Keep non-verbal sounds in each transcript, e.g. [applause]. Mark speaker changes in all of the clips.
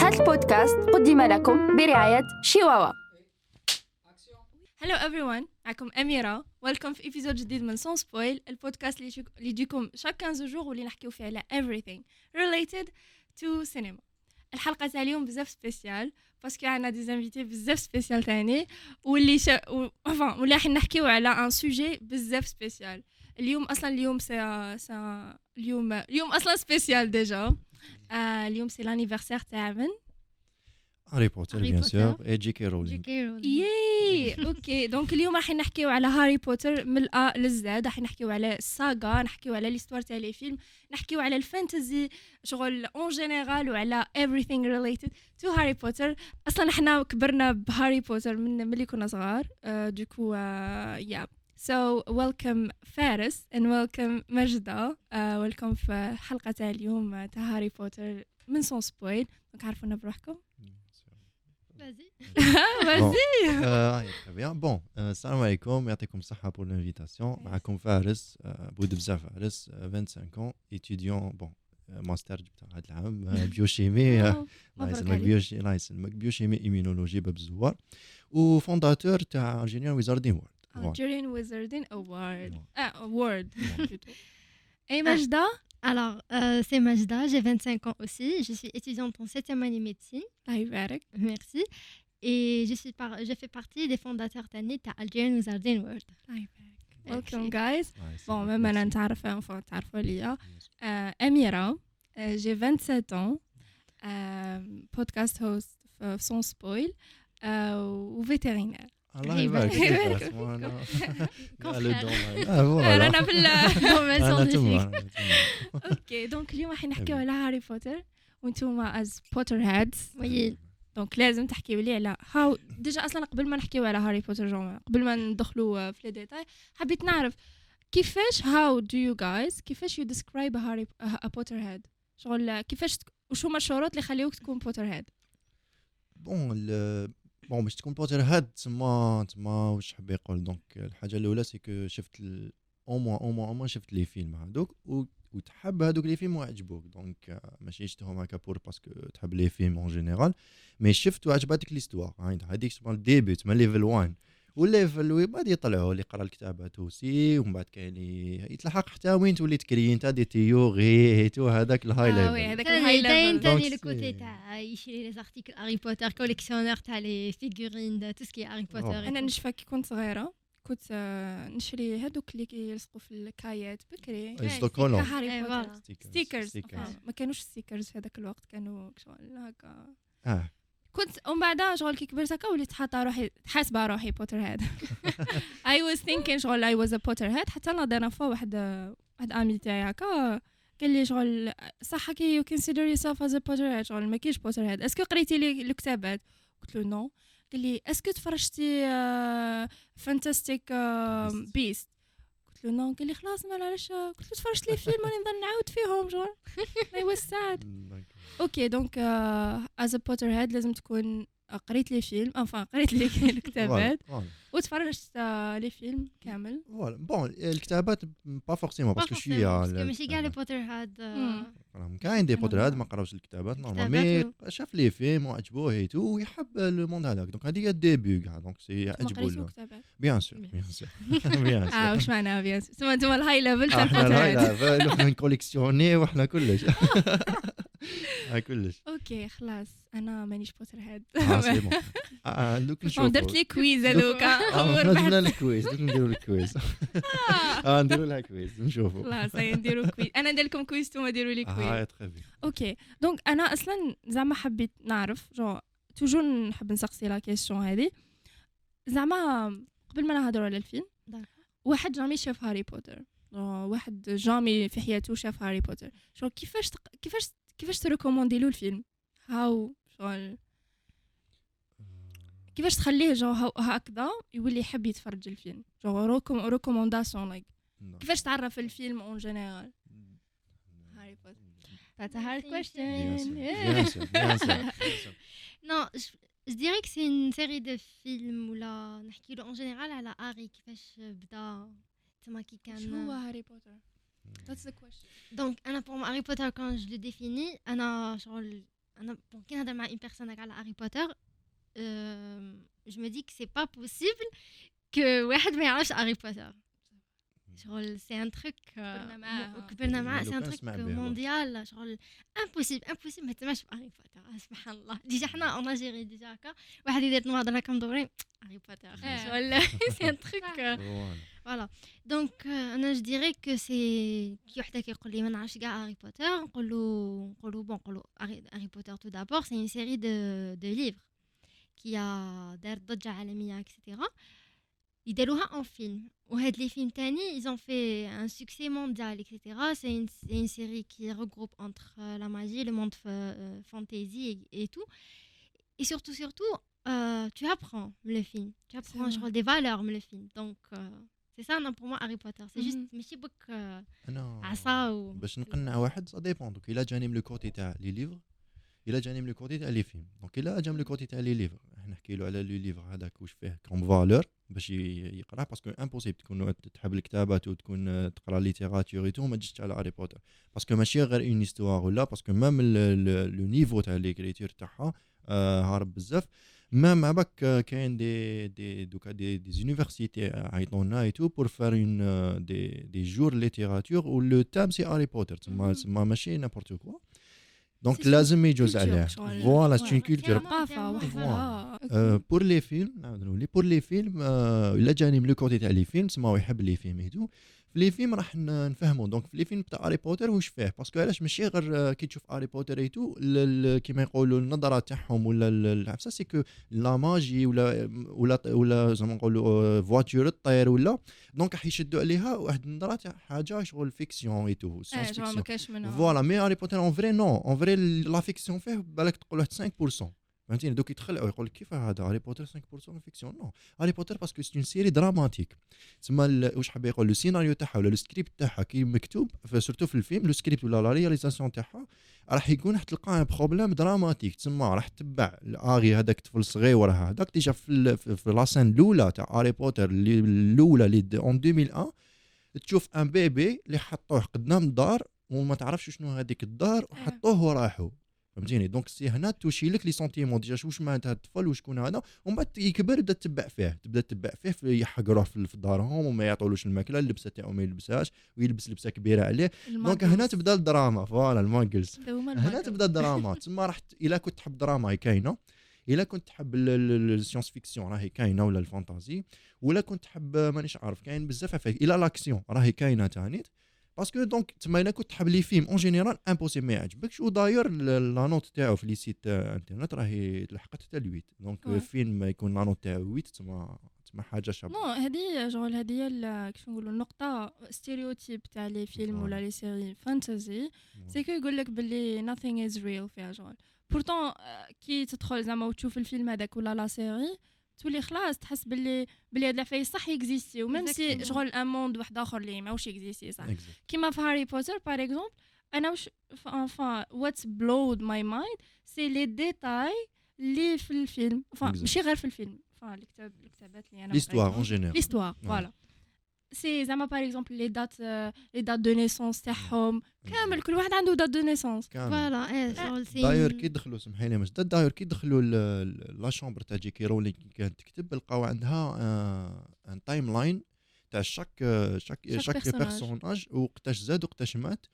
Speaker 1: هذا البودكاست قدم لكم برعاية شيواوا
Speaker 2: هلو everyone معكم أميرة ويلكم في إبيزود جديد من سون سبويل البودكاست اللي يجيك- اللي يجيكم شاك 15 جوغ واللي نحكيو فيه على everything related to cinema الحلقة تاع اليوم بزاف سبيسيال باسكو عندنا دي زانفيتي بزاف سبيسيال تاني واللي شا... و... enfin, واللي راح نحكيو على ان سوجي بزاف سبيسيال اليوم اصلا اليوم سا... سا... اليوم اليوم اصلا سبيسيال ديجا آه اليوم سي لانيفرسير تاع من
Speaker 3: هاري بوتر
Speaker 2: هاري
Speaker 3: بيان
Speaker 2: بوتر.
Speaker 3: سور اي جي كي رولينغ
Speaker 4: جي
Speaker 2: ياي [laughs] اوكي دونك اليوم راح نحكيو على هاري بوتر من الأ للزاد راح نحكيو على الساغا نحكيو على ليستوار تاع لي فيلم نحكيو على الفانتزي شغل اون جينيرال وعلى everything related to هاري بوتر اصلا احنا كبرنا بهاري بوتر من ملي كنا صغار آه، دوكو آه، يا So welcome فارس and welcome مجدة uh, welcome في حلقة تاع اليوم آه، تاع هاري بوتر من سون سبويل دونك عارفونا بروحكم
Speaker 3: Bon.
Speaker 2: [laughs]
Speaker 3: euh, ah,
Speaker 2: Vas-y.
Speaker 3: آه، هاي، تري بيان. بون آه، السلام عليكم يعطيكم الصحه بور لانفيتاسيون معكم فارس آه، بوذبزة فارس آه، 25 euh, ans étudiant euh, بون آه، ماستر جبتها هذا العام
Speaker 2: [laughs]
Speaker 3: آه، بيوشيمي آه، الله
Speaker 2: مبروك
Speaker 3: يسلمك
Speaker 2: عليك.
Speaker 3: بيوشي الله يسلمك بيوشيمي ايمينولوجي باب الزوار وفونداتور تاع انجينير ويزاردين وورد
Speaker 2: Algerian آه، Ah, Wizarding Award.
Speaker 3: Non.
Speaker 2: Ah, award.
Speaker 3: [laughs] Non.
Speaker 2: plutôt.
Speaker 3: آه.
Speaker 2: Et Majda
Speaker 4: Alors, euh, c'est Majda, j'ai 25 ans aussi. Je suis étudiante en 7e année médecine.
Speaker 2: Ayvarek.
Speaker 4: Merci. Et je, suis par- je fais partie des fondateurs d'année à Algerian Wizarding World.
Speaker 2: Welcome,
Speaker 4: Merci.
Speaker 2: guys. [laughs] Bon, même أنا نتعرف enfin تعرفوا ليا. آه، أميرة. آه، j'ai 27 ans. آه، podcast host في sans spoil. آه، وفيترينير.
Speaker 3: الله يبارك فيك
Speaker 2: [laughs] يبارك
Speaker 3: فارس. وانا- [laughs]
Speaker 4: Confrère.
Speaker 3: قالوا دوم. آه، فوالا.
Speaker 2: رانا في ال-
Speaker 3: [laughs]
Speaker 2: [laughs]
Speaker 4: Bon, elles sont
Speaker 3: أنا
Speaker 4: des
Speaker 3: تما،
Speaker 4: filles.
Speaker 3: أنا تما. [laughs]
Speaker 2: اوكي دونك اليوم راح نحكيو على هاري بوتر وانتوما از بوتر هادز
Speaker 4: Oui.
Speaker 2: دونك لازم تحكيو لي على هاو ديجا اصلا قبل ما نحكيو على هاري بوتر جون قبل ما ندخلوا آه، في لي ديتاي حبيت نعرف كيفاش هاو دو يو جايز كيفاش يو ديسكرايب هاري بوتر هاد شغل آه، كيفاش تك- وش هما الشروط اللي خليوك تكون بوتر هاد
Speaker 3: بون ال- بون باش تكون بوتر هاد تما تما واش حاب يقول دونك الحاجه الاولى سي كو شفت او موا او موا او موا شفت لي فيلم هادوك و- وتحب هادوك لي فيلم وعجبوك دونك آه، ماشي شفتهم هكا بور باسكو تحب لي فيلم اون جينيرال مي شفت وعجبتك ليستوار هايد- هاديك تسمى الديبي تسمى ليفل 1 والليفل وي بعد يطلعوا اللي قرا الكتاب توسي ومن بعد كاين اللي يتلحق حتى وين تولي تكري انت دي تيوغي تو هذاك الهاي
Speaker 2: آه، وي،
Speaker 3: ليفل
Speaker 2: هذاك الهاي
Speaker 4: Tani,
Speaker 2: ليفل
Speaker 4: Tani,
Speaker 3: Donc,
Speaker 4: Tani, le
Speaker 3: c'est-
Speaker 4: côté, t'as Ishii, les articles Harry Potter, collectionneur, t'as les figurines, de tout ce qui est
Speaker 3: Oh.
Speaker 4: Harry Potter. et
Speaker 2: انا
Speaker 4: tout.
Speaker 2: نشفى كي كنت صغيره كنت آه، نشري هادوك اللي كيلصقوا في الكايات بكري
Speaker 3: يصدق
Speaker 2: كا
Speaker 3: ولا
Speaker 2: هاري
Speaker 4: إيه،
Speaker 2: بوتر
Speaker 4: فوالا.
Speaker 2: ستيكرز ما كانوش ستيكرز في هذاك الوقت كانوا شغل هكا
Speaker 4: Ah.
Speaker 3: اه
Speaker 2: كنت ومن بعد شغل كي كبرت هكا وليت حاطه روحي حاسبه روحي بوتر [laughs] هاد اي واز ثينكين شغل اي واز ا بوتر هاد حتى لا دانا فوا واحد واحد امي تاعي هكا قال لي شغل صح كي يو كونسيدر يور سيلف از ا بوتر هاد شغل ما كاينش بوتر هاد اسكو قريتي لي الكتابات قلت له نو قال لي اسكو تفرجتي آه، فانتاستيك بيست قلت له نو قال لي خلاص ما علاش آه، قلت له تفرجت لي فيلم راني نضل نعاود فيهم شغل اي واز ساد اوكي دونك از بوتر هاد لازم تكون آه، قريت لي فيلم انفا قريت لي [laughs] الكتابات
Speaker 3: فوالا
Speaker 2: وتفرجت آه، لي فيلم كامل
Speaker 3: فوالا بون الكتابات با فورسيمون
Speaker 4: euh, Pas
Speaker 3: باسكو
Speaker 4: forcément,
Speaker 3: شويه
Speaker 4: parce que ماشي كاع لي
Speaker 3: الكتابات
Speaker 4: بوتر هاد
Speaker 2: مم.
Speaker 3: راهم كاين دي
Speaker 2: أنا
Speaker 3: بوتر هاد
Speaker 2: ما-
Speaker 3: ما قراوش الكتابات نورمال
Speaker 4: الكتابات
Speaker 3: مي شاف لي فيلم وعجبوه هي تو ويحب
Speaker 4: euh,
Speaker 3: لو موند هذاك دونك هذه هي الديبي كاع دونك سي
Speaker 2: ما قريت
Speaker 3: عجبو
Speaker 2: الكتابات
Speaker 3: بيان سور
Speaker 4: Bien
Speaker 3: بيان سور
Speaker 4: [laughs]
Speaker 3: بيان
Speaker 4: Ah,
Speaker 2: اه
Speaker 3: سور
Speaker 2: واش معناها بيان سور. تسمى انتم الهاي ليفل تاع
Speaker 3: احنا
Speaker 2: البوتر هاد
Speaker 4: euh,
Speaker 3: لا احنا نكوليكسيوني وحنا
Speaker 4: [laughs]
Speaker 3: كلش ها
Speaker 4: Ah,
Speaker 3: كلش
Speaker 2: اوكي خلاص انا مانيش بوتر هاد
Speaker 3: [laughs]
Speaker 4: Ah,
Speaker 2: [laughs]
Speaker 3: اه سي بون آه، دوك نشوفو
Speaker 2: درت لي كويز
Speaker 3: دوك-
Speaker 2: هذوك [laughs]
Speaker 4: Ah,
Speaker 3: آه،
Speaker 2: أول
Speaker 3: احنا
Speaker 2: واحد.
Speaker 3: جبنا لك كويس دوك نديرو لك كويس اه نديرو لها كويس نشوفو
Speaker 2: [laughs] خلاص هيا نديرو كويز انا ندير لكم كويز نتوما ديروا لي كويز
Speaker 3: اه تخي بيان
Speaker 2: اوكي دونك انا اصلا زعما حبيت نعرف جو توجور نحب نسقسي لا كيسيون هذه زعما قبل ما نهضروا على الفيلم
Speaker 4: D'accord.
Speaker 2: واحد جامي شاف هاري بوتر جو واحد جامي في حياته شاف هاري بوتر جو كيفاش تق... كيفاش كيفاش تريكوموندي له الفيلم هاو شغل كيفاش تخليه جو هاو- هكذا يولي يحب يتفرج الفيلم جو روكم ريكومونداسيون لايك كيفاش تعرف الفيلم اون جينيرال هاري بوتر That's a hard
Speaker 3: Mm. Bien
Speaker 2: question
Speaker 3: sûr,
Speaker 2: Yeah.
Speaker 3: bien sûr, bien sûr.
Speaker 4: Non, je, je dirais que c'est une série de films où là, نحكيلو en général على هاري كيفاش بدا تما كي
Speaker 2: شو هو
Speaker 4: كان
Speaker 2: هاري بوتر uh, That's the question
Speaker 4: دونك انا pour moi Harry Potter quand je le définis انا شغل انا بون كي نهضر مع اون بيرسون على هاري بوتر euh, جو مي دي كو سي با بوسيبل كو واحد ما يعرفش هاري بوتر شغل سي ان تخيك
Speaker 2: كبرنا معاه.
Speaker 4: كبرنا معاه سي
Speaker 3: لو
Speaker 4: ان
Speaker 3: كان
Speaker 4: تخيك
Speaker 3: سمع به هو.
Speaker 4: مونديال شغل امبوسيبل امبوسيبل ما تسمعش في هاري بوتر سبحان الله ديجا حنا اون الجيري ديجا هكا واحد يدير نواضر هكا مدورين هاري بوتر
Speaker 2: إيه.
Speaker 4: شغل [laughs] سي ان تخيك
Speaker 3: فوالا.
Speaker 4: فوالا دونك آه، انا جو ديري كو سي كي وحده كيقول لي ما نعرفش كاع هاري بوتر نقولو نقولو بون نقولو هاري هاري بوتر تو دابور سي اون سيري دو دو ليفر كي آه، دارت ضجه عالميه اكسيتيرا يديروها اون فيلم وهاد لي فيلم تاني ils ont fait un succès mondial etc c'est une, c'est une série qui regroupe entre euh, la magie le monde fa- euh, fantasy et, et tout et surtout surtout euh, tu apprends le film tu apprends
Speaker 2: vrai.
Speaker 4: genre des valeurs le film donc euh, c'est ça non, pour moi Harry Potter c'est
Speaker 2: Mhm.
Speaker 4: juste ماشي بك euh,
Speaker 3: Ah انا
Speaker 4: عصا و
Speaker 3: باش نقنع واحد سا ديبون دوك الا جاني من لو كوتي تاع لي ليفر الا جاني من لو كوتي تاع لي فيلم دونك الا جا من لو كوتي تاع لي ليفر احنا نحكي له على لو ليفر هذاك واش فيه كوم فالور باش ي- يقرا باسكو امبوسيبل تكون تحب الكتابات وتكون آه، تقرا ليتيراتور اي تو ما تجيش على هاري بوتر باسكو ماشي غير اون هيستوار ولا باسكو مام لو نيفو تاع ليكريتور تاعها آه، هارب بزاف مام مع بالك آه، كاين دي دي دوكا دي دي زونيفرسيتي عيطوا لنا اي تو بور فار اون آه، دي دي جور ليتيراتور ولو تام سي هاري بوتر تما
Speaker 2: مم.
Speaker 3: تما ماشي نابورت كوا
Speaker 2: Mhm. C'est
Speaker 3: دونك
Speaker 2: une
Speaker 3: لازم يجوز
Speaker 2: culture
Speaker 3: عليها
Speaker 2: شغل.
Speaker 3: فوالا
Speaker 2: Ouais.
Speaker 3: سي اون كولتور
Speaker 2: ثقافه
Speaker 3: فوالا.
Speaker 2: واحده آه.
Speaker 3: آه، بور لي فيلم نعاود نولي بور لي فيلم آه، الا جاني من لو كوتي تاع لي فيلم تسمى هو يحب لي فيلم هيدو في لي فيلم راح ن- نفهمو دونك في لي فيلم تاع هاري بوتر واش فيه باسكو علاش ماشي غير آه، كي تشوف هاري بوتر ايتو كيما يقولوا النظره تاعهم ولا ال- ال- عفسه سي كو لا ماجي ولا ولا ولا زعما نقولوا فواتور طير ولا دونك راح يشدوا عليها واحد النظره تاع حاجه شغل فيكسيون ايتو
Speaker 2: إيه،
Speaker 3: ساينس
Speaker 2: شغل
Speaker 3: فيكسيون
Speaker 2: ما كاش منها
Speaker 3: فوالا مي هاري بوتر اون فري نو اون فري لا فيكسيون فيه بالك تقول واحد 5% فهمتيني دوك يتخلعوا يقول لك كيف هذا هاري بوتر 5% فيكسيون نو هاري بوتر باسكو سي اون سيري دراماتيك تسمى ال- واش حاب يقول لو سيناريو تاعها ولا لو سكريبت تاعها كي مكتوب ف- سورتو في الفيلم لو سكريبت ولا لا رياليزاسيون تاعها راح يكون راح تلقى ان بروبليم دراماتيك تسمى راح تبع الاغي هذاك طفل صغير وراه هذاك ديجا في ال- في في لاسين الاولى تاع هاري بوتر اللي- الاولى اللي د- اون 2001 تشوف ان بيبي اللي حطوه قدام الدار وما تعرفش شنو هذيك الدار وحطوه وراحو فهمتيني دونك سي هنا توشي لك لي سونتيمون ديجا واش معناتها الطفل وشكون هذا ومن بعد يكبر يبدا تتبع فيه تبدا تتبع فيه في- يحقروه في في دارهم وما يعطولوش الماكله اللبسه تاعو ما يلبسهاش ويلبس لبسه كبيره عليه دونك هنا تبدا الدراما فوالا المانجلز هنا تبدا
Speaker 2: [laughs]
Speaker 3: الدراما تما راح ت- الا كنت تحب دراما هي كاينه الا كنت تحب ال- ال- السيونس فيكسيون راهي كاينه ولا الفانتازي ولا كنت تحب آه، مانيش عارف كاين بزاف عفايس الا لاكسيون راهي كاينه تانيت باسكو دونك تما الا كنت تحب لي فيلم اون جينيرال امبوسيبل ما يعجبكش وداير لا نوت تاعو في لي سيت آه، انترنت راهي لحقت حتى ل 8 دونك
Speaker 2: Ouais.
Speaker 3: فيلم يكون لا نوت تاعو 8 تما تما حاجه شابه
Speaker 2: نو هذه شغل هذه هي ال- كيف نقولوا النقطة ستيريوتيب تاع لي فيلم ولا لي سيري فانتازي سي كو يقول لك باللي nothing از ريل فيها شغل بورتون كي تدخل زعما وتشوف الفيلم هذاك ولا لا سيري تولي خلاص تحس باللي باللي هاد العفايس صح اكزيستي وميم سي
Speaker 4: Exactement.
Speaker 2: شغل ان موند واحد اخر اللي ماهوش اكزيستي صح
Speaker 3: Exact.
Speaker 2: كيما في هاري بوتر باغ اكزومبل انا وش انفان واتس بلود ماي مايند سي لي ديتاي اللي في الفيلم Enfin،
Speaker 3: Exact.
Speaker 2: ماشي غير في الفيلم Enfin، الكتاب الكتابات اللي انا
Speaker 3: ليستوار
Speaker 2: قريتهم.
Speaker 3: اون جينيرال
Speaker 2: l'histoire voilà c'est زعما par exemple les dates euh, les dates de naissance تاعهم كامل كل واحد عنده date de naissance
Speaker 3: كامل
Speaker 4: فوالا ايه
Speaker 2: Bah,
Speaker 4: شغل سي
Speaker 3: داير كي دخلوا سمحي لي مجدد داير كي دخلوا لا شومبر تاع جي كي رولينغ كي كانت تكتب لقاو عندها آه، ان تايم لاين تاع شاك آه، شاك
Speaker 2: شاك
Speaker 3: شاك
Speaker 2: بيرسوناج.
Speaker 3: بيرسوناج وقتاش زاد وقتاش مات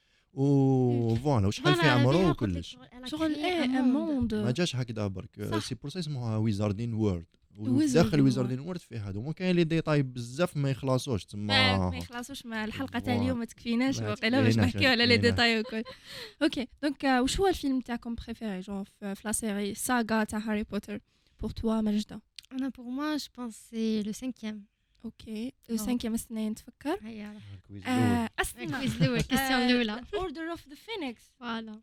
Speaker 3: وفوالا وشحال في عمره وكلش
Speaker 2: شغل ايه eh, un
Speaker 3: ما
Speaker 2: monde euh,
Speaker 3: جاش هكذا برك آه،
Speaker 2: صح.
Speaker 3: سي بور سا اسمها ويزاردين وورد
Speaker 2: Wizarding
Speaker 3: وداخل ويزاردين
Speaker 2: World.
Speaker 3: وورد فيها هذا وكاين لي ديتاي بزاف ما يخلصوش
Speaker 2: ما ما
Speaker 3: تما
Speaker 2: يخلصوش مع الحلقه تاع
Speaker 3: فوالا.
Speaker 2: اليوم ما تكفيناش
Speaker 3: ما
Speaker 2: وقيلا باش
Speaker 3: تكفيناش،
Speaker 2: نحكيو على لي
Speaker 3: تكفيناش.
Speaker 2: ديتاي وكل اوكي دونك آه، وش هو الفيلم تاعكم بريفيري جون في في لا سيري ساغا تاع هاري بوتر بور توا مجدة
Speaker 4: انا بور موا جو بونس سي لو سانكيام
Speaker 2: اوكي
Speaker 4: آه.
Speaker 2: سانكيام اثنين تفكر
Speaker 4: هيا راح
Speaker 2: آه، اسمع
Speaker 4: الكويز الاول
Speaker 2: [laughs]
Speaker 4: الكيستيون
Speaker 2: Euh,
Speaker 4: الاولى
Speaker 2: اوردر اوف ذا فينيكس
Speaker 4: فوالا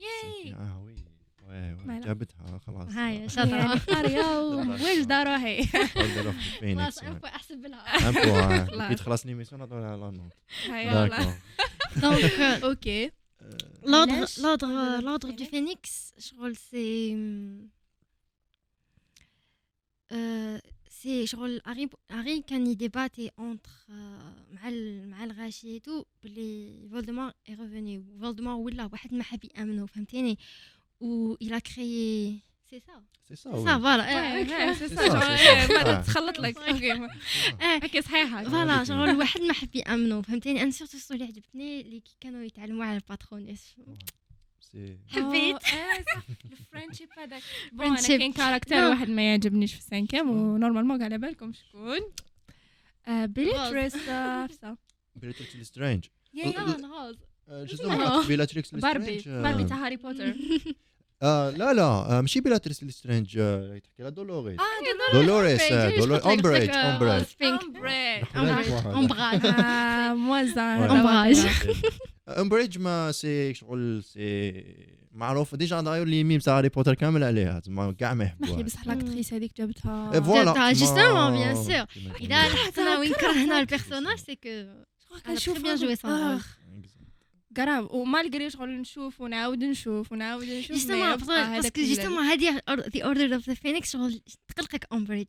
Speaker 2: ياي
Speaker 3: اه وي وي- وي.
Speaker 2: ما لا.
Speaker 3: جابتها خلاص [laughs]
Speaker 4: هاي شاطره
Speaker 2: قريه ووجده روحي
Speaker 3: Order of the Phoenix،
Speaker 4: خلاص
Speaker 3: يعني.
Speaker 4: أنفع احسب
Speaker 2: hein.
Speaker 4: لها
Speaker 3: Hein, Un
Speaker 4: [laughs]
Speaker 3: point.
Speaker 2: Claro.
Speaker 3: Depuis trois émissions, on a donné la note.
Speaker 2: هاي والله.
Speaker 3: D'accord.
Speaker 4: دونك
Speaker 2: اوكي
Speaker 3: Euh,
Speaker 4: L'ordre,
Speaker 2: Lèche,
Speaker 4: l'ordre,
Speaker 2: euh,
Speaker 4: l'ordre du phénix, je roule, c'est. hum, euh, c'est je roule, Harry, Harry كان يديباتي entre euh, مع ال- مع الغاشي et tout بلي فولدمار est revenu فولدمار ولا واحد ما حاب يامنه فهمتيني où il a créé. C'est ça.
Speaker 3: سي سا
Speaker 4: Ça,
Speaker 3: وي.
Speaker 4: voilà.
Speaker 2: Ouais,
Speaker 4: euh, [laughs]
Speaker 2: ouais, c'est
Speaker 3: C'est
Speaker 2: ça,
Speaker 3: ça,
Speaker 2: genre,
Speaker 3: c'est ça.
Speaker 2: ouais,
Speaker 3: Ouais.
Speaker 2: بعد تخلط لك
Speaker 4: Ouais.
Speaker 2: أوكي،
Speaker 4: آه،
Speaker 2: هكا صحيحة
Speaker 4: فوالا
Speaker 3: هذيك
Speaker 4: شغل
Speaker 3: اللي-
Speaker 4: الواحد ما حب يامنوا فهمتني انا سورتو الصوره اللي عجبتني اللي كي كانوا يتعلموا على الباترونيس
Speaker 3: سي
Speaker 4: حبيت
Speaker 2: آه، آه، صح، الفرنشيب هذاك بون انا
Speaker 4: فرنشيب.
Speaker 2: كاين كاركتر
Speaker 4: نعم.
Speaker 2: واحد ما يعجبنيش في السانكيام ونورمالمون على بالكم شكون آه، بيليتريس آه، فسا.
Speaker 3: بيلاتريكس سترينج
Speaker 2: يا يا،
Speaker 4: اه نهار
Speaker 3: شو
Speaker 2: آه.
Speaker 3: اسمها بيلاتريكس
Speaker 2: باربي
Speaker 3: لسترينج
Speaker 2: باربي تاع هاري بوتر [laughs]
Speaker 3: آه لا لا آه ماشي بيلاتريس لسترينج آه، تحكي لها دولوريس
Speaker 4: Ah,
Speaker 2: اه دابا
Speaker 3: دولوريس
Speaker 4: Umbridge،
Speaker 3: آه،
Speaker 4: جيش
Speaker 3: دولوريس
Speaker 4: قلت لك
Speaker 3: أمبريج
Speaker 4: بصح، آه،
Speaker 3: أمبريج
Speaker 4: Sphinx.
Speaker 3: [laughs]
Speaker 2: امبريج
Speaker 4: أمبريج. امبراج
Speaker 2: Euh, موزع
Speaker 4: أمبراج.
Speaker 3: امبريج ما سي شغل سي معروف ديجا داير لي ميم تاع هاري بوتر كامل عليها تما كاع ما
Speaker 2: محلي
Speaker 3: يحبوها
Speaker 2: بصح لاكتريس هذيك جابتها
Speaker 4: تاع
Speaker 3: فوالا
Speaker 4: justement، hein, bien sûr. اذا لاحظنا وين كرهنا البيرسوناج سي كو
Speaker 2: شغل
Speaker 4: Elle a
Speaker 2: كنشوف
Speaker 4: très bien joué ça.
Speaker 2: آخ، كراف ومالغري شغل نشوف ونعاود نشوف ونعاود نشوف
Speaker 4: جوستومون باسكو جوستومون هذه ذا اوردر اوف ذا فينيكس شغل تقلقك امبريج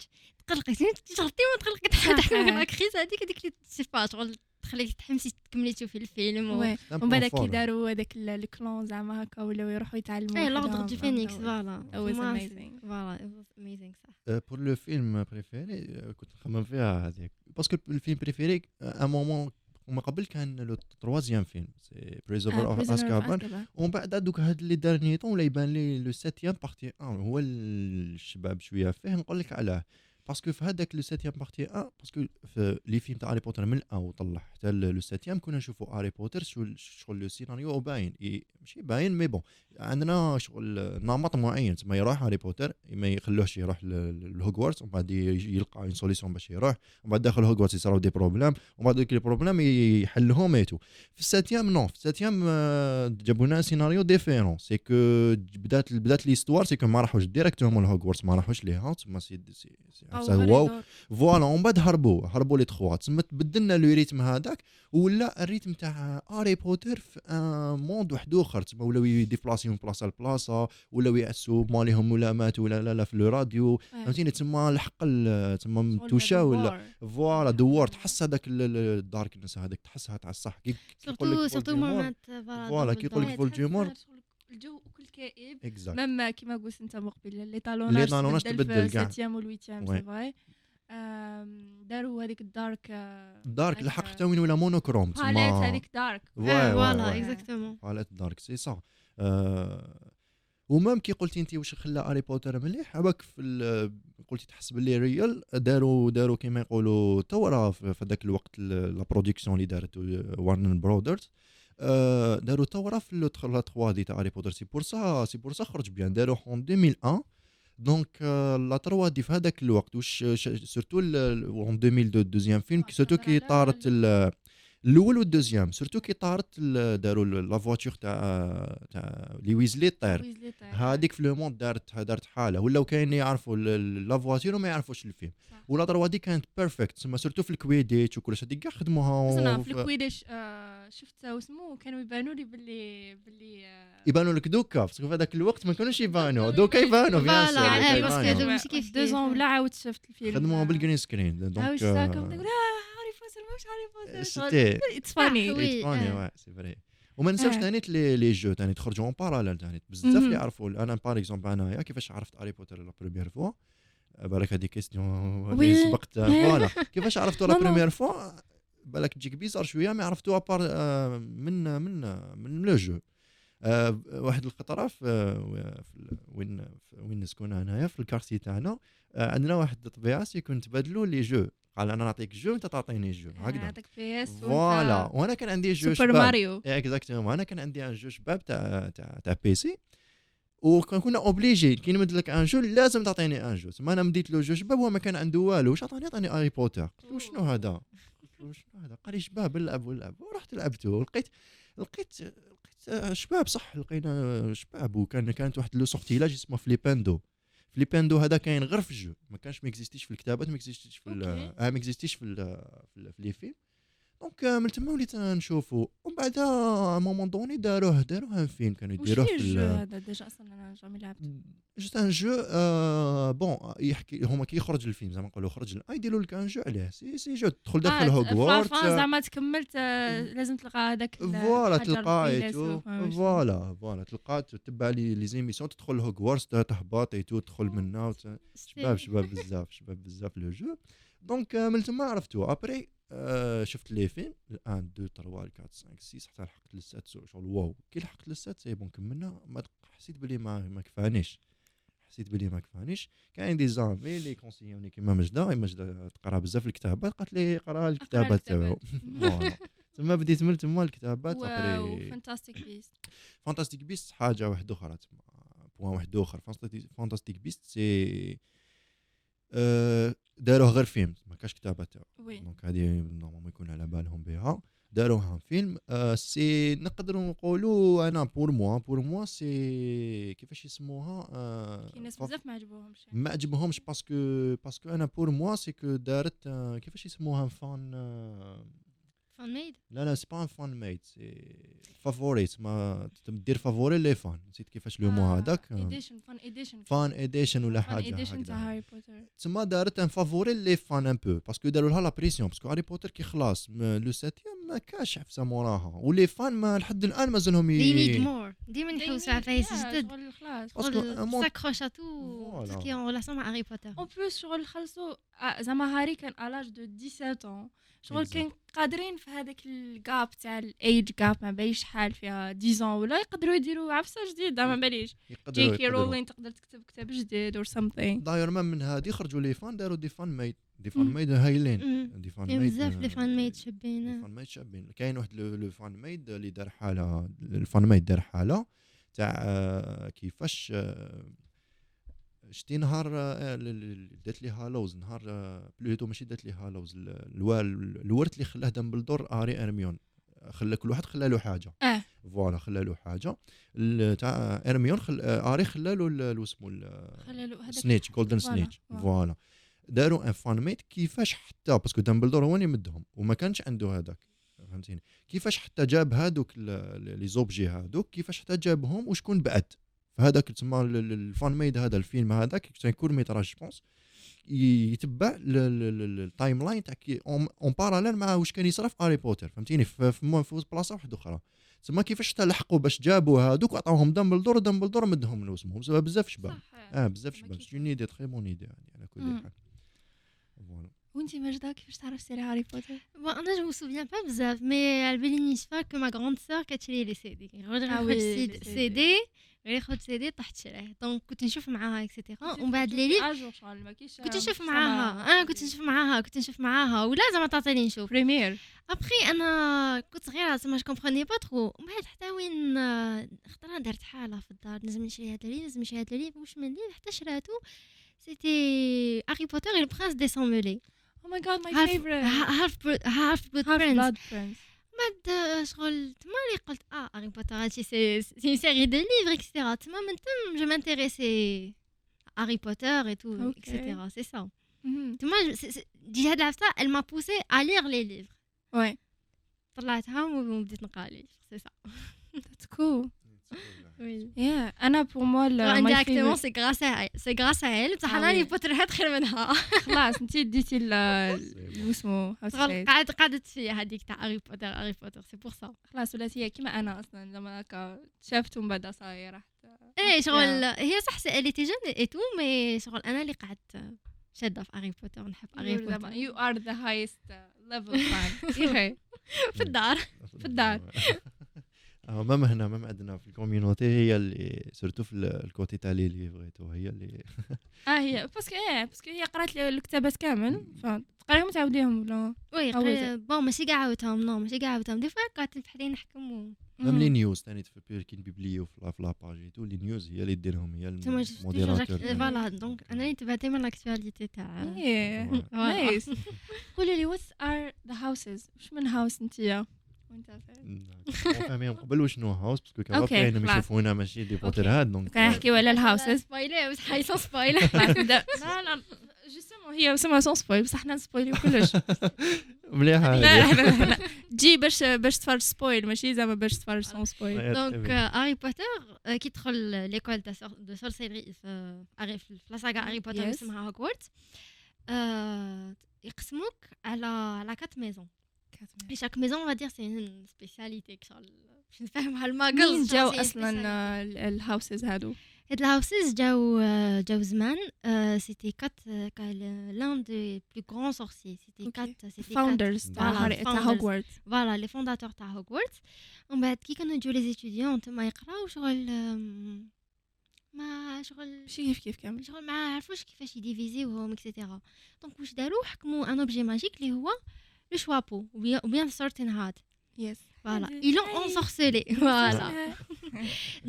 Speaker 4: تقلقك شغل ديما تقلقك تحب
Speaker 2: صح.
Speaker 4: تحكي الاكتريس هذيك هذيك اللي سيفا شغل تخليك تحمسي تكملي تشوفي الفيلم و-
Speaker 2: ومن بعد كي داروا هذاك ال- الكلون زعما هكا ولاو يروحوا يتعلموا
Speaker 4: ايه لوردر
Speaker 2: وحدهم.
Speaker 4: دو فينيكس
Speaker 2: آه،
Speaker 4: فوالا
Speaker 2: That was amazing.
Speaker 4: فوالا it was amazing صح
Speaker 2: Euh,
Speaker 3: بور لو فيلم بريفيري كنت نخمم فيها هذيك باسكو الفيلم بريفيري
Speaker 2: euh,
Speaker 3: ان مومون وما قبل كان لو تروازيام فيلم سي بريزوفر اوف
Speaker 2: Ah, Prisoner of
Speaker 3: اسكابان
Speaker 2: Azkaban.
Speaker 3: ومن بعد دوك هاد لي دارني طون ولا يبان لي لو ساتيام بارتي 1 هو الشباب شويه فيه نقول لك علاه باسكو في هذاك لو ساتيام بارتي 1 باسكو في لي فيلم تاع هاري بوتر من الاول طلع حتى لو ساتيام كنا نشوفوا هاري بوتر شو شغل لو سيناريو باين إي- ماشي باين مي بون عندنا شغل نمط معين تما يروح هاري بوتر ما يخلوهش يروح ل- لهوغورتس ومن بعد ي- يلقى اون سوليسيون باش يروح ومن بعد داخل هوغورتس يصراو دي بروبلام ومن بعد دوك لي بروبلام يحلهم ايتو في الساتيام نو في الساتيام آه، جابوا لنا سيناريو ديفيرون سي كو بدات بدات ليستوار سي كو ما راحوش ديريكتومون لهوغورتس ما راحوش ليها تما سي سي سي-
Speaker 2: أو
Speaker 3: سي- واو فوالا ومن بعد هربوا هربوا لي تخوا تما تبدلنا لو ريتم هذاك ولا الريتم تاع هاري بوتر في ان موند واحد اخر تما ولاو يديبلاسيو من بلاصه لبلاصه ولاو يعسوا ماليهم ولا ماتوا ولا لا لا في لو راديو فهمتيني تما الحقل تما
Speaker 2: Oh,
Speaker 3: متوشا ولا فوالا دوار تحس هذاك الداركنس هذاك تحسها تاع الصح كي كي يقول
Speaker 4: سورتو
Speaker 3: لك
Speaker 4: سورتو
Speaker 3: فولديمور،
Speaker 4: مرات
Speaker 3: فوالا،
Speaker 4: فوالا
Speaker 3: كي يقول لك
Speaker 4: دبل
Speaker 3: فولديمور.
Speaker 2: الجو كل كئيب
Speaker 3: اكزاكت
Speaker 2: ميم كيما قلت انت مقبل لي طالوناج
Speaker 3: Les talonnages
Speaker 2: euh,
Speaker 3: تبدل كاع.
Speaker 2: سيتيام والويتيام
Speaker 3: Ouais.
Speaker 2: سي فاي Euh, داروا هذيك الدارك آه،
Speaker 3: دارك الحق
Speaker 2: هكا.
Speaker 3: حتى وين ولا مونوكروم تما
Speaker 2: باليت هذيك دارك
Speaker 4: دبل.
Speaker 3: فوالا،
Speaker 4: آه، فوالا
Speaker 3: فوالا.
Speaker 4: اكزاكتومون
Speaker 3: على دارك سي سا آه، ومام كي قلتي انت واش خلى هاري بوتر مليح هباك في ال- قلتي تحس باللي ريال داروا داروا كيما يقولوا تو راه في في هذاك الوقت ال- لا برودكسيون اللي دارت وارن برودرز آه، داروا تو راه في لو تخ- لا 3 دي تاع هاري بوتر سي بور سا سي بور سا خرج بيان داروا اون 2001 دونك آه، لا 3 دي في هذاك الوقت وش سورتو اون 2002 دوزيام فيلم سورتو كي طارت ال- الاول والدوزيام سورتو كي طارت ال- داروا ال- لا فواتور تاع تاع لي ويزلي طير
Speaker 2: ويزلي آه. تاع-
Speaker 3: هذيك في لو موند دارت دارت حاله ولاو كاين اللي يعرفوا ال- ال- لا فواتور وما يعرفوش الفيلم
Speaker 2: صح.
Speaker 3: ولا تروا دي كانت بيرفكت تسمى سورتو في الكويديتش وكلش هذيك كاع خدموها
Speaker 2: زعما في
Speaker 3: وف-
Speaker 2: الكويديش آه، شفت واسمو كانوا يبانوا لي باللي باللي آه،
Speaker 3: يبانوا لك دوكا باسكو في هذاك الوقت ما كانوش يبانوا دوكا يبانوا بيان
Speaker 4: فوالا،
Speaker 3: سور،
Speaker 4: إيه،
Speaker 3: دوكا
Speaker 4: باسكو
Speaker 3: يبانوا.
Speaker 4: هذوك ماشي كيف
Speaker 2: دو
Speaker 4: كيف.
Speaker 2: زون ولا عاود شفت الفيلم
Speaker 3: خدموها
Speaker 2: آه،
Speaker 3: بالجرين سكرين
Speaker 2: عاود
Speaker 3: دونك
Speaker 2: شفتها
Speaker 3: آه،
Speaker 2: كنت نقول اه هاري بوتر ماهوش هاري
Speaker 3: euh,
Speaker 2: بوتر شغل،
Speaker 3: سيتي
Speaker 2: اتس فاني
Speaker 4: وي،
Speaker 3: وي
Speaker 4: آه.
Speaker 3: فاني سي فري وما نساوش
Speaker 2: آه.
Speaker 3: ثاني لي لي جو ثاني تخرجوا اون باراليل ثاني بزاف
Speaker 2: مهم.
Speaker 3: اللي يعرفوا انا باغ اكزومبل انايا كيفاش عرفت هاري بوتر لا بروميير فوا بالك هذه كيستيون اللي
Speaker 2: وي. [laughs]
Speaker 3: سبقت فوالا كيفاش عرفتوا لا
Speaker 2: نو، نو.
Speaker 3: بروميير فوا بالك تجيك بيزار شويه مي عرفتوها بار آه، من من من لو جو آه، واحد الخطره في آه، في ال- وين في- وين نسكن انايا في الكارتي تاعنا آه، عندنا واحد الطبيعه سي كنتبادلوا لي جو قال انا نعطيك جو انت تعطيني جو هكذا
Speaker 2: عطاك بي اس euh,
Speaker 3: فوالا وانا كان عندي جو
Speaker 2: آه، سوبر
Speaker 3: شباب.
Speaker 2: ماريو
Speaker 3: إيه، اكزاكتومون انا كان عندي ان جو شباب تاع تاع تاع بي سي وكان كنا اوبليجي كي نمد لك ان جو لازم تعطيني ان جو تما انا مديت له جو شباب هو ما كان عنده والو واش عطاني عطاني هاري بوتر قلت له شنو هذا قلت له شنو هذا قال لي شباب نلعب ونلعب ورحت لعبته ولقيت لقيت لقيت آه، شباب صح لقينا آه، شباب وكان كانت واحد لو سورتيلاج اسمه فليباندو فليباندو هذا كاين غير في الجو ما كانش ما اكزيستيش في الكتابات ما اكزيستيش في ال-
Speaker 2: أوكي.
Speaker 3: اه ما اكزيستيش في ال- في ال- في لي فيلم دونك آه، من تما وليت نشوفو ومن بعد آه، مومون دوني داروه داروه ان فيلم كانوا
Speaker 2: وش
Speaker 3: يديروه
Speaker 2: هي
Speaker 3: في
Speaker 2: الجو
Speaker 3: ال-
Speaker 2: هذا ديجا اصلا انا جامي لعبت
Speaker 3: جوست ان جو آه، بون يحكي هما كي يخرج الفيلم زعما نقولوا خرج ال- آه، يديروا لك ان جو عليه سي سي جو تدخل
Speaker 2: آه،
Speaker 3: داخل
Speaker 2: Ah,
Speaker 3: هوغورت
Speaker 2: فان زعما تكملت آه، لازم تلقى هذاك ال-
Speaker 3: آه، فوالا
Speaker 2: الحجر آه،
Speaker 3: تلقايتو
Speaker 2: الفيلسوف، فاهم شنو.
Speaker 3: فوالا فوالا تلقات تتبع لي لي زيميسيون تدخل هوغورتس تهبط ايتو تدخل منا وت...
Speaker 4: [laughs]
Speaker 3: شباب شباب بزاف شباب بزاف لو جو دونك آه، من تما عرفتو ابري آه، شفت لي فيلم الان 2 3 4 5 6 حتى لحقت للسات سو- شغل واو كي لحقت للسات سي بون كملنا ما تق- حسيت بلي ما ما كفانيش حسيت بلي ما كفانيش كاين دي زامي اللي كونسيوني كيما مجدة هي مجدة تقرا بزاف الكتابات قالت لي قرا الكتابات تاعو [laughs] فوالا. تما بديت من تما الكتابات
Speaker 2: euh,
Speaker 3: ابري
Speaker 2: وفانتاستيك بيست
Speaker 3: فانتاستيك بيست حاجه واحده اخرى تما بوان واحد اخر فانتاستيك بيست سي آه، داروه غير فيلم ما كاش كتابه تاعو
Speaker 2: وي
Speaker 3: دونك هذه نورمالمون يكون على بالهم بها داروها فيلم آه، سي نقدروا نقولوا انا بور موا بور موا سي كيفاش يسموها آه،
Speaker 2: كاين ناس
Speaker 3: فان-
Speaker 2: بزاف ما عجبوهمش يعني.
Speaker 3: ما عجبهمش باسكو باسكو انا بور موا سي كو دارت آه، كيفاش يسموها فان آه،
Speaker 4: فان ميد
Speaker 3: لا لا سي با ان فان ميت سي فافوريت ما تدير فافوري لي فان نسيت كيفاش لو مو
Speaker 2: Ah,
Speaker 3: هذاك
Speaker 2: ايديشن فان ايديشن
Speaker 3: فان اديشن ولا
Speaker 2: فان
Speaker 3: حاجه
Speaker 2: ايديشن تاع
Speaker 3: هكذا.
Speaker 2: هاري بوتر
Speaker 3: تما دارت ان فافوري لي فان ان بو باسكو داروا لها لا بريسيون باسكو هاري بوتر كي خلاص م- لو ساتيام ما كاش حفسه موراها ولي فان ما لحد الان مازالهم
Speaker 4: they need
Speaker 3: ي...
Speaker 4: more ديما نحوسوا على فايس جدد
Speaker 2: شغل خلاص
Speaker 3: باسكو ان مون-
Speaker 4: ساكروش ا تو
Speaker 3: Voilà.
Speaker 4: كي اون ريلاسيون مع هاري بوتر
Speaker 2: اون بلوس شغل خلصوا آه، زعما هاري كان الاج دو 17 ans شغل كان قادرين في هذاك الجاب تاع الايج جاب ما باليش شحال فيها 10 ولا يقدروا يديروا عفسه جديده ما باليش جي كي
Speaker 3: Mm. يقدروا
Speaker 2: رولين تقدر تكتب كتاب جديد اور something
Speaker 3: داير ما من هذه خرجوا لي فان داروا دي فان ميت دي فان
Speaker 2: مم.
Speaker 3: ميت
Speaker 2: Oh.
Speaker 3: هايلين
Speaker 4: أمم.
Speaker 3: دي فان
Speaker 4: كاين
Speaker 3: ميت
Speaker 4: بزاف لي فان ميد
Speaker 3: لي
Speaker 4: شابين
Speaker 3: فان ميد شابين كاين واحد لو لو فان ميد اللي دار حاله الفان ميد دار حاله تاع آه، كيفاش آه، شتي نهار آه، ال- ال- دات لي هالوز نهار آه، بلوتو ماشي دات لي هالوز ال- الوال- الورد اللي خلاه دمبلدور اري ارميون خلى كل واحد خلى له حاجه
Speaker 2: آه.
Speaker 3: فوالا خلى له حاجه ال- تاع ارميون خل... آه، اري خلى له ال- اسمه ال-
Speaker 2: خلالو هذاك
Speaker 3: سنيتش جولدن
Speaker 2: فوالا،
Speaker 3: سنيتش
Speaker 2: فوالا.
Speaker 3: فوالا داروا ان فان ميت كيفاش حتى باسكو دامبلدور هو اللي مدهم وما كانش عنده هذاك فهمتيني كيفاش حتى جاب هادوك ال- ال- لي زوبجي هادوك كيفاش حتى جابهم وشكون بعد فهذاك تسمى ال- ال- الفان ميد هذا الفيلم هذاك سان كور ميتراج جوبونس يتبع ال- ال- ال- التايم لاين تاع كي اون اون باراليل مع واش كان يصرى في هاري بوتر فهمتيني ف- في م- في بلاصه واحده اخرى تسمى كيفاش حتى لحقوا باش جابوا هادوك وعطاوهم دامبلدور دامبلدور مدهم لوسمهم بسبب بزاف شباب
Speaker 2: صح
Speaker 3: اه بزاف
Speaker 2: ما
Speaker 3: شباب
Speaker 2: كيف-
Speaker 3: سي اون ايدي تخي بون ايدي يعني على كل
Speaker 2: مم.
Speaker 3: حال فوالا
Speaker 2: وانت ماجده كيفاش تعرفتي على هاري بوتر
Speaker 4: بون انا جو سوفيان با بزاف مي على بالي نيشفا كو ما غروند سور كتشري لي سي دي غير
Speaker 2: Ah
Speaker 4: ناخذ
Speaker 2: oui,
Speaker 4: سي
Speaker 2: les
Speaker 4: سي دي غير ناخذ سي دي طحت شراه دونك كنت نشوف معاها اكسيتيرا آه، ومن بعد لي ليف
Speaker 2: اجور شغل ما كيش
Speaker 4: كنت نشوف معاها انا كنت نشوف معاها كنت نشوف معاها ولا زعما تعطيني نشوف
Speaker 2: بريمير
Speaker 4: ابخي انا كنت صغيره زعما جو كومبروني با ترو من بعد حتى وين آه، خطره درت حاله في الدار لازم نشري هذا الليل لازم نشري هذا الليل واش من ليل حتى شراتو سيتي هاري بوتر اي البرنس دي سون ميلي
Speaker 2: او ماي جاد ماي
Speaker 4: هاف آه،
Speaker 2: فيفورت
Speaker 4: هاف- هاف بلود
Speaker 2: هاف
Speaker 4: برنس
Speaker 2: بلاد برنس
Speaker 4: بعد شغل تما اللي قلت اه هاري بوتر هادشي سي سي اون سيري دو ليفر اكسيتيرا تما من تم جو مانتيريسي هاري بوتر اي تو
Speaker 2: أوكي.
Speaker 4: اكسيتيرا سي سا تما ج- سي- سي- دي هاد العفسه elle m'a poussé à lire les livres
Speaker 2: وي
Speaker 4: طلعتها وبديت نقرا لي سي سا
Speaker 2: ذاتس كول يا انا بور موا
Speaker 4: Oh, انديريكتومون سي غراس سي غراس elle بصح انا
Speaker 2: Ah oui.
Speaker 4: هاري بوتر هاد خير
Speaker 2: [laughs]
Speaker 4: منها
Speaker 2: خلاص انت ديتي
Speaker 3: بون.
Speaker 2: اسمه
Speaker 4: شغل قعدت قعدت فيا هذيك تاع هاري بوتر هاري بوتر سي بور سا
Speaker 2: خلاص ولات هي كيما انا اصلا زعما هكا شافت ومن بعد صايي راحت
Speaker 4: ايه شغل هي صح سالي تي جون اي تو مي شغل انا اللي قعدت شاده في هاري بوتر نحب هاري بوتر [laughs]
Speaker 2: يو ار ذا هايست ليفل فان
Speaker 4: في الدار
Speaker 2: في الدار.
Speaker 3: [laughs] اه مام هنا مام عندنا في الكوميونيتي هي اللي سورتو في ال- الكوتي تاع لي ليفغ هي اللي
Speaker 2: اه هي باسكو ايه باسكو هي قرات لي الكتابات كامل فتقراهم تعاوديهم ولا
Speaker 4: وي
Speaker 2: أول
Speaker 4: قري-
Speaker 2: زاد.
Speaker 4: بون ماشي كاع عاودتهم نو ماشي كاع عاودتهم دي فوا قعدت بحالي نحكم و
Speaker 3: مام لي نيوز ثاني تفبير كي نبيبليو في لا في لا باج اي تو لي نيوز هي اللي ديرهم هي
Speaker 4: تما شفت ديجا
Speaker 3: الموديراتور
Speaker 4: جاك- فوالا دونك انا اللي تبع ديما لاكتواليتي تاع
Speaker 2: ايه
Speaker 3: فوالا.
Speaker 4: فوالا.
Speaker 2: نايس قولي لي وات ار ذا هاوسز واش من هاوس انتيا وانت فين
Speaker 3: فاهمين قبل وشنو هاوس باسكو كان
Speaker 2: أوكي،
Speaker 3: كاين
Speaker 2: خلاص.
Speaker 3: يشوفونا ماشي دي بوتر هاد دونك
Speaker 2: كان نحكيو على الهاوسز
Speaker 4: سبايلي [laughs] بصح هاي سون سبايل
Speaker 2: لا لا جوستومون هي سما سون سبويل بصح حنا نسبويليو كلش
Speaker 3: مليحه
Speaker 2: [laughs] لا لا لا لا. تجي باش باش تفرج سبويل ماشي زعما باش تفرج سون
Speaker 3: Eh
Speaker 2: سبويل
Speaker 4: دونك هاري بوتر آه، كي تدخل ليكول تاع سور- دو سورسيري في هاري- في لا ساغا هاري بوتر اللي
Speaker 2: Yes.
Speaker 4: اسمها هوكورت euh, يقسموك على على كات ميزون Et chaque maison, on va dire, c'est une spécialité. que [laughs] شغل- باش نفهمها الماكل
Speaker 2: منين جاو اصلا آه، ال- الهاوسز هادو
Speaker 4: هاد الهاوسز جاو آه، جاو زمان سيتي كات لان دي بلو غران سورسي سيتي
Speaker 2: Ok.
Speaker 4: كات سيتي
Speaker 2: فاوندرز تاع
Speaker 4: Voilà,
Speaker 2: هاري- تاع
Speaker 4: founders.
Speaker 2: هوجورت
Speaker 4: فوالا لي فونداتور تاع هوغورتس ومن بعد كي كانوا يجيو لي ستوديون تما يقراو شغل آم، ما شغل
Speaker 2: ماشي كيف كيف كامل
Speaker 4: شغل ما عرفوش كيفاش يديفيزيوهم اكسيتيرا دونك واش داروا حكموا ان اوبجي ماجيك اللي هو لو شوابو ou bien certain هاد
Speaker 2: يس
Speaker 4: Voilà. Ils l'ont ensorcelé. [laughs] Voilà.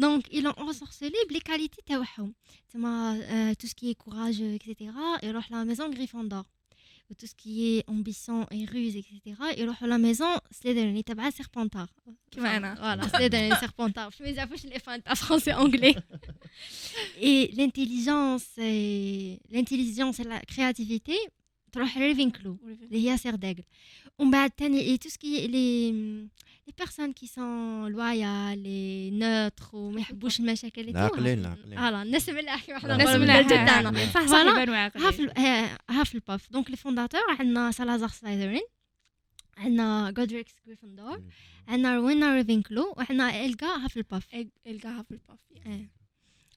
Speaker 4: Donc, ils l'ont ensorcelé les qualités تاعهم. تما euh, tout ce qui est courage, etc. Et à la maison Gryffondor. Ou tout ce qui est ambition et ruse, etc. Et à la maison Slytherin. تبع Serpentard.
Speaker 2: كيما انا
Speaker 4: Voilà, Slytherin, Serpentard. Je me affiche les fins en français anglais. Et l'intelligence et l'intelligence et la créativité. تروح Ravenclaw. Les Yasser d'aigle. On bat et tout ce qui est les, les personnes qui sont loyales, les neutres ou محبوش المشاكل
Speaker 3: العاقلين العاقلين
Speaker 4: فوالا الناس ملاح
Speaker 3: لا.
Speaker 2: الناس ملاح
Speaker 3: والله من الجد أنا.
Speaker 2: صح صح
Speaker 4: Voilà. euh,
Speaker 2: يبانوا
Speaker 4: هاف
Speaker 2: عاقلين
Speaker 4: هاف الباف دونك لي فونداتور عندنا سالازار سلايدرين عندنا جودريكس جريفندور عندنا روينا ريفينكلو وعندنا إلغا هاف الباف
Speaker 2: القى هافلباف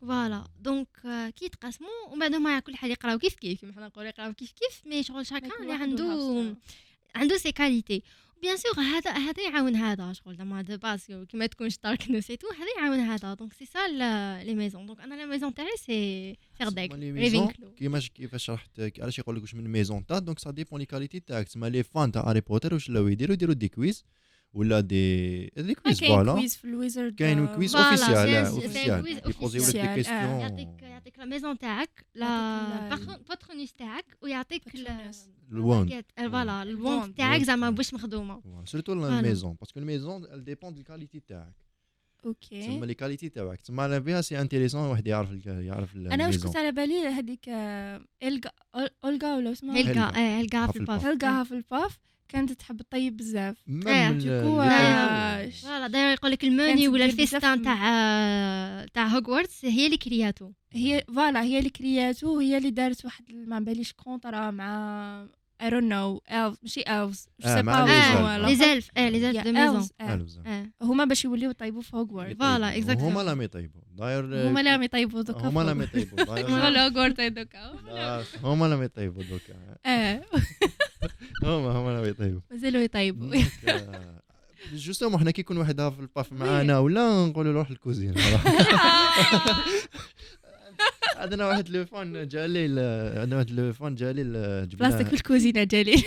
Speaker 4: فوالا دونك آه، كي يتقاسموا ومن بعد هما كل حد يقراو كيف كيف كيما حنا نقولوا يقراو كيف كيف مي شغل شاكان اللي
Speaker 2: euh,
Speaker 4: عنده عنده سي كاليتي بيان سور هذا هذا يعاون هذا شغل زعما دو باس كي ما تكونش دارك نو سي تو هذا يعاون هذا دونك سي سا لي ميزون دونك انا لا ميزون تاعي سي سيرداك ريفينكلو
Speaker 3: كيما كيفاش راحت علاش يقول لك واش من ميزون تاع دونك سا ديبون لي كاليتي تاعك تسمى لي فان تاع هاري بوتر واش لاو يديروا يديروا دي كويز ولا دي دي كويز
Speaker 2: كاين
Speaker 3: فوالا
Speaker 2: كويز في الويزرد
Speaker 3: كاين كويز
Speaker 4: euh, Voilà,
Speaker 3: اوفيسيال
Speaker 4: c'est- c'est un
Speaker 3: اوفيسيال
Speaker 4: uh, quiz Ah,
Speaker 3: يبوزيو لك
Speaker 2: officiel.
Speaker 3: دي
Speaker 2: آه.
Speaker 4: يعطيك
Speaker 3: كيستيون
Speaker 4: يعطيك لا ميزون تاعك
Speaker 2: يعطيك
Speaker 4: لا
Speaker 2: ال-
Speaker 4: باترونيس تاعك ويعطيك ال-
Speaker 2: Patronus.
Speaker 3: الوان
Speaker 4: الباكيت- فوالا الوان
Speaker 2: الوان.
Speaker 4: تاعك زعما باش مخدومه
Speaker 3: سورتو لا ميزون باسكو الميزون elle ديبون دو الكاليتي تاعك تسمى
Speaker 2: اوكي
Speaker 3: لي كاليتي تاعك تسمى على بها سي انتيريسون واحد يعرف الك- يعرف
Speaker 4: Ah,
Speaker 2: انا واش
Speaker 3: الميزون
Speaker 2: كنت على بالي
Speaker 4: uh,
Speaker 2: هذيك آه، القى أول- اولغا ولا اسمها
Speaker 3: هلقا.
Speaker 4: هلقا إيه، هلقا في الباف
Speaker 2: القى هافلباف كانت تحب الطيب بزاف
Speaker 4: آه،
Speaker 3: ميم
Speaker 2: دوكو، آه،
Speaker 4: فوالا داير يقول لك الموني
Speaker 2: كانت
Speaker 4: ولا
Speaker 2: تدير بزاف
Speaker 4: الفيستان
Speaker 2: من-
Speaker 4: تاع تاع هوغورتس هي اللي كرياتو
Speaker 2: هي فوالا هي اللي كرياتو هي اللي دارت واحد ال- ما باليش كونطرا مع I don't know elves ماشي elves je
Speaker 3: آه،
Speaker 2: sais
Speaker 3: مع
Speaker 2: pas
Speaker 3: les
Speaker 2: what
Speaker 4: elves.
Speaker 2: they were.
Speaker 4: لي زالف اه لي زالف
Speaker 2: Yeah,
Speaker 4: دو ميزون
Speaker 2: elves، آه.
Speaker 4: اه
Speaker 2: هما باش يوليو يطيبوا في هوغورد
Speaker 4: فوالا، exactement.
Speaker 3: هما لم يطيبوا داير
Speaker 2: هما لا راهم يطيبوا دوكا
Speaker 3: هما لم يطيبوا داير-
Speaker 2: ولا هوغورد دوكا
Speaker 3: لا، هما لم يطيبوا دوكا
Speaker 2: اه
Speaker 3: هما هما لم يطيبوا
Speaker 2: مازالوا يطيبوا
Speaker 3: Mm.
Speaker 2: [laughs]
Speaker 3: جوستومون حنا كي يكون واحد هاف الباف معانا ولا نقولوا له روح الكوزين عندنا واحد لوفون جالي عندنا واحد لوفون جالي
Speaker 2: بلاصتك
Speaker 3: Euh.
Speaker 2: في الكوزينه جالي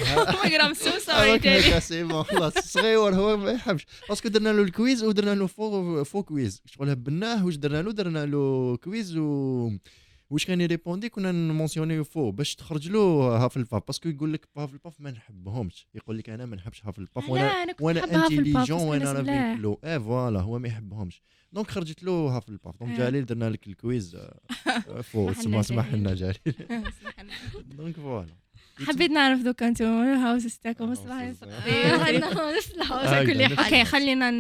Speaker 2: رام سو سوري جالي
Speaker 3: هذاك سي بون خلاص صغير هو ما يحبش باسكو درنا له الكويز ودرنا له فوق فوق كويز شغل هبلناه واش درنا له درنا له كويز و واش كان يريبوندي كنا نمونسيونيو فو باش تخرج له هاف الباف باسكو يقول لك هاف الباف ما نحبهمش يقول لك انا ما نحبش هاف الباف
Speaker 2: لا انا كنت
Speaker 3: وانا وانا
Speaker 2: نحب هافلباف، بس
Speaker 3: انتيليجون وانا
Speaker 2: الناس
Speaker 3: راه
Speaker 2: ملاح.
Speaker 3: بيكلو اي إيه، فوالا هو ما يحبهمش دونك خرجت له هاف الباف دونك
Speaker 2: آه.
Speaker 3: جلال درنا لك
Speaker 2: [laughs]
Speaker 3: الكويز آه، فو
Speaker 2: محلنا
Speaker 3: تسمى سمح
Speaker 2: جلال.
Speaker 3: لنا جلال
Speaker 2: [laughs]
Speaker 3: دونك فوالا آه،
Speaker 2: حبيت نعرف دوكا انتم الهاوس
Speaker 3: Ah,
Speaker 2: تاعكم صباح
Speaker 4: [laughs] عندنا نفس الحوسه
Speaker 3: هاي،
Speaker 4: كل حاجه
Speaker 2: اوكي خلينا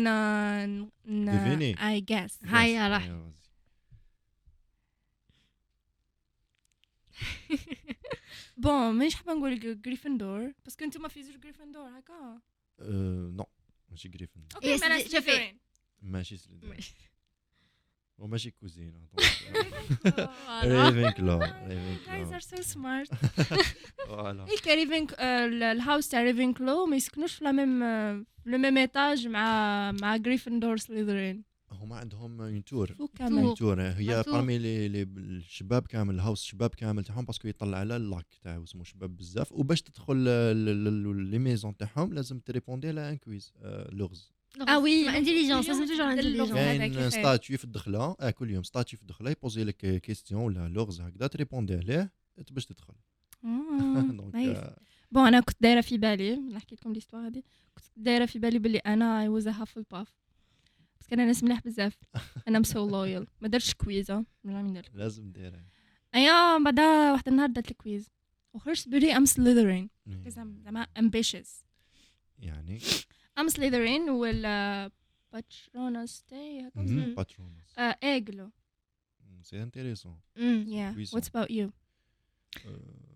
Speaker 2: ن ن
Speaker 3: ديفيني.
Speaker 2: اي جاس
Speaker 4: هيا راح.
Speaker 3: راح
Speaker 2: بون مانيش حابه نقول جريفندور باسكو انتم في زوج جريفندور هكا
Speaker 3: أه، نو ماشي جريفن
Speaker 4: إيه،
Speaker 2: اوكي معناها
Speaker 4: سيدي، شوفي.
Speaker 2: سليثرين.
Speaker 3: ماشي سليدر
Speaker 4: ماشي.
Speaker 3: وماشي كوزينة
Speaker 4: [laughs] Ah
Speaker 2: فوالا.
Speaker 3: ريفينكلو
Speaker 2: You Oh, guys
Speaker 3: ريفينكلو
Speaker 2: are so smart.
Speaker 3: فوالا
Speaker 2: هيك ريفينك آه، ال- الهاوس تاع ريفينكلو ما يسكنوش في لا ميم لو ميم ايتاج مع مع جريفندور سليذرين
Speaker 3: هما عندهم اون تور
Speaker 2: فو
Speaker 4: تور.
Speaker 2: كامل
Speaker 3: اون تور هي
Speaker 4: Un tour.
Speaker 3: بارمي لي لي الشباب كامل الهاوس الشباب كامل تاعهم باسكو يطلع على اللاك تاعو اسمه شباب بزاف وباش تدخل ل- ل- ل- لي ميزون تاعهم لازم تريبوندي على ان كويز آه، لغز
Speaker 4: اه وي
Speaker 2: لغز.
Speaker 4: انتيليجونس لازم توجور
Speaker 2: اليوم
Speaker 4: انتيليجونس
Speaker 2: اللغة.
Speaker 3: كاين
Speaker 2: هذاك خير.
Speaker 3: ستاتيو في الدخله اه كل يوم ستاتيو في الدخله يبوزي لك كيستيون ولا لغز هكذا تريبوندي عليه باش [laughs] تدخل
Speaker 2: Oh, [laughs]
Speaker 3: دونك
Speaker 2: نايس
Speaker 3: آه،
Speaker 2: بون انا كنت دايره في بالي نحكي لكم ليستوار هذه كنت دايره في بالي بلي انا اي واز هافل باف بس كان ناس مليح بزاف انا ام سو لويال ما درتش كويزه من عام ندير
Speaker 3: لازم ديرها
Speaker 2: ايا بعدا واحد النهار درت الكويز وخرجت بلي ام سليذرين
Speaker 3: مم.
Speaker 2: زعما امبيشيس
Speaker 3: يعني
Speaker 2: ام سليذرين ولا باترونوس تاي هكا
Speaker 4: Mhm.
Speaker 3: مم، باترونس
Speaker 2: آه، ايجلو
Speaker 3: مم، سي انتيريسون
Speaker 4: أمم.
Speaker 2: يا
Speaker 3: Puissant.
Speaker 2: واتس اباوت يو
Speaker 3: آه،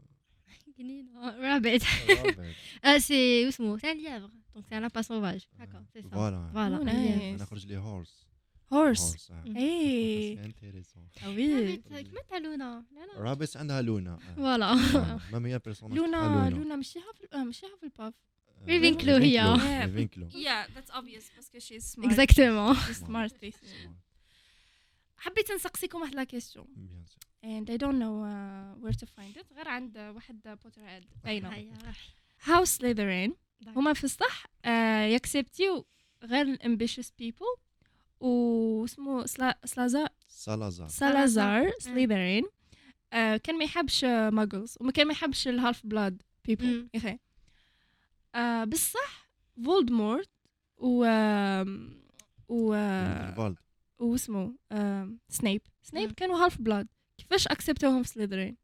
Speaker 4: جنينة. رابعة
Speaker 3: رابع.
Speaker 4: آه، سي اسمه سي ان ليفر دونك سي ان لابا سوفاج هكا سي سا
Speaker 3: فوالا
Speaker 4: فوالا
Speaker 2: Oh,
Speaker 4: ليفر.
Speaker 3: انا خرج لي هورس
Speaker 2: هورس
Speaker 3: [laughs] سي
Speaker 2: اي
Speaker 3: انتيريسون
Speaker 2: وي
Speaker 4: رابعة، كما تاع لونا لا لا
Speaker 3: رابس عندها لونا آه.
Speaker 4: فوالا
Speaker 3: آه، مام هي بيرسوناج
Speaker 2: لونا لونا مشيها في آه، مشيها في الباف
Speaker 3: Euh,
Speaker 4: Ravenclaw هي.
Speaker 3: ريفينكلو
Speaker 2: يا ذاتس اوبفيوس باسكو شي سمارت
Speaker 4: اكزاكتومون
Speaker 2: سمارت حبيت نسقسيكم واحد لا كيسيون
Speaker 3: بيان سور
Speaker 2: and I don't know uh, where to find it غير عند واحد بوتر هيد باينه
Speaker 4: هيا راح
Speaker 2: هاوس سليذرين هما في الصح uh, يكسبتيو غير الامبيشيوس بيبل واسمه سلا- سلازا
Speaker 3: سالازار
Speaker 2: سالازار سليذرين آه، كان ما يحبش ماجلز وما كان ما يحبش الهالف بلاد بيبل
Speaker 4: مم.
Speaker 2: اخي إيه. آه، بالصح فولدمورت و آم، و آه،
Speaker 3: فالد
Speaker 2: واسمه آم، سنيب سنيب
Speaker 4: مم.
Speaker 2: كانوا هالف بلاد كيفاش اكسبتوهم في سليذرين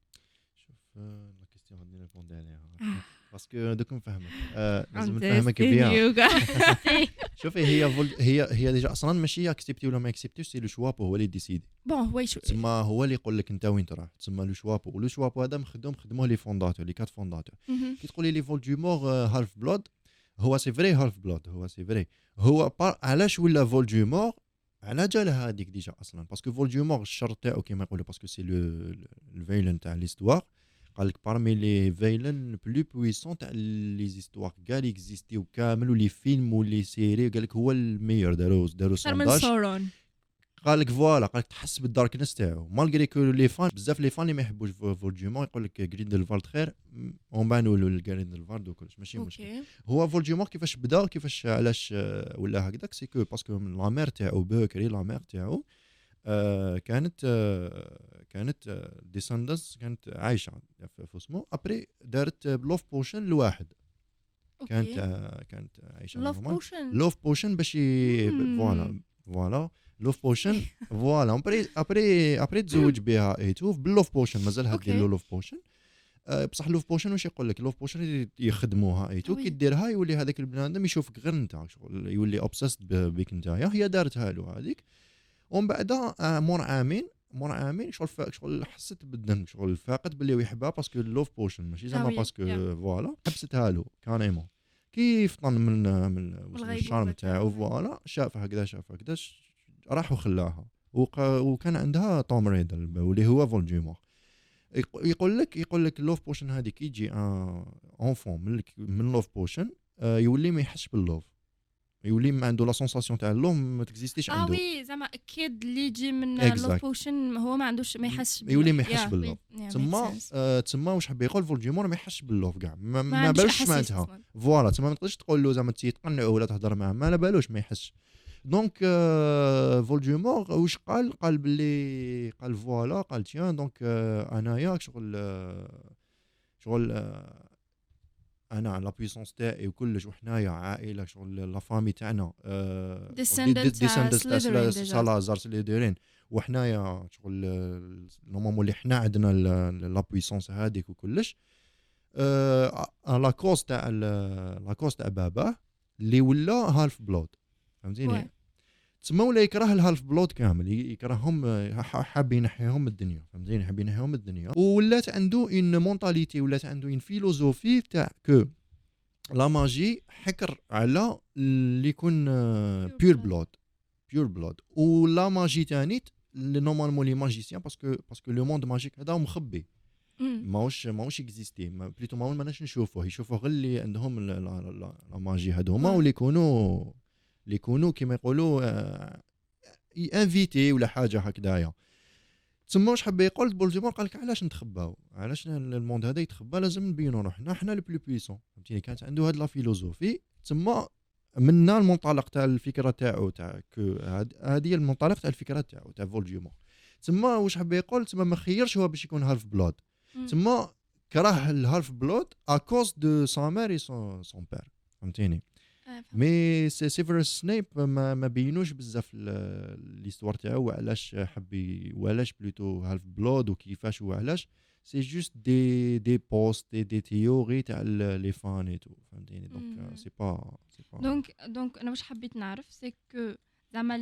Speaker 3: شوف آه، لا كيستيون غادي نريبوندي عليها
Speaker 2: آه.
Speaker 3: باسكو دوك نفهمك آه، لازم
Speaker 2: I'm
Speaker 3: نفهمك
Speaker 2: testing you
Speaker 3: بيان [laughs]
Speaker 2: guys.
Speaker 3: شوفي هي فول- هي هي ديجا اصلا ماشي اكسبتي ولا ما اكسبتيش سي لو شوابو هو اللي ديسيدي
Speaker 2: بون هو يشوف
Speaker 3: تسمى هو اللي يقول لك انت وين تروح تسمى لو شوابو ولو شوابو هذا مخدوم خدموه لي فونداتور لي كات فونداتور
Speaker 2: مهم.
Speaker 3: كي تقولي لي فولديمور هالف بلود هو سي فري هالف بلود هو سي فري هو بار علاش ولا فولديمور على جالها هذيك ديجا اصلا باسكو فولديمور الشر تاعو كيما يقولوا باسكو سي لو الفيلن تاع ليستوار قال لك بارمي لي فيلن بلو بويسون تاع لي زيستوار كاع اللي اكزيستيو كامل ولي فيلم ولي سيري قال لك هو الميور داروا داروا
Speaker 2: اكثر من
Speaker 3: سونداج
Speaker 2: سورون
Speaker 3: قال لك فوالا قال لك تحس بالداركنس تاعو مالغري كو لي فان بزاف لي فان اللي ما يحبوش فو- فولديمور يقول لك جريندلفالد خير م- ومن بعد نولوا لجريندلفالد وكلش ماشي مشكل
Speaker 2: اوكي
Speaker 3: هو فولديمور كيفاش بدا كيفاش علاش آه، ولا هكذاك سي كو باسكو لا مير تاعو بوكري لا مير تاعو آه، كانت آه، كانت ديسندس كانت عايشه في في اسمه ابري دارت بلوف بوشن لواحد كانت
Speaker 2: اوكي
Speaker 3: آه، كانت عايشه
Speaker 2: لاف
Speaker 3: normal.
Speaker 2: بوشن
Speaker 3: لوف بوشن باش ي-
Speaker 2: مم.
Speaker 3: فوالا فوالا لوف بوشن فوالا ابري ابري ابري تزوج بها ايتو باللوف بوشن مازال هاد
Speaker 2: أوكي.
Speaker 3: دير له لوف بوشن آه، بصح لوف بوشن واش يقول لك لوف بوشن يخدموها ايتو
Speaker 2: وي.
Speaker 3: كي ديرها يولي هذاك البنادم يشوفك غير انت شغل يولي اوبسست بك نتايا هي دارتها له هذيك ومن بعد آه، مور عامين مور عامين شغل فا- شغل حست بالذنب شغل فاقد باللي هو يحبها باسكو لوف بوشن ماشي زعما
Speaker 2: وي،
Speaker 3: باسكو
Speaker 2: يا.
Speaker 3: فوالا حبستها له كاريمون كي فطن من من
Speaker 2: الغيبوبة يعني؟
Speaker 3: الشارم
Speaker 2: تاعها.
Speaker 3: تاعو فوالا شاف هكذا شاف هكذا ش- راح وخلاها وق- وكان عندها توم ريدل ب- واللي هو فولديمور يق- يقول لك يقول لك لوف بوشن هذه كي يجي اونفون من الك- من لوف بوشن آه، يولي ما يحسش باللوف يولي ما عنده لا سونساسيون تاع اللوف ما تكزيستيش
Speaker 2: اه
Speaker 3: عنده
Speaker 2: وي زعما كيد اللي يجي من
Speaker 3: Exact.
Speaker 2: لوف بوشن هو ما عندوش ما يحسش بال-
Speaker 3: يولي ما يحسش
Speaker 2: Yeah.
Speaker 3: باللوف
Speaker 2: Yeah, يعني makes
Speaker 3: تما
Speaker 2: sense.
Speaker 3: آه، تما واش حب يقول فولديمور ما يحسش باللوف كاع
Speaker 2: ما
Speaker 3: ما- ما
Speaker 2: عندوش
Speaker 3: بالش
Speaker 2: أحاسيس
Speaker 3: معناتها
Speaker 2: أصلاً.
Speaker 3: فوالا تما ما تقدرش تقول له زعما تيتقنع ولا تهضر معاه ما على بالوش ما يحسش دونك آه، فولديمور واش قال قال باللي قال فوالا قال تيان دونك آه، انايا شغل آه، شغل آه، انا على لا بويسونس تاعي وكلش وحنايا عائله شغل لا فامي تاعنا آه،
Speaker 2: Descendants
Speaker 3: قصدي دي-
Speaker 2: تاع
Speaker 3: descendants
Speaker 2: Slytherin
Speaker 3: تاع سلا-
Speaker 2: ديجا.
Speaker 3: سالازار سليدرين وحنايا شغل آه، نورمالمون اللي حنا عندنا لا بويسونس هذيك وكلش لا كوز تاع لا كوز تاع باباه اللي ولا هالف بلود
Speaker 2: Ouais.
Speaker 3: فهمتيني تسمى ولا يكره الهالف بلود كامل ي- يكرههم آه، ح- حاب ينحيهم من الدنيا فهمتيني حاب ينحيهم من الدنيا ولات عنده اون مونتاليتي ولات عنده اون فيلوزوفي تاع كو لا ماجي حكر على اللي يكون
Speaker 4: Pure
Speaker 3: بيور
Speaker 4: blood.
Speaker 3: بلود بيور بلود ولا ماجي تانيت نورمالمون لي ماجيسيان باسكو باسكو لو موند ماجيك هذا مخبي
Speaker 2: مم.
Speaker 3: ماهوش ماهوش اكزيستي ما بليتو ما ماناش نشوفوه يشوفوه غير اللي عندهم ال- ال- ال- لا ماجي هذوما
Speaker 2: آه.
Speaker 3: واللي يكونوا اللي يكونوا كيما يقولوا آه، انفيتي ولا حاجه هكذايا تسمى واش حب يقول بولديمور قال لك علاش نتخباو علاش ال- الموند هذا يتخبى لازم نبينوا روحنا حنا لو بلو بويسون فهمتيني كانت عنده هاد لا فيلوزوفي تسمى منا المنطلق تاع الفكره تاعو تاع كو هاد- هادي هي المنطلق تاع الفكره تاعو تاع فولديمور تسمى واش حب يقول تسمى ما خيرش هو باش يكون هالف بلاد
Speaker 2: مم.
Speaker 3: تما كره الهالف بلود ا كوز دو سون مير اي سون سون بير فهمتيني
Speaker 2: آه، فهمت.
Speaker 3: مي سي- سيفيروس سنيب ما, ما بينوش بزاف ال- ليستوار تاعو وعلاش حب ي- وعلاش بلوتو هالف بلود وكيفاش وعلاش c'est juste des, des posts, des, des théories تاع ال- les fans et tout. فهمتيني؟ Donc, euh,
Speaker 2: Mm.
Speaker 3: c'est pas. c'est pas-
Speaker 2: دونك دونك انا واش حبيت نعرف سي كو زعما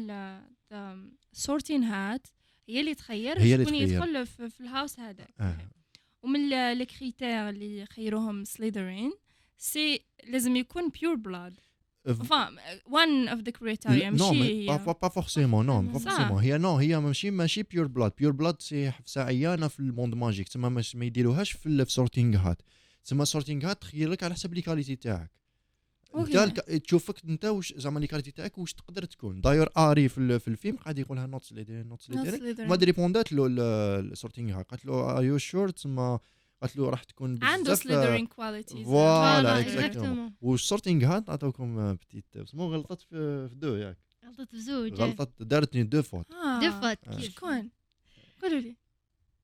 Speaker 2: السورتين هات هي اللي تخير
Speaker 3: هي اللي
Speaker 2: شكون
Speaker 3: تخير.
Speaker 2: يدخل في, في الهاوس هذاك
Speaker 3: آه.
Speaker 2: ومن ال- لي كريتير اللي خيروهم سليذرين سي لازم يكون بيور بلاد
Speaker 3: أف-
Speaker 2: فام وان اوف ذا كريتيريا
Speaker 3: non, mais
Speaker 2: يعني ماشي
Speaker 3: pas, pas, pas forcément, non,
Speaker 4: Ah,
Speaker 3: pas
Speaker 2: ça.
Speaker 3: forcément. نعم، هي non, هي ماشي ماشي بيور بلاد، بيور بلاد سي حفسه عيانه في الموند ماجيك، تسمى مش- ما يديروهاش في ال- في سورتينغ هات، تسمى سورتينغ هات تخير لك على حسب لي كاليتي تاعك. انت
Speaker 2: أوكي.
Speaker 3: الك- تشوفك انت واش زعما لي كاليتي تاعك واش تقدر تكون، داير اري في, ال- في الفيلم قاعد يقولها نوتس لي ديري نوتس لي ديري، ما
Speaker 2: سليذرين
Speaker 3: ريبوندات له السورتينغ هات، قالت له ار يو شور تسمى قالت له راح تكون
Speaker 2: عنده
Speaker 3: بزاف آه،
Speaker 2: سليذرين كواليتيز
Speaker 3: Voilà,
Speaker 4: Voilà,
Speaker 3: exactement.
Speaker 4: exactement.
Speaker 3: والسورتينغ هات نعطيوكم بتيت اسمه غلطت في في دو ياك
Speaker 4: غلطت بزوج
Speaker 3: غلطت دارتني دو فوت
Speaker 4: دو فوت
Speaker 3: آه.
Speaker 4: كيف
Speaker 2: شكون قولوا لي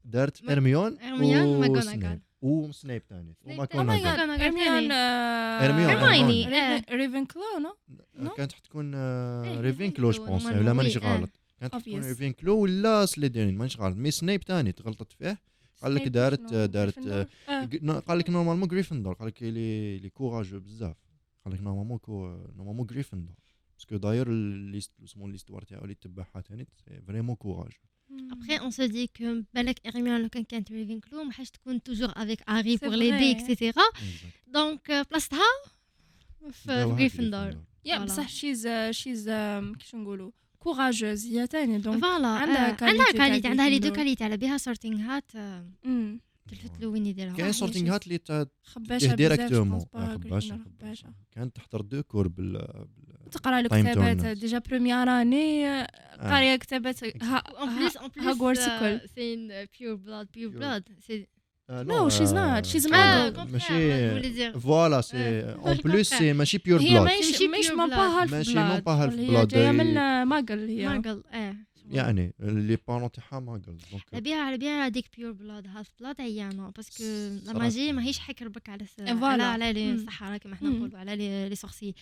Speaker 3: دارت
Speaker 4: ما-
Speaker 3: ارميون
Speaker 4: إرميون وماكوناغال.
Speaker 3: وسنيب. وسنيب ثاني
Speaker 4: سنيب Oh
Speaker 2: او ماي
Speaker 3: وماكوناغال
Speaker 2: جاد
Speaker 4: كوناغال.
Speaker 2: ارميون
Speaker 3: يعني.
Speaker 4: آه،
Speaker 3: إرميون،
Speaker 4: هرمايني.
Speaker 2: هرمايني
Speaker 4: آه.
Speaker 2: ريفن كلو نو
Speaker 3: آه، كانت راح تكون آه،
Speaker 4: إيه،
Speaker 3: ريفينكلو جو
Speaker 4: ريفينكلو
Speaker 3: بونس
Speaker 4: نورمالمون،
Speaker 3: ولا
Speaker 4: وي،
Speaker 3: مانيش
Speaker 4: آه.
Speaker 3: غلط كانت راح تكون
Speaker 2: Obvious.
Speaker 3: ريفينكلو ولا سليدرين مانيش غلط مي سنيب ثاني تغلطت فيه قال لك دارت آه، دارت
Speaker 2: آه.
Speaker 4: آه.
Speaker 3: ج- ن- قال لك نورمالمون غريفندور قال لك لي لي كوراجو بزاف قال لك نورمالمون كو نورمالمون غريفندور باسكو داير اللي اسمه ليستوار تاعو اللي تبعها ثاني فريمون كوراج
Speaker 4: [laughs] Après, on se dit que Balak Hermione, le Quentin Ravenclaw, mais je compte toujours avec Harry
Speaker 2: C'est
Speaker 4: pour l'aider,
Speaker 2: vrai.
Speaker 4: etc. Donc, euh, place ça, f- euh, Gryffindor.
Speaker 2: يا
Speaker 4: Voilà.
Speaker 2: بصح آه، شيز شيز كيش نقولوا courageuse هي تاني دونك
Speaker 4: Voilà.
Speaker 2: عندها
Speaker 4: euh,
Speaker 2: qualité
Speaker 4: عندها
Speaker 2: تاع
Speaker 4: qualité, عندها les deux
Speaker 2: Gryffindor.
Speaker 4: qualités. على بها sorting hat euh,
Speaker 2: أمم.
Speaker 4: تلفت له وين يديرها.
Speaker 3: كاين سورتينغ هات اللي تا-
Speaker 2: خباشه
Speaker 3: تيه
Speaker 2: بزاف je
Speaker 3: ديريكتومون
Speaker 2: pense pas
Speaker 3: آه، خباشة
Speaker 2: Gryffindor خباشة.
Speaker 3: كانت تحضر دو كور بال آه،
Speaker 2: تقرا
Speaker 3: Time to
Speaker 2: الكتابات
Speaker 3: Earn.
Speaker 2: ديجا بروميير اني قاريه كتابات ها-
Speaker 4: En plus, en plus,
Speaker 2: Ah, Hogwarts
Speaker 4: euh,
Speaker 2: École.
Speaker 4: c'est une euh, pure blood, pure
Speaker 3: Pure.
Speaker 4: blood. C'est
Speaker 3: آه،
Speaker 2: No, she's not. She's Ah,
Speaker 4: ah, au contraire, je
Speaker 3: ماشي
Speaker 4: voulais dire.
Speaker 3: فوالا سي اون بلوس سي ماشي بيور
Speaker 2: آه، هي
Speaker 3: بلاد
Speaker 2: ماهيش
Speaker 4: ماشي
Speaker 2: ماهيش
Speaker 4: pure
Speaker 2: من
Speaker 4: blood.
Speaker 2: باها
Speaker 3: ماشي من باها الف
Speaker 2: هي
Speaker 3: blood.
Speaker 2: جايه من
Speaker 3: هي-
Speaker 2: آه، ماغل هي
Speaker 4: Muggle, eh.
Speaker 3: يعني لي بارون تاعها ماكل
Speaker 4: على
Speaker 3: دونك
Speaker 4: بها على بها هذيك بيور بلاد هاف بلاد عيانه باسكو لا
Speaker 3: صراحة.
Speaker 4: ماجي ماهيش حكربك على س...
Speaker 2: Voilà.
Speaker 4: على على لي
Speaker 2: Mm.
Speaker 4: الصحراء كما حنا
Speaker 2: Mm.
Speaker 4: نقولوا على لي لي سورسي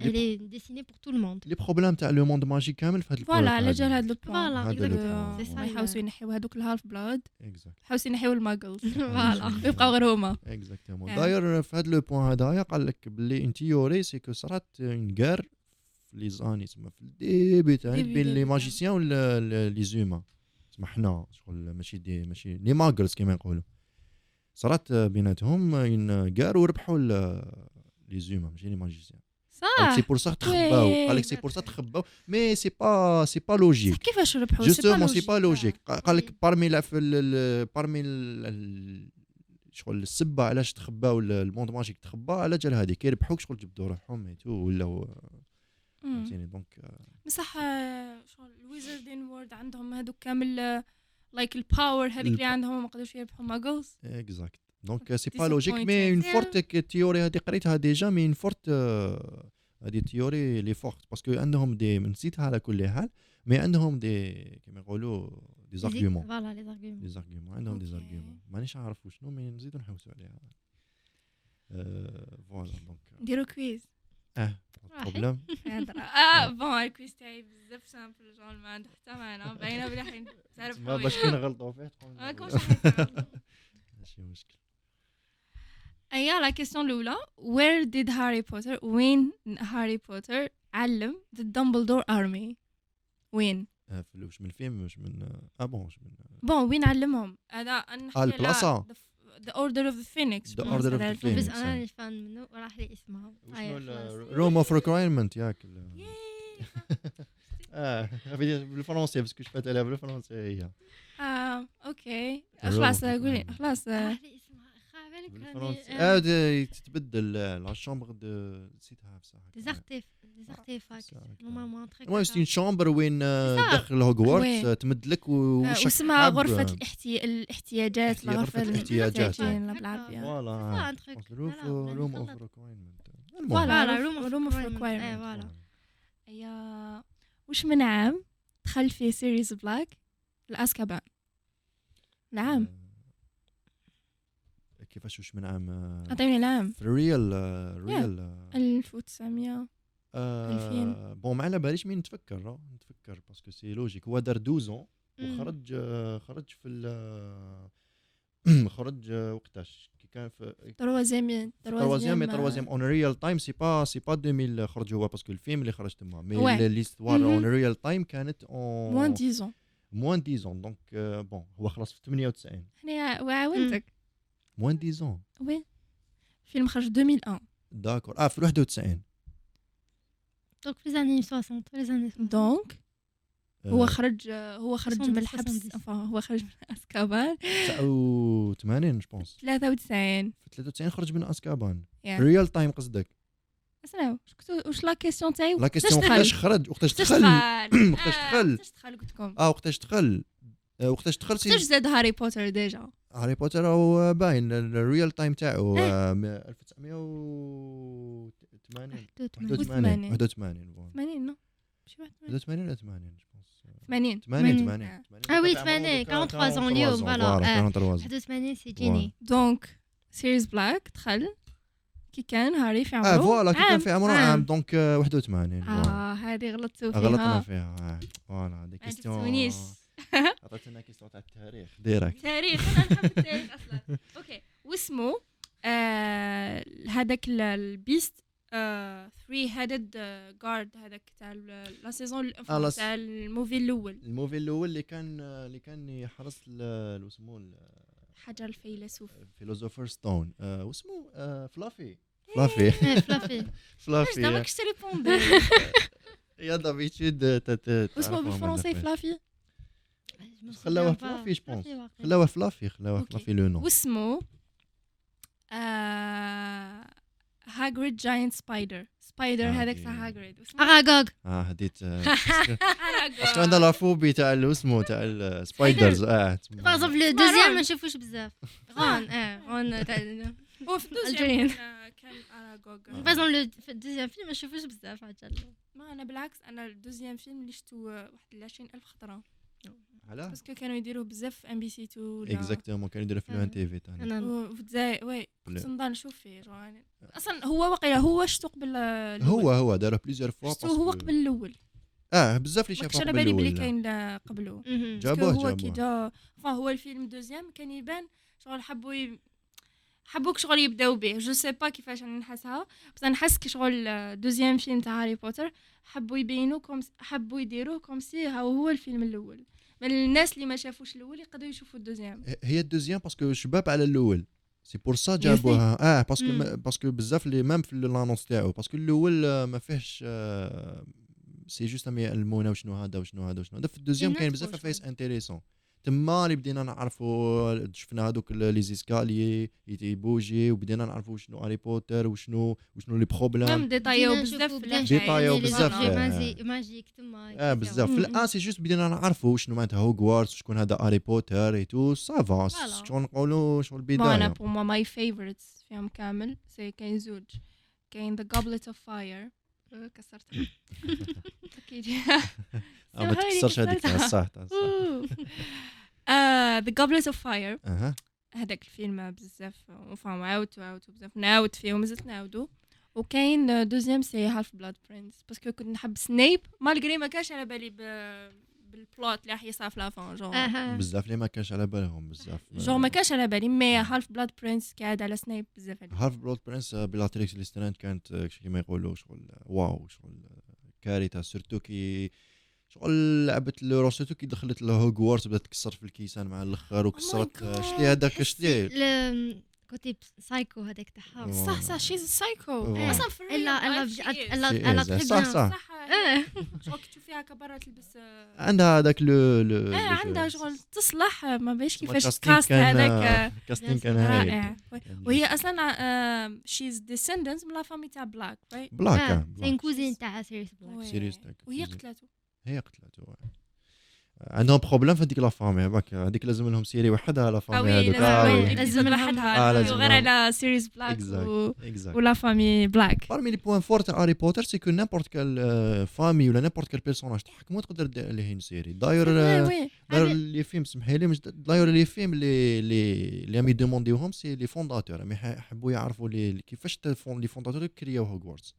Speaker 3: Les
Speaker 4: لي ديسيني بور تو لو موند
Speaker 3: لي بروبليم تاع لو موند ماجي كامل في هاد
Speaker 2: فوالا على جال هاد لو بوان
Speaker 4: Voilà,
Speaker 3: هذا
Speaker 2: هادو
Speaker 3: اللي بحال.
Speaker 4: exactement. C'est ça,
Speaker 2: ما
Speaker 4: il-
Speaker 2: يحاوسوا ينحيو هذوك الهالف بلاد
Speaker 3: اكزاكت
Speaker 2: يحاوسوا ينحيو الماجلز
Speaker 4: فوالا
Speaker 2: يبقاو غير هما
Speaker 3: اكزاكتومون
Speaker 2: آه.
Speaker 3: داير في هاد لو بوان هذايا قال لك بلي ان تيوري سي كو صرات اون غير في لي زاني تسمى في الديبي تاعي
Speaker 2: ديبي،
Speaker 3: بين
Speaker 2: ديبي
Speaker 3: لي
Speaker 2: تاعي.
Speaker 3: ماجيسيان ولا لي زوما تسمى حنا شغل ماشي دي ماشي لي ماغلز كيما نقولوا صرات بيناتهم اون غير وربحوا لي زوما ماشي لي ماجيسيان قالك
Speaker 2: صح
Speaker 3: سي بور سا تخباو
Speaker 2: وي.
Speaker 3: قالك سي بور سا تخباو مي سي با سي با لوجيك
Speaker 2: كيفاش ربحوا سي
Speaker 3: جوستومون سي
Speaker 2: لوجيك.
Speaker 3: با لوجيك قال لك
Speaker 4: وي.
Speaker 3: بارمي لا في ال- بارمي ال- ال- شغل السبه علاش تخباو ال- الموند ماجيك تخبى على جال هذيك يربحوك شغل جبدوا روحهم ايتو ولاو
Speaker 2: مم.
Speaker 3: فهمتيني دونك
Speaker 2: بصح آه، شغل الويزردين وورد عندهم هذوك كامل لايك الباور هذيك اللي عندهم ما قدروش يربحوا ماجلز
Speaker 3: اكزاكت دونك سي با لوجيك
Speaker 2: Disappointing.
Speaker 3: مي اون
Speaker 4: Yeah.
Speaker 3: فورت تيوري هذه قريتها ديجا مي اون فورت هذه تيوري لي فورت باسكو عندهم دي نسيتها على كل حال مي عندهم دي كيما يقولوا دي زارغيومون
Speaker 4: فوالا لي زارغيومون
Speaker 3: دي زارغيومون عندهم دي
Speaker 2: أوكي.
Speaker 3: زارغيومون مانيش عارف وشنو مي نزيدو نحوسو عليها آه، فوالا دونك
Speaker 2: نديرو كويز
Speaker 3: اه
Speaker 4: راحت.
Speaker 3: بروبليم
Speaker 2: [laughs] هضرة. اه بون الكويز تاعي بزاف سامبل شغل ما عنده حتى معنى باينه بلي حين تعرف
Speaker 3: ما باش كي نغلطوا فيه تقول
Speaker 2: آه،
Speaker 3: [laughs]
Speaker 2: كون
Speaker 3: نعمل.
Speaker 2: شحال.
Speaker 3: ماشي مشكل
Speaker 2: ايا لا كيسيون الاولى وير ديد هاري بوتر وين هاري بوتر علم ذا دمبلدور ارمي وين
Speaker 3: آه، في ال- واش من الفيلم واش من اه بون واش من
Speaker 2: بون وين علمهم هذا نحكي على
Speaker 3: آه، البلاصة.
Speaker 2: ذا اوردر اوف ذا فينيكس
Speaker 3: The Order of the Phoenix.
Speaker 4: بس
Speaker 3: فينيكس،
Speaker 4: انا
Speaker 3: آه.
Speaker 4: اللي فان منه وراح لي اسمها
Speaker 3: وشنو
Speaker 4: أيا، خلاص.
Speaker 3: روم اوف ريكوايرمنت ياك ال- [laughs] اه بدي- بالفرنسي باسكو شفت عليها بالفرنسي هي
Speaker 2: اه اوكي
Speaker 3: Room
Speaker 2: خلاص
Speaker 3: of
Speaker 2: قولي
Speaker 3: Requirement.
Speaker 2: خلاص آه،
Speaker 4: راح لي اسمها خا بالك
Speaker 3: بالفرنسي
Speaker 4: راني-
Speaker 3: اه
Speaker 4: آه،
Speaker 3: دي- تتبدل لا شامبر دو نسيتها بصح
Speaker 4: des artef- des artefacts
Speaker 3: ça, ok.
Speaker 4: normalement très
Speaker 3: المهم سي
Speaker 4: connus.
Speaker 3: اون شامبر وين آه،
Speaker 2: صح.
Speaker 3: دخل هوغورتس
Speaker 2: وي.
Speaker 3: آه، تمدلك
Speaker 2: آه،
Speaker 3: وش
Speaker 2: واسمها غرفة الاحتي... الاحتياجات
Speaker 3: احتيا- غرفة
Speaker 2: غرفة
Speaker 3: الاحتياجات،
Speaker 2: المحتاجين،
Speaker 4: آه.
Speaker 2: لا بالعافية
Speaker 3: فوالا
Speaker 4: فوالا، un truc.
Speaker 3: روم
Speaker 4: فوالا،
Speaker 3: روم اوف ريكوايرمنت
Speaker 4: ولا نخلط.
Speaker 2: فوالا
Speaker 4: Voilà, room of
Speaker 2: روم اوف
Speaker 4: requirement.
Speaker 2: ريكوايرمنت
Speaker 4: إيه، فوالا.
Speaker 2: يا واش من عام دخل في سيريز بلاك الاسكابان
Speaker 3: آه.
Speaker 2: العام
Speaker 3: كيفاش واش من عام آه،
Speaker 2: عطيني العام
Speaker 3: في آه، ريال ريال
Speaker 2: 1900 ألفين.
Speaker 3: بون آه، ما على باليش مين نتفكر آه، نتفكر باسكو سي لوجيك هو دار 12 ans
Speaker 4: Mm.
Speaker 3: وخرج آه، خرج في ال- خرج آه، [clears throat] وقتاش كي كان في
Speaker 2: تروازيام
Speaker 3: تروازيام مي
Speaker 2: euh,
Speaker 3: تروازيام اون ريال تايم سي با سي با 2000 خرج هو باسكو الفيلم اللي خرج تما
Speaker 2: Ouais.
Speaker 3: مي ليستوار
Speaker 2: Mhm.
Speaker 3: اون ريال تايم كانت اون
Speaker 2: موان 10 ans
Speaker 3: موان 10 دونك آه، بون هو خلص في 98
Speaker 2: حنا وعاونتك
Speaker 3: موان 10
Speaker 2: وي فيلم خرج 2001
Speaker 3: داكور اه في 91
Speaker 4: Donc, les années 60, les années 60.
Speaker 2: دونك
Speaker 3: آه،
Speaker 2: هو خرج هو خرج من
Speaker 4: 70.
Speaker 2: الحبس enfin، هو خرج من اسكابان
Speaker 3: آه، 89 جو بونس
Speaker 2: 93
Speaker 3: في 93 خرج من اسكابان
Speaker 2: Yeah.
Speaker 3: ريال تايم قصدك
Speaker 2: اسمعوا شكون- واش لا كيسيون تاعي
Speaker 3: لا كيسيون
Speaker 2: دخل؟
Speaker 3: وقتاش خرج وقتاش
Speaker 2: وقتاش
Speaker 3: دخل [coughs]
Speaker 2: دخل
Speaker 3: وقتاش
Speaker 2: آه،
Speaker 3: دخل؟
Speaker 2: وقتاش دخل قلت لكم
Speaker 3: اه وقتاش دخل آه، وقتاش دخل سي
Speaker 2: وقتاش زاد هاري بوتر ديجا
Speaker 3: هاري بوتر راهو باين الريال تايم تاعو
Speaker 2: إيه.
Speaker 3: آه، من 1980
Speaker 2: وثمانين.
Speaker 3: 81 81 بون.
Speaker 2: 80 نو ماشي 81
Speaker 3: 81 ولا 80 جو بونس
Speaker 2: 80
Speaker 3: 80
Speaker 4: مم.
Speaker 3: 80
Speaker 4: Ah oui, 80, 43 ans, اليوم، voilà. آه.
Speaker 3: 43
Speaker 4: 81, c'est Ginny.
Speaker 2: دونك سيريز بلاك دخل كي كان هاري في
Speaker 4: Ah,
Speaker 2: عمره
Speaker 3: اه فوالا كي كان
Speaker 2: عام.
Speaker 3: في عمره عام دونك
Speaker 4: euh,
Speaker 3: آه، 81 فوالا.
Speaker 2: اه هذه غلطتوا
Speaker 4: Ah,
Speaker 2: فيها
Speaker 3: غلطنا فيها آه. فوالا دي
Speaker 2: ما
Speaker 3: كيستيون
Speaker 2: عجبتونيش
Speaker 4: euh,
Speaker 3: عطاتنا كيستيون تاع التاريخ ديريكت
Speaker 2: تاريخ انا نحب التاريخ اصلا اوكي واسمه آه، هذاك ال- البيست آه، 3 هيدد جارد هذاك تاع ال- لا سيزون ال-
Speaker 3: آه، لا س-
Speaker 2: تاع الموفي الاول
Speaker 3: الموفي الاول اللي كان
Speaker 4: euh,
Speaker 3: اللي كان يحرص ل- واسمو ال-
Speaker 2: حجر الفيلسوف
Speaker 3: فيلوزوفر ستون آه،
Speaker 4: Euh,
Speaker 3: واسمو آه، فلافي فلافي
Speaker 4: Ouais, [laughs] Fluffy.
Speaker 2: اش دامك
Speaker 3: فلافي
Speaker 2: اش [laughs] تريبوندي
Speaker 3: يا
Speaker 4: euh,
Speaker 3: دافيتود
Speaker 2: واسمه بالفرنسي فلافي
Speaker 4: Je me
Speaker 3: خلاوه
Speaker 4: souviens pas.
Speaker 3: فلافي جو بونس
Speaker 4: Fluffy, واقع.
Speaker 3: خلاوه فلافي خلاوه
Speaker 2: أوكي.
Speaker 3: فلافي لو نو
Speaker 2: واسمه آه، هاجريد جاينت سبايدر سبايدر هذاك تاع هاجريد
Speaker 3: هاجريد.
Speaker 4: [laughs]
Speaker 2: واسمه
Speaker 4: Ah, Aragog.
Speaker 3: اه هديت
Speaker 2: [laughs]
Speaker 3: آه، باسكو عندنا لافوبي تاع ال- اسمه تاع
Speaker 2: [laughs]
Speaker 3: السبايدرز اه تما.
Speaker 4: Par exemple, le
Speaker 2: Ron.
Speaker 4: deuxième, je ne sais pas. Ron, hein, Ron, euh, t'as-
Speaker 2: هو في
Speaker 4: Algerian.
Speaker 2: الدوزيام كان- كان اراغوغ
Speaker 4: Par exemple, le f- deuxième film, je ne sais pas.
Speaker 2: ما انا بالعكس انا الدوزيام فيلم اللي شفتو واحد ال 20000 خطره
Speaker 3: علاه
Speaker 2: باسكو كانوا يديروه بزاف في ام بي سي 2 ولا-
Speaker 3: اكزاكتومون كان
Speaker 2: آه.
Speaker 3: يدير في لو ان تي في تاعنا
Speaker 4: Non, non.
Speaker 2: و- في الجزائر وي
Speaker 3: لا.
Speaker 2: كنت نضل نشوف فيه جو يعني. اصلا هو واقيلا هو شتو قبل الأول.
Speaker 3: هو هو دار بليزيور فوا
Speaker 2: شتو هو
Speaker 3: باسكو-
Speaker 2: قبل الاول
Speaker 3: اه بزاف اللي
Speaker 2: ما
Speaker 3: شافوه
Speaker 2: كنتش على
Speaker 3: قبل نعم.
Speaker 2: بالي بلي
Speaker 3: الاول
Speaker 2: كاين لا قبله
Speaker 4: Mhm.
Speaker 3: جابوه
Speaker 2: باسكو هو كي
Speaker 3: جابوه.
Speaker 2: جا فا هو الفيلم دوزيام كان يبان شغل حبوا ي... حبوك شغل يبداو به جو سي با كيفاش راني نحسها بس أنا نحس كي شغل آه، دوزيام فيلم تاع هاري بوتر حبوا يبينوه كوم حبوا يديروه كوم سي هاو هو الفيلم الاول من الناس اللي ما شافوش الاول يقدروا يشوفوا الدوزيام
Speaker 3: هي الدوزيام باسكو شباب على الاول سي بور سا جابوها اه باسكو
Speaker 2: مم.
Speaker 3: ما- باسكو بزاف لي مام في لانونس تاعو باسكو الاول آه، ما فيهش آه، سي جوست أما يعلمونا وشنو هذا وشنو هذا وشنو هذا في الدوزيام
Speaker 2: إيه،
Speaker 3: كاين
Speaker 2: not
Speaker 3: بزاف
Speaker 2: for
Speaker 3: فايس
Speaker 2: sure.
Speaker 3: انتيريسون تما اللي بدينا نعرفوا شفنا هذوك لي زيسكالي يبوجي وبدينا نعرفوا شنو هاري بوتر وشنو وشنو لي
Speaker 2: فهم
Speaker 3: بروبليم
Speaker 2: ديطايو
Speaker 4: بدينا
Speaker 2: بزاف
Speaker 4: نشوفوا
Speaker 2: في
Speaker 4: بداية
Speaker 2: الحياة.
Speaker 3: ديطايو
Speaker 4: يعني les
Speaker 3: بزاف.
Speaker 4: objets
Speaker 3: آه.
Speaker 4: magi- magiques, تما،
Speaker 3: اه
Speaker 4: etc.
Speaker 3: بزاف في
Speaker 2: مم.
Speaker 3: الان سي جوست بدينا نعرفوا شنو معناتها هوغوارتس وشكون هذا هاري بوتر اي تو سافا
Speaker 4: Voilà.
Speaker 3: شكون نقولوا شغل
Speaker 2: بون انا
Speaker 3: البدايه
Speaker 2: بور موا ماي فيفورتس فيهم كامل سي كاين زوج كاين ذا جوبلت اوف فاير Euh, كسرتها [laughs] كيجي
Speaker 3: آه، ما تكسرش هذيك تاع الصح تاع الصح
Speaker 2: [laughs] ذا جوبلت اوف فاير
Speaker 3: اها
Speaker 2: هذاك الفيلم بزاف فهم عاودتو عاودتو بزاف نعاود فيه ومازلت نعاودو وكاين دوزيام سي هالف بلاد برينس باسكو كنت نحب سنيب مالغري ما كانش على بالي ب- بالبلوت اللي راح يصرا في لافون جون
Speaker 4: آه.
Speaker 3: بزاف اللي ما كانش على بالهم بزاف آه.
Speaker 2: جون ما كانش على بالي مي هالف بلاد برينس قاعد على سنيب بزاف عليه.
Speaker 3: هارف برود برنس بلاتريكس ليسترانت كانت آه، كيما يقولوا شغل آه، واو شغل آه، كارثه سيرتو كي شغل لعبت لورو سيرتو كي دخلت لهوغوارتس بدات تكسر في الكيسان مع الاخر وكسرت آه،
Speaker 2: Oh God.
Speaker 3: شتي هذاك شتي
Speaker 4: Le euh, côté psycho هذاك تاعها.
Speaker 3: Ouais.
Speaker 2: صح صح شيز سايكو
Speaker 3: آه.
Speaker 2: اصلا في real
Speaker 4: Ah, Elle a- elle a-
Speaker 2: life she is.
Speaker 4: elle a-
Speaker 3: She
Speaker 4: elle a
Speaker 3: is,
Speaker 4: très
Speaker 3: صح،
Speaker 4: bien. Ah,
Speaker 3: صح.
Speaker 2: صح
Speaker 4: آه.
Speaker 2: شغل كي تشوفيها كبرة تلبس آه،
Speaker 3: عندها هذاك لو لو
Speaker 2: اه عندها شغل تصلح آه، ما بيش
Speaker 3: تسمى
Speaker 2: كيفاش
Speaker 3: كاستينغ
Speaker 2: كاست
Speaker 3: كان، آه،
Speaker 2: هذاك
Speaker 3: كاستين كان
Speaker 2: آه،
Speaker 3: هايل
Speaker 2: رائع وهي اصلا شيز ديسندنت من لا فامي تاع بلاك right؟
Speaker 3: بلاك
Speaker 4: آه.
Speaker 3: آه،
Speaker 4: C'est une
Speaker 3: بلاك.
Speaker 4: cousine تاعها Sirius Black.
Speaker 2: وي.
Speaker 3: Serious تاعك.
Speaker 2: وهي قتلته
Speaker 3: هي قتلته آه. عندهم بروبليم في هذيك لا فامي هذاك هذيك لازم لهم سيري وحدها لا فامي
Speaker 2: قوي
Speaker 3: هذوك
Speaker 2: لازم
Speaker 3: آه،
Speaker 4: لازم-
Speaker 3: وي.
Speaker 2: لازم
Speaker 3: آه،
Speaker 2: لحدها
Speaker 3: لازم
Speaker 2: غير
Speaker 3: لهم.
Speaker 2: على سيريز بلاك
Speaker 3: Exact.
Speaker 2: و-
Speaker 3: Exact.
Speaker 2: ولا فامي بلاك
Speaker 3: Parmi les points forts de Harry Potter, c'est que n'importe quelle euh, famille ou là, n'importe quel personnage تحكمه تقدر دير عليه une série. D'ailleurs, euh,
Speaker 2: وي
Speaker 3: d'ailleurs,
Speaker 4: Ah,
Speaker 3: les films, سمحي لي، مش- d'ailleurs, les films, les- les- اللي عم يدومونديوهم سي لي فونداتور عم يحبوا يعرفوا لي- كيفاش تا الفون- لي فونداتور كرياو هوغورتس.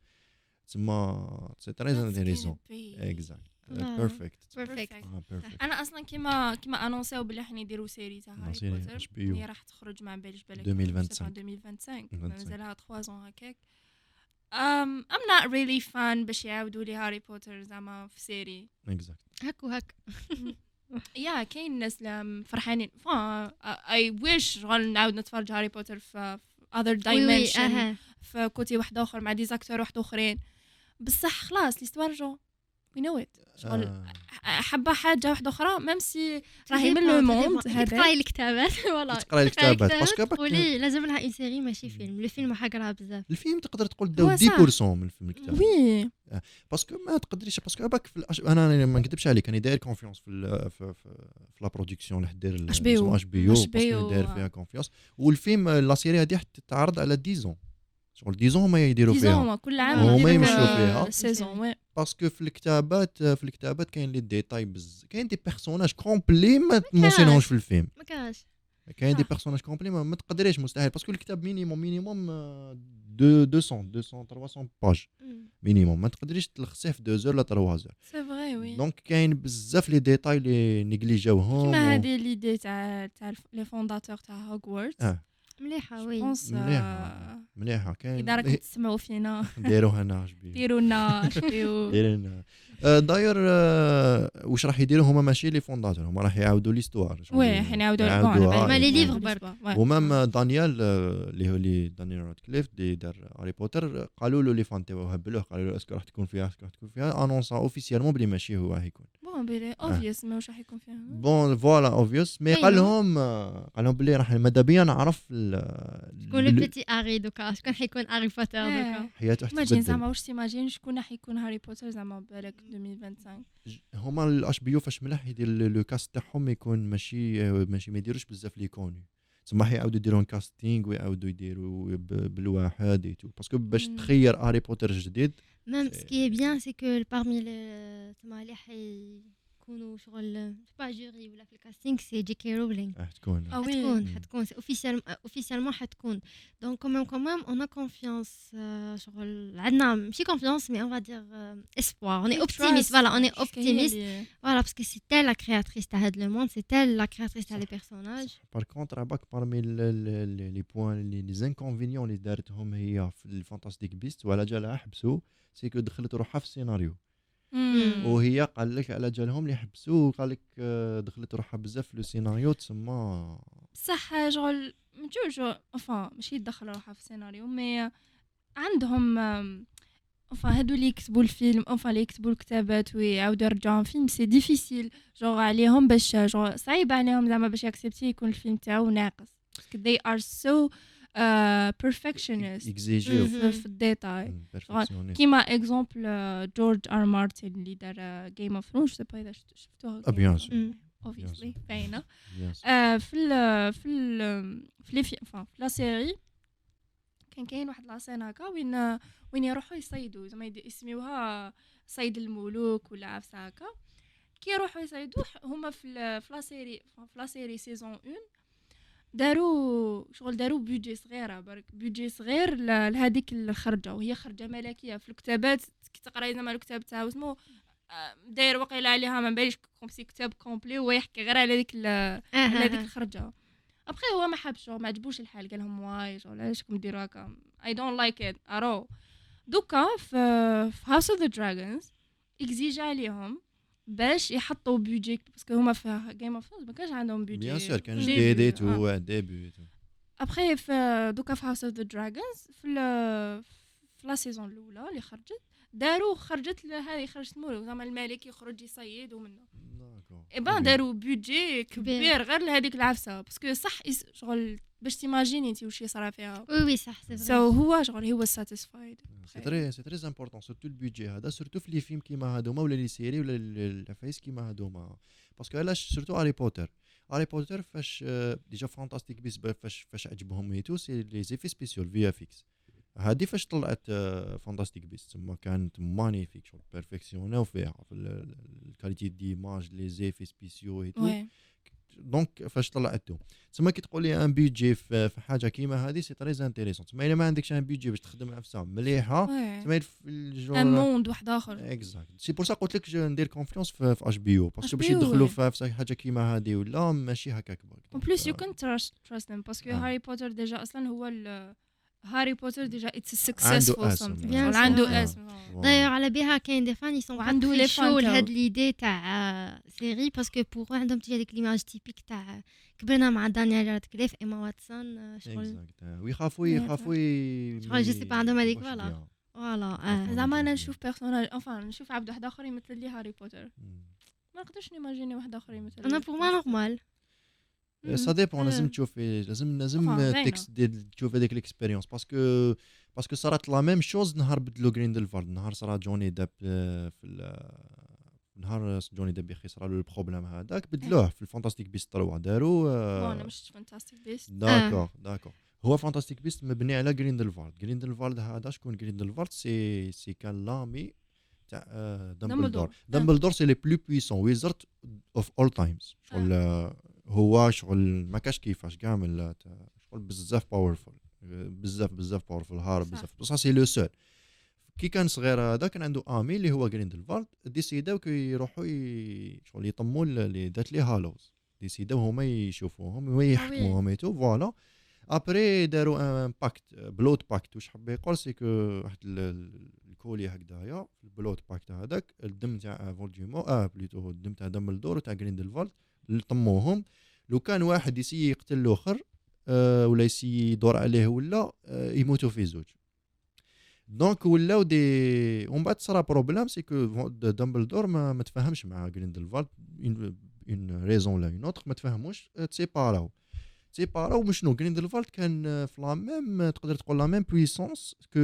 Speaker 3: تسمى سي تري انتيريسون. Exact.
Speaker 2: Ah.
Speaker 3: Ah,
Speaker 4: آه.
Speaker 3: بيرفكت
Speaker 4: بيرفكت
Speaker 3: بيرفكت
Speaker 2: انا اصلا كيما كيما انونسيو بلي راح يديروا سيري تاع
Speaker 3: لا،
Speaker 2: هاري
Speaker 3: سيري
Speaker 2: بوتر
Speaker 3: HBO.
Speaker 2: هي راح تخرج ما باليش بالك
Speaker 3: 2025.
Speaker 2: 2025 مازالها
Speaker 3: 25.
Speaker 2: 3 زون هكاك ام ام نوت ريلي فان باش يعاودوا لي هاري بوتر زعما في سيري
Speaker 3: اكزاكت
Speaker 4: هك وهك
Speaker 2: يا كاين الناس اللي فرحانين اي ويش شغل نعاود نتفرج هاري بوتر في اذر دايمنشن
Speaker 4: اها
Speaker 2: في كوتي واحد اخر مع ديزاكتور واحد اخرين بصح خلاص ليستوار جو وي نو ات
Speaker 3: آه.
Speaker 2: شغل حبه حاجه واحده اخرى ميم سي راهي من لو موند هذا
Speaker 4: تقراي الكتابات [laughs] والله
Speaker 3: تقراي الكتابات باسكو باك-
Speaker 4: ولي لازم لها اون سيري ماشي فيلم لو فيلم راح يقرا بزاف
Speaker 3: الفيلم تقدر تقول داو
Speaker 2: هو
Speaker 3: 10% من الفيلم الكتاب
Speaker 2: وي
Speaker 3: باسكو ما تقدريش باسكو هباك في الأش... انا أنا ما نكذبش عليك انا داير كونفيونس في ال... في, في, في لا برودكسيون اللي حدير ال-
Speaker 2: HBO.
Speaker 3: اسمه اش بي او
Speaker 2: HBO.
Speaker 3: باسكو داير فيها كونفيونس والفيلم لا سيري هذه حتى تعرض على 10 شغل 10 هما يديروا فيها
Speaker 2: ديزون كل عام
Speaker 3: هما
Speaker 2: عندك،
Speaker 3: يمشيو
Speaker 2: آه،
Speaker 3: فيها.
Speaker 2: سيزون وي
Speaker 3: باسكو في الكتابات في الكتابات كاين لي ديتاي بز كاين دي بيرسوناج كومبلي ما تمونسينهمش في الفيلم
Speaker 4: ما كانش
Speaker 3: كاين دي
Speaker 2: آه.
Speaker 3: بيرسوناج كومبلي ما ما تقدريش مستحيل باسكو الكتاب آه، مينيموم مينيموم 200 200 300 باج مينيموم ما تقدريش تلخصيه في 2 ولا 3
Speaker 2: سي فري وي
Speaker 3: دونك كاين بزاف لي ديتاي لي نيجليجاوهم
Speaker 2: كيما
Speaker 3: و-
Speaker 2: هذه ليدي تاع تاع الف- لي فونداتور تاع هوغورتس
Speaker 3: آه،
Speaker 4: مليحه
Speaker 2: جو
Speaker 4: وي
Speaker 2: بونس، آه،
Speaker 3: مليحه مليحه كاين
Speaker 2: اذا
Speaker 3: [laughs]
Speaker 2: راكم تسمعوا فينا
Speaker 3: ديروها لنا عجبي
Speaker 2: ديروا
Speaker 3: [laughs]
Speaker 2: لنا شبيو
Speaker 3: ديروا لنا آه، داير آه، واش راح يديروا هما ماشي لي فونداتور هما راح يعاودوا ليستوار
Speaker 2: وي حنا نعاودوا
Speaker 4: بالي. ما لي ليفغ برك.
Speaker 3: ومام دانيال آه، اللي هو اللي دانيال رادكليف اللي دار هاري بوتر آه، قالوا له لي فان تاعو هبلوه قالوا له اسكو راح تكون فيها اسكو راح تكون فيها انونسا اوفيسيالمون بلي ماشي هو راح يكون
Speaker 2: بون بلي اوبفيوس ما واش راح يكون فيها
Speaker 3: بون فوالا اوفيوس مي
Speaker 4: أيوة.
Speaker 3: قال لهم آه، قال لهم بلي راح ماذا بيا نعرف
Speaker 4: شكون لو بيتي اري دوكا شكون حيكون اري بوتر
Speaker 2: إيه.
Speaker 4: دوكا
Speaker 3: حياته راح
Speaker 2: تيماجين
Speaker 3: تتبدل
Speaker 2: زعما واش تيماجين شكون راح يكون هاري بوتر زعما بالك 2025
Speaker 3: ج- هما الاش بي يو فاش ملاح يدير ال- لو كاست تاعهم يكون ماشي آه، ماشي ما يديروش بزاف لي كوني تسمى راح يعاودوا يديرون كاستينغ ويعاودوا يديروا ب- بالواحد اي تو باسكو باش
Speaker 2: مم.
Speaker 3: تخير هاري بوتر جديد
Speaker 4: ميم
Speaker 3: C'est-
Speaker 4: سكي بيان سي كو بارمي لي- تما اللي حيكونوا شغل با جوري ولا في الكاستينغ سي جي كي رولينغ
Speaker 3: راح تكون
Speaker 2: Ah oui.
Speaker 4: حتكون
Speaker 3: Mm.
Speaker 4: حتكون سي اوفيسيال اوفيسيالمون حتكون دونك كومام كومام اون كونفيونس شغل عندنا ماشي كونفيونس مي اون فا دير اسبوار اون اوبتيميست فوالا اون اوبتيميست فوالا باسكو سي تال لا كرياتريس تاع هاد لو موند سي تال لا كرياتريس تاع لي بيرسوناج
Speaker 3: بار كونتر باك بارمي لي بوان اللي لي زانكونفينيون اللي دارتهم هي في الفانتاستيك بيست وعلى جالها حبسوا سي كو دخلت روحها في السيناريو وهي قال لك على جالهم اللي حبسوا قال لك آه، دخلت روحها بزاف في لو سيناريو تسمى
Speaker 2: بصح شغل جوجو انفا ماشي يدخل روحها في السيناريو مي عندهم انفا هادو اللي يكتبوا الفيلم انفا اللي يكتبوا الكتابات ويعاودوا يرجعوهم فيلم سي ديفيسيل جوغ عليهم باش جو صعيب عليهم زعما باش يكسبتي يكون الفيلم تاعو ناقص باسكو they are so uh, perfectionist Mhm.
Speaker 3: اكزيجيو
Speaker 2: في في الديتاي
Speaker 3: perfectionniste.
Speaker 2: كيما اكزومبل جورج ار مارتن اللي دار جيم اوف ثرونز سي با اذا شفت- شفتوها
Speaker 3: Ah, bien sûr.
Speaker 4: Mm.
Speaker 2: اوبفيسلي
Speaker 3: sûr.
Speaker 2: باينه
Speaker 3: Bien sûr.
Speaker 2: آه، في ال في ال في لي في enfin, في لا سيري كان كاين واحد لاسين هكا وين وين يروحوا يصيدوا زعما يد- يسميوها صيد الملوك ولا عفسه هكا كي يروحوا يصيدوا ح- هما في ال- في لا سيري في لا سيري سيزون 1 داروا شغل داروا بودجي صغيره برك بودجي صغير ل- لهذيك الخرجه وهي خرجه ملكيه في الكتابات كي تقراي زعما الكتاب تاعو اسمه آه، داير وقيله عليها ما باليش كومسي كتاب كومبلي وهو يحكي غير على ديك ال-
Speaker 4: Ah,
Speaker 2: على هذيك الخرجه ابخي هو ما حبش ما عجبوش الحال قال لهم واي شغل علاش راكم ديروا هكا اي دونت لايك ات ارو دوكا في هاوس اوف ذا دراجونز اكزيج عليهم باش يحطوا بيجي باسكو هما في جيم اوف ثرونز ما كانش عندهم بيجي
Speaker 3: بيان سور كان جديد اي تو واحد ديبي
Speaker 2: ابخي في دوكا في هاوس اوف ذا دراجونز في ال- في لا سيزون الاولى اللي خرجت داروا خرجت ل- هذه خرجت مولو زعما الملك يخرج يصيد ومنه اي بان داروا بودجي كبير غير لهذيك العفسه باسكو صح يس- شغل باش تيماجيني انت وش يصرى فيها
Speaker 4: وي وي صح سي
Speaker 2: سو هو شغل هو ساتيسفايد
Speaker 3: سي تري سي تري امبورطون سورتو البيدجي هذا سورتو في لي فيلم كيما هادوما ولا لي سيري ولا ال- العفايس كيما هادوما باسكو علاش سورتو هاري بوتر هاري بوتر فاش آه، ديجا فانتاستيك بيس ب- فاش فاش عجبهم ايتو سي لي زيفي سبيسيول في اف اكس هادي فاش طلعت آه، فانتاستيك بيس تما كانت مانيفيك شغل بيرفكسيوناو فيها في ال- ال- الكاليتي ديماج لي زيفي سبيسيو ايتو دونك فاش طلعتهم تسمى كي تقول لي ان بيجي في في حاجه كيما هذه سي تري انتيريسون تسمى الا ما عندكش ان بيجي باش تخدم عفسه مليحه تسمى في
Speaker 2: ان
Speaker 3: الجور
Speaker 2: موند واحد اخر
Speaker 3: اكزاكت سي بور سا قلت لك جو ندير كونفيونس في اش بي او باسكو باش
Speaker 2: HBO
Speaker 3: يدخلوا
Speaker 2: وي.
Speaker 3: في في حاجه كيما هذه ولا ماشي هكاك برك
Speaker 2: اون بليس يو
Speaker 3: دونك،
Speaker 2: كان تراست ذيم باسكو
Speaker 3: آه.
Speaker 2: هاري بوتر ديجا اصلا هو ال- هاري بوتر ديجا اتس
Speaker 3: عنده
Speaker 2: سكسسفول
Speaker 3: اسم
Speaker 2: سمثينغ
Speaker 4: Bien sûr.
Speaker 2: عنده
Speaker 3: آه.
Speaker 2: اسم
Speaker 3: فوالا.
Speaker 4: داير على بها كاين دي فان يسون
Speaker 2: وعندو
Speaker 4: عندو
Speaker 2: لي فان
Speaker 4: لي شو
Speaker 2: تاعو.
Speaker 4: لهاد ليدي تاع آه، سيري باسكو بوغ عندهم تجي هذيك ليماج تيبيك تاع آه، كبرنا مع دانيال رادكليف ايما واتسون آه، شغل
Speaker 3: Exact. آه، ويخافوا
Speaker 2: Yeah,
Speaker 3: يخافوا ي-
Speaker 4: شغل je sais pas عندهم هذيك،
Speaker 3: يبوش
Speaker 4: voilà. euh,
Speaker 3: بيها.
Speaker 4: فوالا آه.
Speaker 2: زعما انا نشوف بيرسوناج انفان نشوف عبد واحد اخر يمثل لي هاري بوتر
Speaker 3: مم.
Speaker 4: Hmm.
Speaker 2: ما نقدرش نيماجيني واحد اخر يمثل
Speaker 4: انا بوغ ما نورمال
Speaker 3: سا
Speaker 4: Euh.
Speaker 3: ديبون لازم
Speaker 2: آه.
Speaker 3: تشوفي لازم
Speaker 4: Oh,
Speaker 2: آه،
Speaker 3: لازم
Speaker 2: باينة.
Speaker 3: تكس ديال- تشوف هذيك الاكسبيريونس باسكو باسكو صارت لا ميم شوز نهار بدلو جريندلفالد نهار صرا جوني داب آه، في ال- نهار جوني داب يخي صرا له البروبليم هذاك بدلوه في الفانتاستيك بيست 3 داروا
Speaker 2: بون
Speaker 3: آه،
Speaker 2: انا مش فانتاستيك بيست
Speaker 3: داكور داكور هو فانتاستيك بيست مبني على جريندلفالد جريندلفالد هذا شكون جريندلفالد سي سي كان لامي تاع آه، دامبلدور
Speaker 2: دامبلدور.
Speaker 3: دامبلدور سي لي بلو بويسون ويزرد اوف اول تايمز شغل آه، هو شغل ما كاش كيفاش كامل آه، تا- شغل بزاف باورفول بزاف بزاف باورفول هارب
Speaker 2: صح.
Speaker 3: بزاف بصح سي لو سول كي كان صغير هذا كان عنده امي اللي هو جريندلفالد ديسيداو كي يروحوا ي- شغل يطموا ل- لي دات لي هالوز ديسيداو هما يشوفوهم هما يحكموهم ايتو فوالا ابري داروا ان باكت بلوت باكت واش حب يقول سي كو واحد ال- ال- الكولي هكذايا في البلوت باكت هذاك الدم تاع فولديمو اه بليتو الدم تاع دامبلدور وتاع جريندلفالد اللي طموهم لو كان واحد يسي يقتل الاخر آه ولا يسي يدور عليه ولا آه يموتوا في زوج دونك ولاو دي ومن بعد صرا بروبليم سي كو دامبلدور ما ما تفاهمش مع جريندلفالد اون ريزون لا اون اوتر ما تفاهموش آه، تسيباراو تسيباراو وشنو جريندلفالد كان آه، في لا ميم تقدر تقول لا ميم بويسونس كو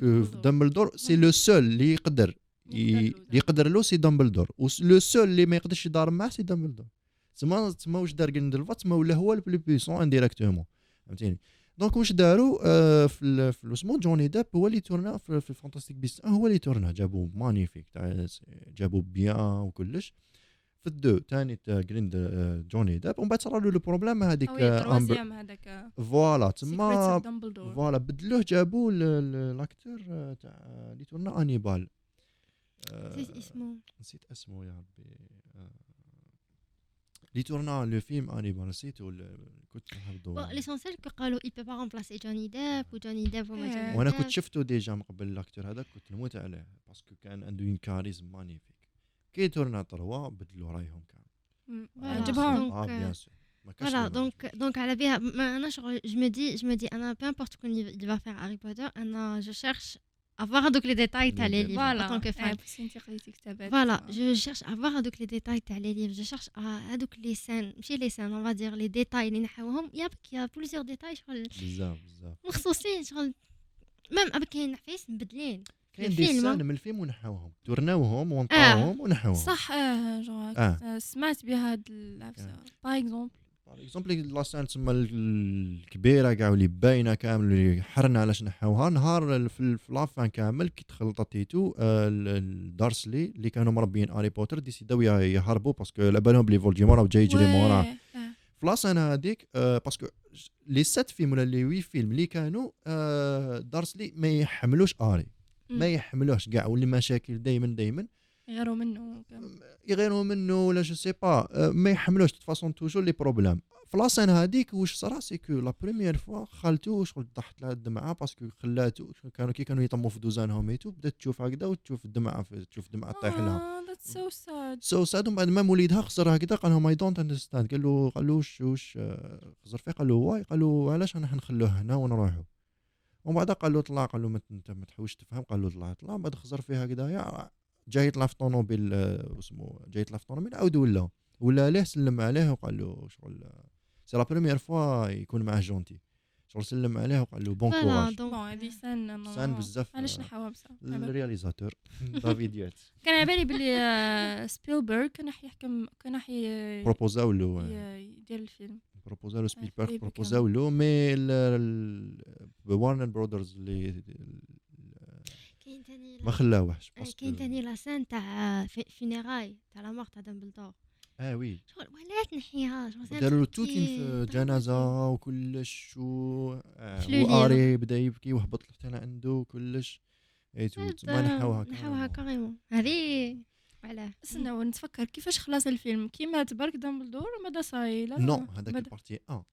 Speaker 3: كو
Speaker 2: دامبلدور.
Speaker 3: دامبلدور سي لو سول اللي يقدر ي- يقدر له سي دامبلدور لو سول اللي ما يقدرش يدار معاه سي دامبلدور تما تما واش دار جريندلفالد تما ولا هو البلو بويسون انديريكتومون فهمتيني دونك واش داروا آه، في ال- في اسمه جوني داب هو اللي تورنا في في الفانتاستيك بيست آه، هو اللي تورنا جابوا مانيفيك تاع جابوا بيان وكلش في الدو تاني تاع جريند آه، جوني داب ومن بعد صرا له لو بروبليم هذيك
Speaker 2: او
Speaker 3: آه، أمبر-
Speaker 2: تروازيام هذاك
Speaker 3: فوالا تما
Speaker 2: تما دامبلدور
Speaker 3: فوالا بدلوه جابوا ل- ل- لاكتور آه، تاع آه، اللي تورنا انيبال آه،
Speaker 4: نسيت اسمه
Speaker 3: نسيت اسمه يا ربي آه، اللي تورنا لو فيلم انيبال نسيتو ال- كنت نهبطو
Speaker 4: بون ليسونسيال كو قالوا il peut pas remplacer Johnny Depp و Johnny Depp وما
Speaker 2: إيه.
Speaker 4: Johnny
Speaker 3: وانا
Speaker 4: Depp.
Speaker 3: كنت شفته ديجا من قبل لاكتور هذاك كنت نموت عليه باسكو كان عنده اون كاريزم مانيفيك كي تورنا طروا بدلوا رايهم كامل
Speaker 4: فوالا.
Speaker 2: عجبهم
Speaker 4: دونك،
Speaker 3: اه بيان سور ما كاش
Speaker 4: euh، Voilà,
Speaker 3: اللي ما
Speaker 4: donc,
Speaker 3: عجبوش.
Speaker 4: donc à la BA, maintenant, je, re- je me dis, je me dis, Anna, peu importe qu'on y- il va faire Harry Potter, Anna, je cherche à voir donc les détails t'as les
Speaker 3: Nickel.
Speaker 4: livres
Speaker 2: فوالا
Speaker 4: en tant que fan.
Speaker 2: باش انت قريتي كتابات
Speaker 4: Voilà, je cherche à voir donc les détails t'as les livres, je cherche à, à donc les scènes, chez les scènes, on va dire les détails, les نحوهم. il y a, il y a plusieurs détails, je
Speaker 3: بزاف بزاف
Speaker 4: مخصوصين شغل ميم ابا كاين نحفيس مبدلين
Speaker 3: كاين دي
Speaker 4: الفيلم.
Speaker 3: سان من الفيلم ونحوهم
Speaker 4: آه.
Speaker 3: تورناوهم ونطاوهم ونحوهم
Speaker 2: صح اه
Speaker 4: euh,
Speaker 2: جو
Speaker 3: آه.
Speaker 2: آه، سمعت بهاد العفسه باغ اكزومبل
Speaker 3: باغ اكزومبل لا سان تسمى ال- الكبيره كاع واللي باينه كامل اللي حرنا علاش نحوها نهار ال- في ال- في لافان كامل كي تخلطت تيتو آه، ال- الدارسلي اللي كانوا مربيين هاري بوتر ديسيداو يه- يهربوا باسكو على بالهم بلي فولديمور راه جاي يجري موراه
Speaker 4: euh,
Speaker 3: في لا سان هذيك آه، باسكو ج- لي سات فيلم ولا لي وي فيلم اللي كانوا آه، دارسلي ما يحملوش اري ما يحملوهش كاع واللي مشاكل دائما دائما
Speaker 2: غيروا منه كم.
Speaker 3: يغيروا منه ولا جو سي با آه، ما يحملوش فاسون توجور لي بروبليم في لا سان هذيك واش صرا سي كو لا بروميير فوا خالتو شغل طاحت لها الدمعه باسكو خلاتو شغل كانوا كي كانوا يطموا في دوزانهم ايتو بدات تشوف هكذا وتشوف الدمعه في- تشوف الدمعه طيح لها
Speaker 2: اه ذاتس سو ساد
Speaker 3: سو ساد ومن بعد مام وليدها خسر هكذا قال لهم اي دونت اندرستاند قال له قال له واش واش آه، خزر فيه قال له واي قال له علاش راح نخلوه هنا ونروحوا ومن بعد قال له طلع قال له ما ت- انت ما تحوش تفهم قال له طلع طلع من بعد خزر فيه هكذايا جاي يطلع في طونوبيل آه، واسمو جاي يطلع في طونوبيل عاود ولا ولا عليه سلم عليه وقال له شغل آه، سي لا بروميير فوا يكون معاه جونتي شغل سلم عليه وقال له بون
Speaker 4: فوالا
Speaker 3: كوراج
Speaker 2: بون هادي
Speaker 4: دونك
Speaker 2: سان
Speaker 3: سان بزاف
Speaker 2: علاش
Speaker 3: آه،
Speaker 2: نحاوها بصح
Speaker 4: Ah,
Speaker 3: الرياليزاتور دافيد ياتس
Speaker 2: كان على بالي بلي
Speaker 4: euh,
Speaker 2: آه، سبيلبرغ كان راح يحكم كان راح ي-
Speaker 3: بروبوزاو له
Speaker 4: euh,
Speaker 2: ي- يدير الفيلم
Speaker 3: بروبوزا له سبيلبرغ
Speaker 2: Spielberg
Speaker 3: بروبوزاو له مي وارنر برودرز اللي ال-
Speaker 4: كاين تاني
Speaker 3: ما خلاوهش
Speaker 4: يعني euh, كاين تاني لا سان تاع فينيراي تاع لا مور تاع دامبلدور
Speaker 3: اه وي
Speaker 4: شغل ولا تنحيها شغل طيب، سامحني
Speaker 3: داروا له توت
Speaker 4: كي-
Speaker 3: جنازه وكلش و آه،
Speaker 4: شلو
Speaker 3: وقاري بدا يبكي وهبط حتى لعنده وكلش إيه،
Speaker 4: طيب،
Speaker 3: ايتو تما نحاو هكا
Speaker 4: نحاوها كاريمون هذه علاه
Speaker 2: استنى نتفكر كيفاش خلاص الفيلم كيما تبارك دامبلدور ماذا صاي لا
Speaker 3: نو هذاك
Speaker 2: ماذا-
Speaker 3: البارتي اه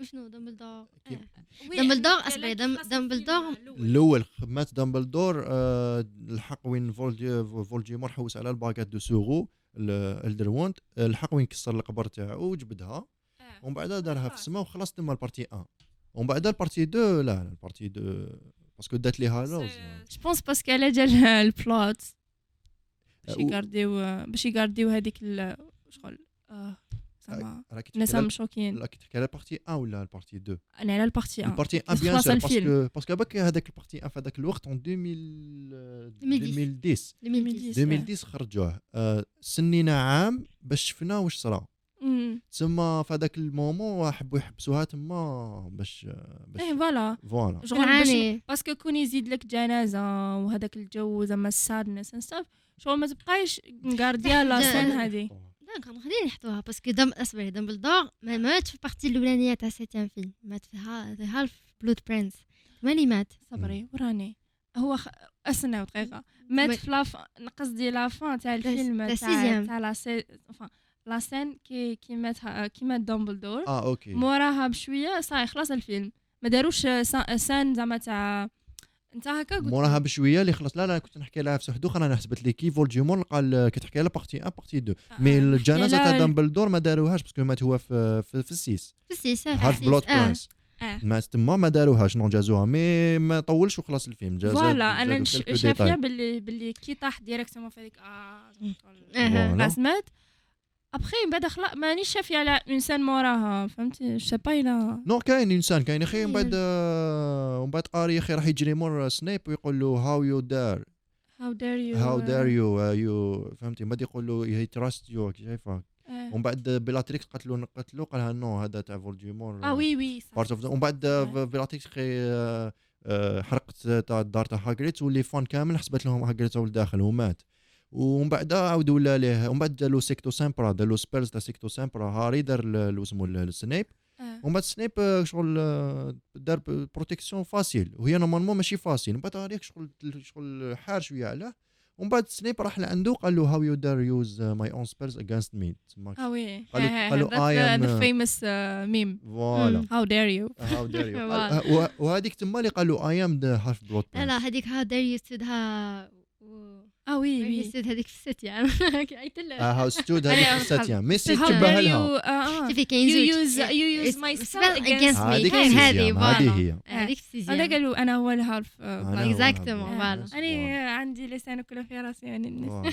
Speaker 4: وشنو دامبلدور
Speaker 3: كي-
Speaker 4: آه.
Speaker 2: وي،
Speaker 4: دامبلدور،
Speaker 2: يعني
Speaker 4: أصبري،
Speaker 2: لا
Speaker 4: دام-
Speaker 2: تخصص
Speaker 4: دامبلدور
Speaker 2: فيلم الأول.
Speaker 3: الاول مات دامبلدور آه الحق وين فولدي فولديمور حوس على الباكات دو سوغو الدر وونت الحق وين كسر القبر تاعو وجبدها
Speaker 4: Ah.
Speaker 2: آه.
Speaker 3: ومن بعد دارها في السماء وخلاص تما البارتي 1 ومن بعد البارتي 2 لا لا، البارتي 2 باسكو دات ليها لوز
Speaker 2: جو بونس باسكو على جال البلوت باش
Speaker 3: آه، و-
Speaker 2: يقارديو باش يقارديو هذيك ال- شغل آه، زعما
Speaker 3: راكي تحكي
Speaker 2: الناس
Speaker 3: على-
Speaker 2: راهم مشوكين
Speaker 3: راكي تحكي على البارتي 1 ولا البارتي 2
Speaker 2: انا على البارتي 1
Speaker 3: البارتي 1
Speaker 2: بس
Speaker 3: بيان
Speaker 2: خلاص
Speaker 3: سور
Speaker 2: الفيلم.
Speaker 3: باسكو باسكو هذاك هذاك البارتي 1 في هذاك الوقت اون 2000 2010
Speaker 2: 2010.
Speaker 3: 2010 خرجوه آه، سنينا عام باش شفنا واش صرا
Speaker 2: أمم.
Speaker 3: تما في هذاك المومون حبوا يحبسوها تما باش آه،
Speaker 2: ايه
Speaker 3: باش
Speaker 2: فوالا
Speaker 3: فوالا
Speaker 2: شغل باش
Speaker 4: نعاني
Speaker 2: باسكو كون يزيد لك جنازه وهذاك الجو زعما السادنس اند ستاف شغل ما تبقايش مقارديا لا
Speaker 3: [laughs]
Speaker 4: لا.
Speaker 3: Ah,
Speaker 2: سين هذه
Speaker 4: دونك خلينا نحطوها باسكو دم اصبري دامبلدور ما ماتش في البارتي الاولانيه تاع سيتيام فيلم مات في ها- في هالف بلود برينس ماني مات
Speaker 2: صبري وراني هو خ... استنى دقيقه مات
Speaker 4: وي.
Speaker 2: في لافان قصدي لافان تاع
Speaker 4: تاع
Speaker 2: الفيلم تاع
Speaker 4: سيزيام.
Speaker 2: تاع لا سي... enfin، لا سين كي كي ماتها كي مات دومبلدور
Speaker 3: اه اوكي
Speaker 2: موراها بشويه صاي خلاص الفيلم ما داروش سا- سان زعما تاع انت هكا قلت
Speaker 3: موراها بشويه اللي خلص لا لا كنت نحكي لها في سحدوخ انا حسبت لي كي فولديمور لقى ال- كي تحكي لها بارتي 1 بارتي 2
Speaker 2: آه،
Speaker 3: مي
Speaker 2: نحكي
Speaker 3: الجنازه
Speaker 2: لها-
Speaker 3: تاع دامبلدور ما داروهاش باسكو مات هو في في, في السيس
Speaker 4: بس سي
Speaker 3: هارف بلوت برانس
Speaker 2: آه.
Speaker 3: ما تما ما داروهاش نو جازوها مي ما طولش وخلاص الفيلم جازا
Speaker 2: فوالا انا
Speaker 3: جازو
Speaker 2: نش-
Speaker 3: quelques
Speaker 2: شافيه
Speaker 3: détails.
Speaker 2: باللي باللي كي طاح ديريكتومون في هذيك اه
Speaker 4: آه.
Speaker 3: فوالا.
Speaker 2: خلاص مات ابخي من بعد خلاص مانيش شافيه على انسان موراها فهمتي جو سي با الا
Speaker 3: نو كاين انسان كاين اخي من بعد
Speaker 4: كاين.
Speaker 3: آه، ومن بعد قاري يا اخي راح يجري مور سنيب ويقول له هاو يو دار
Speaker 2: هاو دير يو
Speaker 3: هاو دار يو يو فهمتي ما يقول له هي تراست يو
Speaker 2: آه.
Speaker 3: شايفه
Speaker 2: إيه.
Speaker 3: ومن بعد بيلاتريكس قتلو نقتلو قال لها نو هذا تاع فولديمور
Speaker 2: اه وي وي صح.
Speaker 3: بارت اوف ومن بعد آه، بيلاتريكس خي آه، آه، حرقت تاع الدار تاع هاجريت واللي فان كامل حسبت لهم هاجريت هو الداخل ومات ومن بعد عاودوا ولا ليه ومن بعد داروا سيكتو سامبرا داروا سبيرز تاع سيكتو سامبرا هاري دار ال- اسمه ال- السنيب
Speaker 2: آه.
Speaker 3: ومن بعد سنيب آه، شغل آه، دار ب- بروتيكسيون فاسيل وهي نورمالمون ماشي فاسيل من بعد هاريك شغل شغل حار شويه عليه ومن بعد سنيب راح لعنده قال له هاو يو دار يوز ماي اون سبيرز اجينست مي
Speaker 2: اه وي
Speaker 3: قالوا- قالوا I am- آه.
Speaker 2: ذا فيموس ميم
Speaker 3: فوالا
Speaker 2: هاو دير يو
Speaker 3: هاو
Speaker 4: [laughs]
Speaker 3: دير يو
Speaker 4: فوالا.
Speaker 3: Uh, وهذيك تما اللي قالوا اي ام ذا هاف بلوت
Speaker 4: لا لا هذيك ها دار يسودها و...
Speaker 2: اه وي
Speaker 4: دار
Speaker 2: وي
Speaker 4: يسود هذيك في الست يعني [laughs] عيطت لها
Speaker 3: هاو
Speaker 4: [laughs]
Speaker 3: ستود
Speaker 2: أنا
Speaker 3: هذيك
Speaker 2: أصحاب.
Speaker 3: الساتيا ميسي
Speaker 2: هاو دير
Speaker 3: تشبه
Speaker 2: يو
Speaker 3: لها
Speaker 2: آه.
Speaker 4: شوفي كاين
Speaker 2: يو
Speaker 4: زوج
Speaker 2: يوز يو يوز ماي
Speaker 4: It's
Speaker 2: سبيل
Speaker 4: spell against آه. Oh,
Speaker 2: اجينست
Speaker 4: me.
Speaker 3: هذيك
Speaker 4: هاي هذه،
Speaker 3: السيزيام
Speaker 4: فوالا.
Speaker 3: هذه هي
Speaker 4: هذيك في
Speaker 2: انا
Speaker 4: السيزيام
Speaker 2: آه، قالوا انا هو الهالف آه،
Speaker 3: أنا هو
Speaker 4: Exactement،
Speaker 3: الهاف بلوت.
Speaker 4: voilà.
Speaker 2: انا عندي لسان كله في راسي يعني الناس
Speaker 3: فوالا.
Speaker 4: [laughs]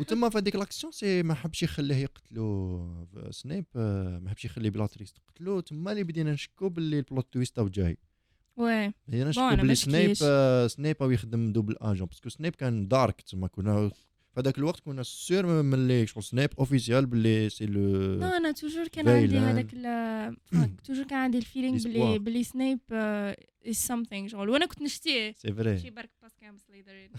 Speaker 3: وتما في هذيك لاكسيون سي ما حبش يخليه يقتلو سنيب آه، ما حبش يخلي بلاتريكس تقتلو تما اللي بدينا نشكو باللي البلوت تويست او جاي
Speaker 2: وي
Speaker 3: بدينا
Speaker 2: بون،
Speaker 3: نشكو
Speaker 2: أنا ما
Speaker 3: باللي سنيب
Speaker 2: شفتيش.
Speaker 3: آه، سنيب او يخدم دوبل اجون باسكو سنيب كان دارك تما كنا في هذاك الوقت كنا سير من اللي شغل سنيب اوفيسيال باللي سي لو
Speaker 2: نو انا توجور كان
Speaker 3: باين،
Speaker 2: عندي
Speaker 3: آه.
Speaker 2: هذاك ال- فاك، توجور كان عندي الفيلينغ بلي
Speaker 3: L'espoir.
Speaker 2: بلي آه، سنيب از سامثينغ شغل وانا كنت نشتيه
Speaker 3: سي فري
Speaker 2: شي برك باسكو ام سليدرين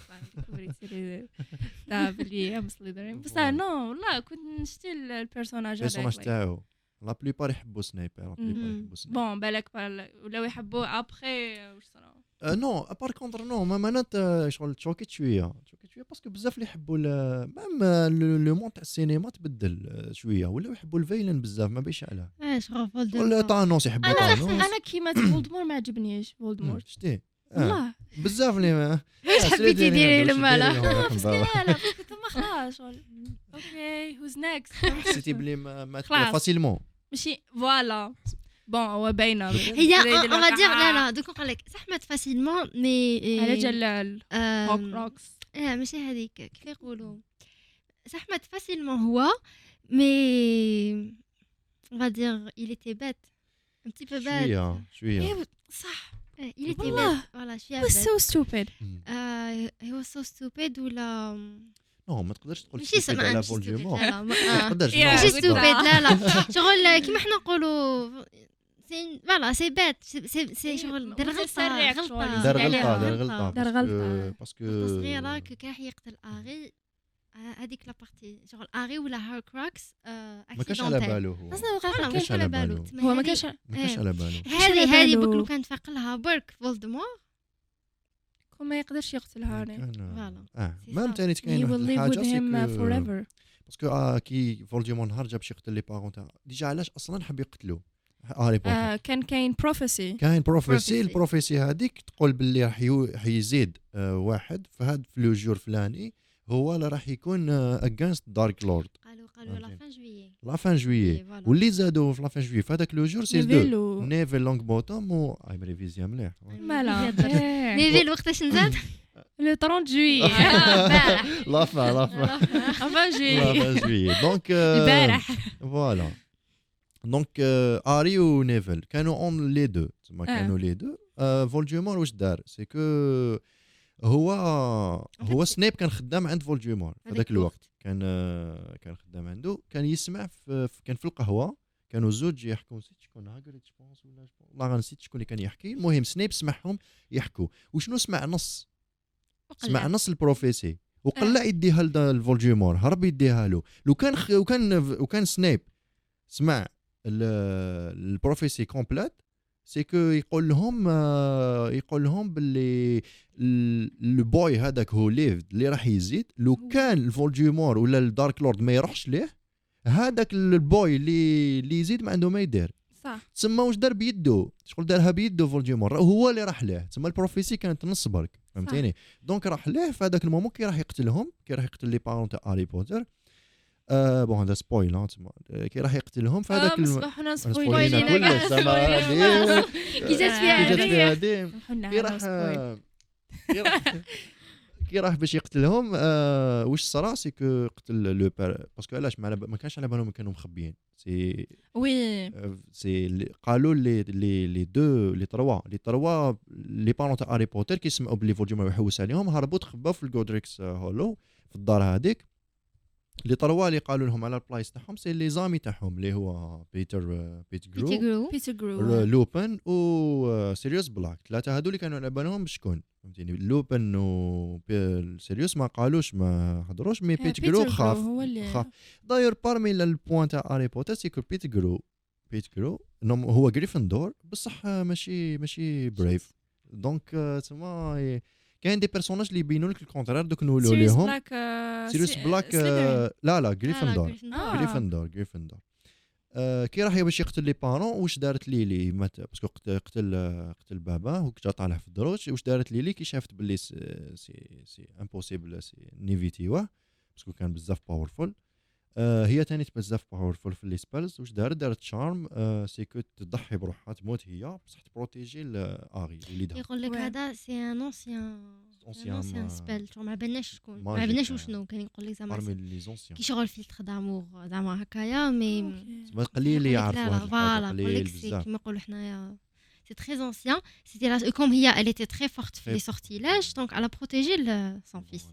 Speaker 2: تاع بلي ام سليدرين بصح
Speaker 3: Voilà.
Speaker 2: نو والله كنت نشتي ال- البيرسوناج
Speaker 3: البيرسوناج
Speaker 2: هذاك
Speaker 3: تاعو لا بليبار يحبوا سنيب لا بليبار
Speaker 4: Mhm.
Speaker 3: يحبوا سنيب
Speaker 2: بون بالك بال- ولاو يحبوه ابخي واش صرا
Speaker 3: آه، نو بار كونتر نو ما مانات آه، شغل تشوكيت شويه تشوكيت شويه باسكو بزاف اللي يحبوا ال- مام آه، لو لو مون تاع السينما تبدل آه، شويه ولاو يحبوا الفيلن بزاف ما بيش علاه
Speaker 4: اه شغل
Speaker 3: ولا
Speaker 4: فولدمور.
Speaker 3: تانوس يحبوا تانوس
Speaker 2: انا كيما فولدمور ما عجبنيش
Speaker 3: مم،
Speaker 2: فولدمور
Speaker 3: شتي آه،
Speaker 2: والله
Speaker 3: بزاف اللي
Speaker 4: واش حبيتي ديري لما لا
Speaker 2: لا تما خلاص اوكي هوز نيكست
Speaker 3: حسيتي بلي ما ما
Speaker 2: خلاص.
Speaker 3: فاسيلمون
Speaker 2: ماشي فوالا بون هو باينه
Speaker 4: هي اون فا دير لا لا دوك نقول لك صح مات فاسيلمون مي
Speaker 2: على جال
Speaker 4: euh,
Speaker 2: هوك روكس
Speaker 4: لا ماشي هذيك كيف يقولوا زحمة فاسيلمون هو مي on va dire il était bête un petit peu bête
Speaker 3: شويه شويه
Speaker 4: إيه.
Speaker 2: صح
Speaker 4: آه، il était
Speaker 2: والله.
Speaker 4: bête voilà شوية
Speaker 2: was
Speaker 4: bête
Speaker 2: so stupid
Speaker 3: مم.
Speaker 4: آه، he was so stupid ولا
Speaker 3: نو ما تقدرش تقول
Speaker 4: ماشي
Speaker 3: stupid
Speaker 4: سمعان
Speaker 3: على
Speaker 4: ماشي stupid
Speaker 3: فولديمور
Speaker 4: لا لا ما-
Speaker 3: ما
Speaker 4: آه.
Speaker 3: تقدرش
Speaker 2: Yeah.
Speaker 3: نو،
Speaker 4: ماشي
Speaker 2: good
Speaker 3: تقدر.
Speaker 4: stupid
Speaker 2: job.
Speaker 4: لا لا شغل كيما حنا نقولوا سي فوالا سي بيت سي- سي سي شغل دار غلطة
Speaker 2: متسرع شغل.
Speaker 4: غلطة
Speaker 3: دار
Speaker 2: عليها
Speaker 3: غلطه دار
Speaker 2: غلطة.
Speaker 3: غلطه
Speaker 2: دار
Speaker 4: أه،
Speaker 3: باسكو-
Speaker 2: غلطة.
Speaker 3: باسكو
Speaker 4: غلطة صغيرة كو كان يقتل اري هذيك لابارتي شغل اري ولا هاركروكس
Speaker 3: ما كانش على باله
Speaker 4: بس
Speaker 3: هو كانش
Speaker 4: ما كانش
Speaker 3: على
Speaker 4: على
Speaker 3: بالو.
Speaker 4: بالو تما
Speaker 2: هو ما
Speaker 4: هذه-
Speaker 2: كانش
Speaker 3: ما كانش
Speaker 4: إيه.
Speaker 3: على باله
Speaker 2: على
Speaker 4: هذه هذه
Speaker 2: بالو.
Speaker 4: بك لو كان فاق لها برك فولدمور
Speaker 2: كون ما يقدرش يقتلها راني
Speaker 3: كان
Speaker 4: Voilà.
Speaker 3: اه
Speaker 4: C'est
Speaker 3: ميم
Speaker 4: ça.
Speaker 3: تاني كاين
Speaker 2: هي
Speaker 3: واحد
Speaker 2: ويل ليف
Speaker 3: الحاجه
Speaker 2: وذ
Speaker 3: سي
Speaker 4: uh,
Speaker 2: هيم فور
Speaker 3: كو
Speaker 2: ايفر
Speaker 3: باسكو اه كي فولديمون نهار جاب شي يقتل لي بارون تاعو ديجا علاش اصلا حب يقتلو هاري
Speaker 4: آه،
Speaker 3: بوتر
Speaker 2: كان كاين بروفيسي
Speaker 3: كاين بروفيسي
Speaker 4: prophecy.
Speaker 3: البروفيسي هذيك تقول باللي راح يو- راح يزيد آه، واحد في هاد في لو جور فلاني هو اللي راح يكون آه، اجينست دارك لورد
Speaker 4: قالوا قالوا لا
Speaker 3: فهمتي.
Speaker 4: فان جويي
Speaker 3: لا فان جويي واللي زادوا في لا فان جويي في هذاك لو جور سي دو
Speaker 2: نيفيل
Speaker 3: نيفل لونغ بوتوم و اي مريفيزيا مليح
Speaker 2: مالا Eh,
Speaker 4: نيفيل وقتاش نزاد
Speaker 2: لو 30
Speaker 4: [laughs]
Speaker 2: جوي
Speaker 4: البارح
Speaker 3: لا فان لا فان
Speaker 2: افان
Speaker 3: لا
Speaker 2: جوي
Speaker 3: فان جويي دونك آه،
Speaker 2: البارح
Speaker 3: فوالا دونك آه، اري ونيفل كانوا اون لي دو تما كانوا لي دو آه، فولديمور واش دار سي كو هو هو سنيب كان خدام عند فولديمور في هذاك الوقت كان آه، كان خدام عنده كان يسمع في في- كان في القهوه كانوا زوج يحكوا نسيت شكون هاغريد جوبونس ولا جوبونس. والله غير نسيت شكون اللي كان يحكي المهم سنيب سمعهم يحكوا وشنو سمع نص سمع نص البروفيسي وقلع يديها لدا- لفولديمور هرب يديها له لو كان خ... وكان وكان سنيب سمع ال- البروفيسي كومبلات سي كو يقول لهم آه، يقول لهم باللي ال- البوي هذاك هو ليفد اللي راح يزيد لو كان الفولديمور ولا الدارك لورد ما يروحش ليه هذاك البوي اللي اللي يزيد ما عنده ما يدير
Speaker 2: صح
Speaker 3: تسمى واش دار بيدو شغل دارها بيدو فولديمور راه هو اللي راح له تسمى البروفيسي كانت نص برك فهمتيني دونك راح له في هذاك المومون كي راح يقتلهم كي راح يقتل لي بارون تاع هاري بوتر آه بون هذا سبويل ها، تسمى آه، كي راح يقتلهم
Speaker 2: Ah,
Speaker 3: في هذاك الم...
Speaker 2: صباحنا
Speaker 3: سبويلينا
Speaker 4: سبويلينا
Speaker 2: سبويلينا
Speaker 4: كاع.
Speaker 3: كلش [laughs] زعما هادي [laughs]
Speaker 4: كي جات
Speaker 3: كي
Speaker 4: فيها
Speaker 3: جات
Speaker 4: هذه،
Speaker 3: فيها هادي كي راح
Speaker 2: راح
Speaker 3: كي راح [laughs] كي راح باش يقتلهم آه واش صرا سي كو قتل لو بار باسكو علاش ما على ب- ما كانش على بالهم كانوا مخبيين سي آه،
Speaker 2: وي
Speaker 3: سي اللي- قالوا لي لي لي دو لي تروا لي تروا لي بارون تاع هاري بوتر كي سمعوا بلي فولديمور يحوس عليهم هربوا تخباو في الجودريكس هولو في الدار هذيك لي تروا اللي قالوا لهم على البلايص تاعهم سي لي زامي تاعهم اللي هو بيتر آه، بيت جرو
Speaker 4: بيتي جرو
Speaker 2: بيتر
Speaker 3: ر-
Speaker 2: جرو
Speaker 3: لوبن و سيريوس بلاك ثلاثه هذو اللي كانوا على بالهم شكون فهمتيني لوبن و بي- سيريوس ما قالوش ما هضروش
Speaker 2: Eh,
Speaker 3: مي بيت جرو خاف
Speaker 2: هو اللي
Speaker 3: خاف داير بارمي البوان تاع هاري بوتر سيكو بيت جرو بيت جرو نم- هو جريفندور بصح آه، ماشي ماشي بريف دونك آه، تما ي- كاين دي بيرسوناج اللي يبينوا لك الكونترير دوك نولوا
Speaker 2: سيريوس
Speaker 3: ليهم
Speaker 2: بلاك آه،
Speaker 3: سيريوس
Speaker 2: سي-
Speaker 3: بلاك آه،
Speaker 2: سليذرين.
Speaker 3: لا لا
Speaker 4: لا، لا،
Speaker 3: جريفندور
Speaker 4: جريفندور.
Speaker 2: آه.
Speaker 3: جريفندور جريفندور آه، كي راح باش يقتل لي بارون واش دارت ليلي مات باسكو قت- قتل آه، قتل باباه وكتا طالع في الدروج واش دارت ليلي كي شافت باللي س- سي سي امبوسيبل سي نيفيتيوه باسكو كان بزاف باورفول آه، هي تاني بزاف باورفول في لي سبيلز واش دارت دارت شارم آه، سي كو تضحي بروحها تموت هي بصح تبروتيجي ال- اغي وليدها
Speaker 4: يقول لك
Speaker 2: Ouais.
Speaker 4: هذا سي ان اونسيان
Speaker 3: Ancien, euh,
Speaker 4: اونسيان سبيل ما بالناش شكون ما
Speaker 3: magique,
Speaker 4: بالناش
Speaker 3: euh,
Speaker 4: وشنو كان يقول لك زعما
Speaker 3: parmi
Speaker 4: سي-
Speaker 3: لي زونسيان
Speaker 4: كي شغل فيلتر
Speaker 3: euh,
Speaker 4: دامور زعما هكايا
Speaker 3: Ah,
Speaker 4: مي
Speaker 3: تما قليل اللي يعرفوا هاد الحاجة،
Speaker 4: فوالا نقول
Speaker 3: قليل
Speaker 4: لك سي
Speaker 3: بزاف
Speaker 4: كيما نقولوا
Speaker 3: euh.
Speaker 4: حنايا سي تري اونسيان سيتي لا كوم هي الي تي تري فورت في
Speaker 3: Très-
Speaker 4: لي سورتيلاج دونك على بروتيجي سون فيس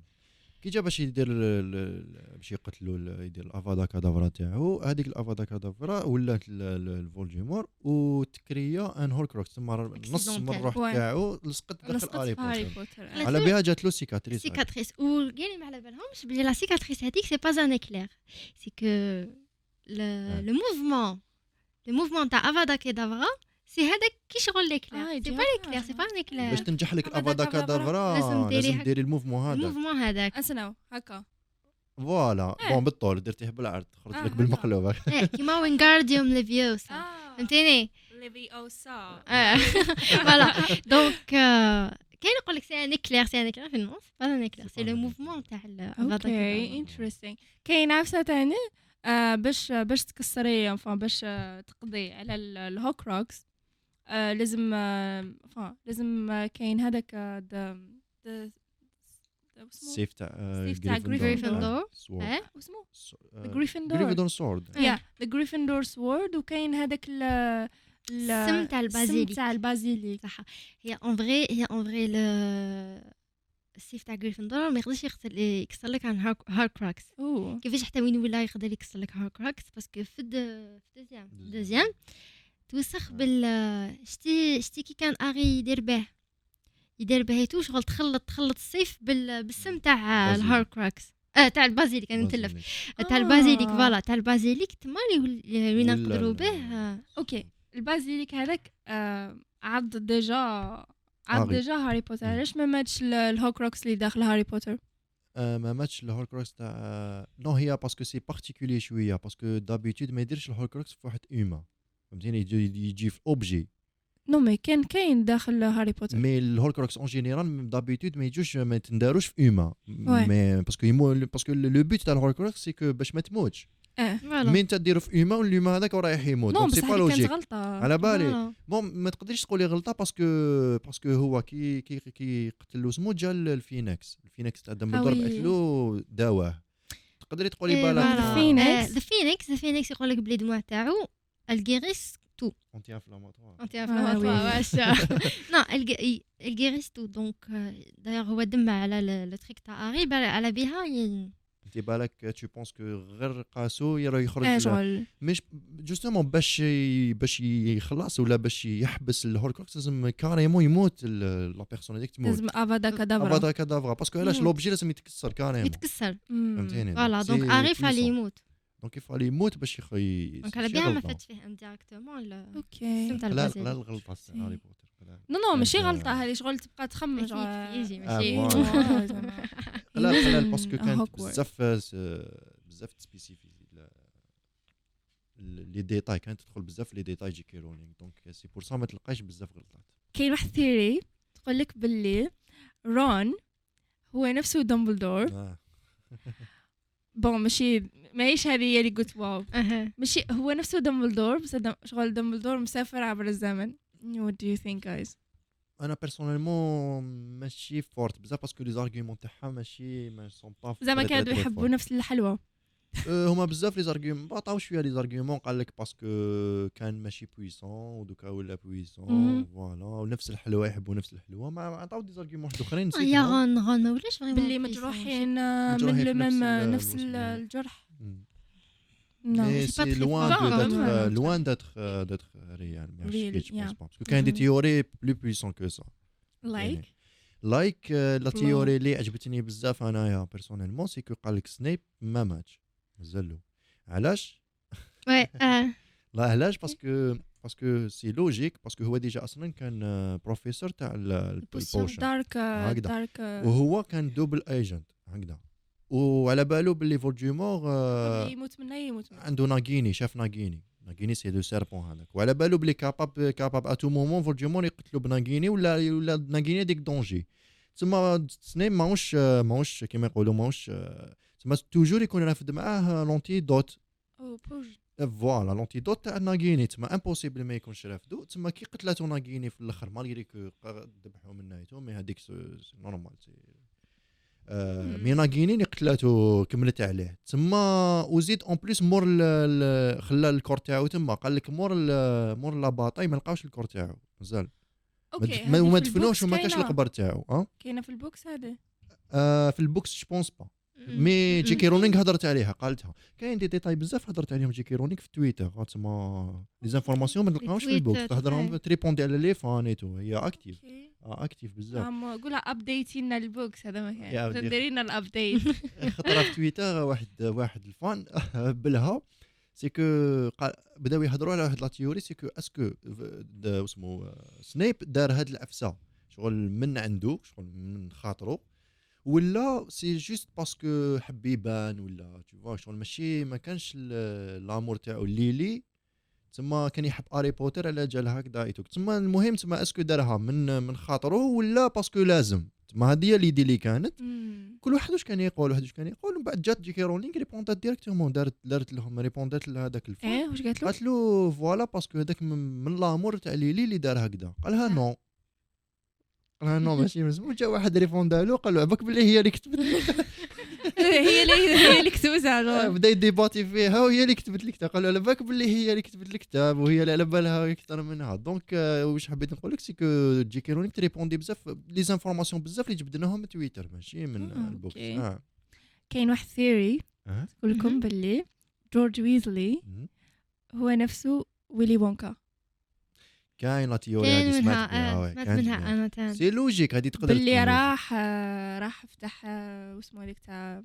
Speaker 3: كي جا باش يدير ال- ال- باش يقتلوا ال- يدير الافادا كادافرا تاعو هذيك الافادا كادافرا ولات ال- ال- الفولديمور وتكريا ان هوركروكس تما ر- نص من
Speaker 4: Accidentel.
Speaker 3: الروح
Speaker 2: Ouais.
Speaker 3: تاعو لصقت داخل
Speaker 2: لصقت
Speaker 3: هاري
Speaker 2: في هاري
Speaker 3: بوتر
Speaker 2: بوتر
Speaker 4: على
Speaker 3: على بها جات له سيكاتريس
Speaker 4: سيكاتريس وكاين ما على بالهمش بلي لا سيكاتريس هذيك سي با ان اكلير سي كو لو موفمون لو موفمون تاع افادا كيدافرا سي هذاك كي شغل
Speaker 2: آه،
Speaker 4: ليكلير سي
Speaker 2: يجي
Speaker 4: با
Speaker 2: هكا.
Speaker 4: ليكلير سي با ان
Speaker 3: باش
Speaker 4: اكلير
Speaker 3: تنجح لك
Speaker 2: Avada
Speaker 3: الافادا
Speaker 2: Kedavra
Speaker 3: كادافرا
Speaker 4: لازم ديري
Speaker 3: لازم
Speaker 4: هك-
Speaker 3: ديري الموفمون هذا
Speaker 4: الموفمون [laughs] هذاك
Speaker 2: اسناو هكا
Speaker 3: فوالا
Speaker 2: إيه.
Speaker 3: بون بالطول درتيه بالعرض خرج
Speaker 2: آه،
Speaker 3: لك
Speaker 2: هكا.
Speaker 3: بالمقلوب
Speaker 4: إيه، كيما وينغارديوم
Speaker 2: Ah.
Speaker 4: ليفيوسا فهمتيني
Speaker 2: ليفيوسا
Speaker 4: آه. [laughs] فوالا دونك آه، كاين يقول لك سي ان اكلير سي ان اكلير في النص با ان اكلير سي لو موفمون تاع الافادا
Speaker 2: اوكي انتريستينغ كاين عفسه تاني آه، باش باش تكسري enfin باش آه، تقضي على ال- الهوك روكس آه، لازم آه، enfin لازم آه، كاين هذاك آه، the- the- the- واسمه-
Speaker 3: السيف تاع آه،
Speaker 2: السيف تاع
Speaker 3: جريفندور.
Speaker 4: Gryffindor.
Speaker 3: آه، sword.
Speaker 4: إيه.
Speaker 2: واسمه
Speaker 3: So- آه،
Speaker 2: Gryffindor.
Speaker 3: Gryffindor sword.
Speaker 2: يا ذا جريفندور سورد وكاين هذاك ال ال-
Speaker 4: السم تاع البازيليك.
Speaker 2: السم تاع البازيليك
Speaker 4: صح هي اون فري هي اون فري ل- السيف تاع جريفندور ما يقدرش يقتل يكسر لك عن هارك- هاركراكس
Speaker 2: اوه
Speaker 4: كيفاش حتى وين ولا يقدر يكسر لك هاركراكس باسكو في الد- في الدوزيام في الدوزيام توسخ
Speaker 3: آه.
Speaker 4: بال شتي شتي كي كان اغي يدير به يدير به تو شغل تخلط تخلط السيف بال... بالسم تاع
Speaker 3: بازيليك.
Speaker 4: الهاركراكس آه، تاع البازيليك انا نتلف تاع البازيليك فوالا تاع البازيليك تما اللي اللي
Speaker 3: ولا-
Speaker 4: نقدروا به آه،
Speaker 2: اوكي البازيليك هذاك آه، عض ديجا عض
Speaker 3: هاري.
Speaker 2: ديجا هاري بوتر
Speaker 3: مم.
Speaker 2: علاش ما ماتش ال- الهوكروكس اللي داخل هاري بوتر
Speaker 3: آه، ما ماتش الهوركروكس تاع آه، نو هي باسكو سي بارتيكولي شويه باسكو دابيتود ما يديرش الهوركروكس في واحد هيومان فهمتيني يجي, يجي في اوبجي
Speaker 2: نو مي كان كاين داخل هاري بوتر
Speaker 3: مي الهوركروكس اون جينيرال دابيتود ما يجوش ما تنداروش في هيومان
Speaker 2: Ouais.
Speaker 3: مي باسكو يمو باسكو لو بوت تاع الهوركروكس سي كو باش ما تموتش
Speaker 2: اه
Speaker 4: فوالا
Speaker 3: مي انت ديرو في هيومان والهيومان هذاك رايح يموت
Speaker 2: نو
Speaker 3: دونك
Speaker 2: بس
Speaker 3: سي با
Speaker 2: هذه كانت
Speaker 3: لوجيك
Speaker 2: غلطه
Speaker 3: على بالي
Speaker 4: فوالا.
Speaker 3: بون ما تقدريش تقولي غلطه باسكو باسكو هو كي كي كي قتلو سمو جا الفينكس الفينكس تاع دمبلدور
Speaker 2: وي.
Speaker 3: قتلو داواه تقدري تقولي
Speaker 4: آه إيه،
Speaker 3: بالك
Speaker 4: فوالا.
Speaker 2: Phoenix.
Speaker 4: آه، ذا فينيكس ذا فينيكس يقول لك بلي دموع تاعو الجيريس
Speaker 3: انت عارف لاماتوار
Speaker 4: انت عارف
Speaker 2: آه،
Speaker 4: نوع
Speaker 2: وي. [laughs]
Speaker 4: طبعا، واش [laughs] نو الجيريس تو دونك دايوغ euh، هو دمع على لو تريك تاع اري بال- على بها ي-
Speaker 3: انت بالك تو بونس كو غير قاسو يرى
Speaker 4: إيه،
Speaker 2: اه
Speaker 3: يخرج
Speaker 2: شغل
Speaker 3: مش جوستومون باش ي- باش يخلص ولا باش يحبس الهوركروكس لازم كاريمون يموت ال- لا بيرسون هذيك تموت
Speaker 2: لازم افادا كدابرا
Speaker 3: افادا كادافرا باسكو علاش
Speaker 4: يموت.
Speaker 3: لوبجي لازم يتكسر كاريمون
Speaker 4: يتكسر
Speaker 2: مم.
Speaker 3: فهمتيني
Speaker 4: فوالا دونك اري فالي يموت
Speaker 3: دونك يفالي يموت باش يخ ي-
Speaker 4: دونك على
Speaker 3: شي
Speaker 4: بها ما
Speaker 3: غلطة.
Speaker 4: فاتش فيه ديريكتومون
Speaker 2: اوكي
Speaker 3: لا
Speaker 4: تاع البازيليك
Speaker 3: لا الغلطه تاع هاري بوتر
Speaker 2: [laughs]
Speaker 3: لا.
Speaker 2: نو نو ماشي
Speaker 3: أنت-
Speaker 2: غلطه هذه شغل تبقى تخمم شغل
Speaker 4: تكنيك يجي
Speaker 3: آه،
Speaker 4: ماشي
Speaker 3: فوالا.
Speaker 2: آه، زعما.
Speaker 3: لا لا
Speaker 2: Imagine [laughs]
Speaker 3: باسكو
Speaker 2: a
Speaker 3: كانت
Speaker 2: Hogwarts.
Speaker 3: بزاف آه، بزاف سبيسيفيك لي ديتاي كانت تدخل بزاف لي ديتاي جي كي رولينغ دونك سي بور سا ما تلقاش بزاف غلطات
Speaker 2: كاين واحد ثيري تقول لك باللي رون هو نفسه دومبلدور
Speaker 3: آه.
Speaker 2: بون ماشي ماهيش هذه هي اللي قلت واو
Speaker 4: [laughs] أها.
Speaker 2: ماشي هو نفسه دومبلدور بس دم... شغل دومبلدور مسافر عبر الزمن what do you think guys
Speaker 3: انا بيرسونيلمون ماشي فورت بزاف باسكو لي زارغيومون تاعها ماشي ما سون با
Speaker 2: زعما كانوا يحبوا نفس الحلوى
Speaker 3: أه، هما بزاف لي زارغيوم عطاو شويه لي زارغيومون قال لك باسكو كان ماشي بويسون ودوكا ولا بويسون
Speaker 2: مهم.
Speaker 3: فوالا ونفس الحلوى يحبوا نفس الحلوى ما ما عطاو دي زارغيومون واحد اخرين
Speaker 4: آه، يا
Speaker 3: نسيتهم.
Speaker 4: غون غون ما ولاش فريمون
Speaker 2: باللي
Speaker 4: بليس،
Speaker 2: مجروحين آه،
Speaker 3: مجروحين
Speaker 2: من
Speaker 3: في
Speaker 2: لو
Speaker 3: نفس
Speaker 2: ميم
Speaker 3: ال-
Speaker 2: نفس ال-
Speaker 3: الوصف.
Speaker 2: الجرح
Speaker 3: مم.
Speaker 2: نو
Speaker 3: Mais
Speaker 4: c'est pas
Speaker 3: c'est
Speaker 4: très
Speaker 3: loin
Speaker 2: fort,
Speaker 3: de-
Speaker 2: hein,
Speaker 3: d'être
Speaker 2: ouais.
Speaker 3: euh, loin d'être euh, d'être réel. mais
Speaker 2: Réel,
Speaker 3: je- je pense
Speaker 2: yeah.
Speaker 3: pas. Parce que quand il y a des
Speaker 4: Mm-hmm.
Speaker 2: Mhm.
Speaker 3: théories plus puissantes que ça. euh,
Speaker 2: لايك
Speaker 3: يعني لايك لا
Speaker 2: والله.
Speaker 3: تيوري اللي عجبتني بزاف انايا بيرسونيلمون سي كو قال لك سنيب ما ماتش مازالو علاش
Speaker 4: وي آه،
Speaker 3: لا علاش باسكو باسكو سي لوجيك باسكو هو ديجا اصلا كان آه، بروفيسور تاع ال- ال-
Speaker 4: البوسيون
Speaker 3: البوشن
Speaker 2: دارك
Speaker 3: هكذا.
Speaker 2: دارك
Speaker 4: euh.
Speaker 3: وهو كان دوبل ايجنت هكذا وعلى بالو باللي فولديمور آه،
Speaker 2: يموت منا يموت منا
Speaker 3: عنده ناغيني شاف ناغيني ناغيني سي لو سيربون هذاك وعلى بالو بلي كاباب كاباب اتو مومون فولجيمون يقتلو بناغيني ولا ولا ناغيني ديك دونجي تسمى سنيم ماهوش ماهوش كيما يقولوا ماهوش تسمى توجور يكون رافد معاه لونتي دوت
Speaker 2: أو بوج.
Speaker 3: فوالا لونتي دوت تاع ناغيني تسمى امبوسيبل ما يكونش رافدو تسمى كي قتلاتو ناغيني في الاخر مالغري كو قا- ذبحو من نايتو مي هذيك سو- سي نورمال سي آه، مي ناغيني اللي قتلاتو كملت عليه تما وزيد اون بليس مور ال- ال- خلى الكور تاعو تما قال لك مور ال- مور لا باطاي ما لقاوش الكور تاعو مازال ما
Speaker 2: اوكي
Speaker 3: دف-
Speaker 2: هذه
Speaker 3: ما-
Speaker 2: في
Speaker 3: وما دفنوش
Speaker 2: البوكس
Speaker 3: وما كاش
Speaker 2: كاينة.
Speaker 3: القبر تاعو أه؟
Speaker 2: كاينه في البوكس هذا
Speaker 3: آه، في البوكس جوبونس با
Speaker 4: مم.
Speaker 3: مي جي
Speaker 4: مم.
Speaker 3: كي رولينغ هضرت عليها قالتها كاين دي ديتاي بزاف هضرت عليهم جي كي رولينغ في تويتر آه، تما لي زانفورماسيون ما نلقاوهمش في البوكس
Speaker 4: تويتر،
Speaker 3: تهضرهم
Speaker 4: صحيح.
Speaker 3: تريبوندي على لي فان اي تو هي اكتيف
Speaker 2: اوكي
Speaker 3: آه، اكتيف بزاف
Speaker 2: عم قولها ابديتي لنا البوكس هذا ما
Speaker 3: يا
Speaker 2: كان
Speaker 3: ودي.
Speaker 2: ديري لنا الابديت
Speaker 3: [laughs] خطره في تويتر واحد واحد الفان [laughs] بلها سي كو قا- بداو يهضروا على واحد لا تيوري سي كو اسكو اسمو سنيب دار هاد العفسه شغل من عنده شغل من خاطرو ولا سي جوست باسكو حب يبان ولا تو فوا شغل ماشي ما كانش ال- لامور تاعو ليلي تما كان يحب هاري بوتر على جال هكذا ايتوك تما المهم تما اسكو دارها من من خاطرو ولا باسكو لازم تما هذه هي ليدي اللي كانت
Speaker 2: [laughs] مم.
Speaker 3: كل واحد واش كان يقول واحد واش كان يقول ومن بعد جات جي كي رولينغ ريبوندات ديريكتومون دارت دارت لهم ريبوندات لهذاك الفون
Speaker 2: ايه واش قالت له [laughs]
Speaker 3: [laughs] قالت له فوالا باسكو هذاك من من لامور تاع ليلي اللي دار هكذا قالها نو قالها نو ماشي مزمون جا واحد ريبوندا له قال له عبك باللي هي اللي كتبت لك
Speaker 2: هي اللي هي اللي كتبتها شغل.
Speaker 3: بدا يديباتي فيها وهي اللي كتبت الكتاب قال له على بالك باللي هي اللي كتبت الكتاب وهي اللي على بالها اكثر منها دونك آه، واش حبيت نقول لك سيكو جي كي رولينغ تريبوندي بزاف لي زانفورماسيون بزاف اللي جبدناهم من تويتر ماشي من
Speaker 2: آه،
Speaker 3: آه، البوكس
Speaker 2: أوكي.
Speaker 3: آه.
Speaker 2: كاين واحد ثيري
Speaker 3: أه.
Speaker 2: تقول لكم
Speaker 4: مهم.
Speaker 2: باللي جورج ويزلي
Speaker 3: مم.
Speaker 2: هو نفسه ويلي وونكا
Speaker 3: كاين لا تيوري هادي
Speaker 4: كاين
Speaker 3: سمعت
Speaker 4: منها
Speaker 3: بها
Speaker 4: آه،
Speaker 3: وي،
Speaker 4: سمعت
Speaker 3: كانت
Speaker 4: منها
Speaker 3: بها.
Speaker 4: انا تاع
Speaker 3: سي لوجيك هادي تقدر
Speaker 2: باللي
Speaker 3: تكون
Speaker 2: راح آه، راح فتح آه، واسمه هذيك تاع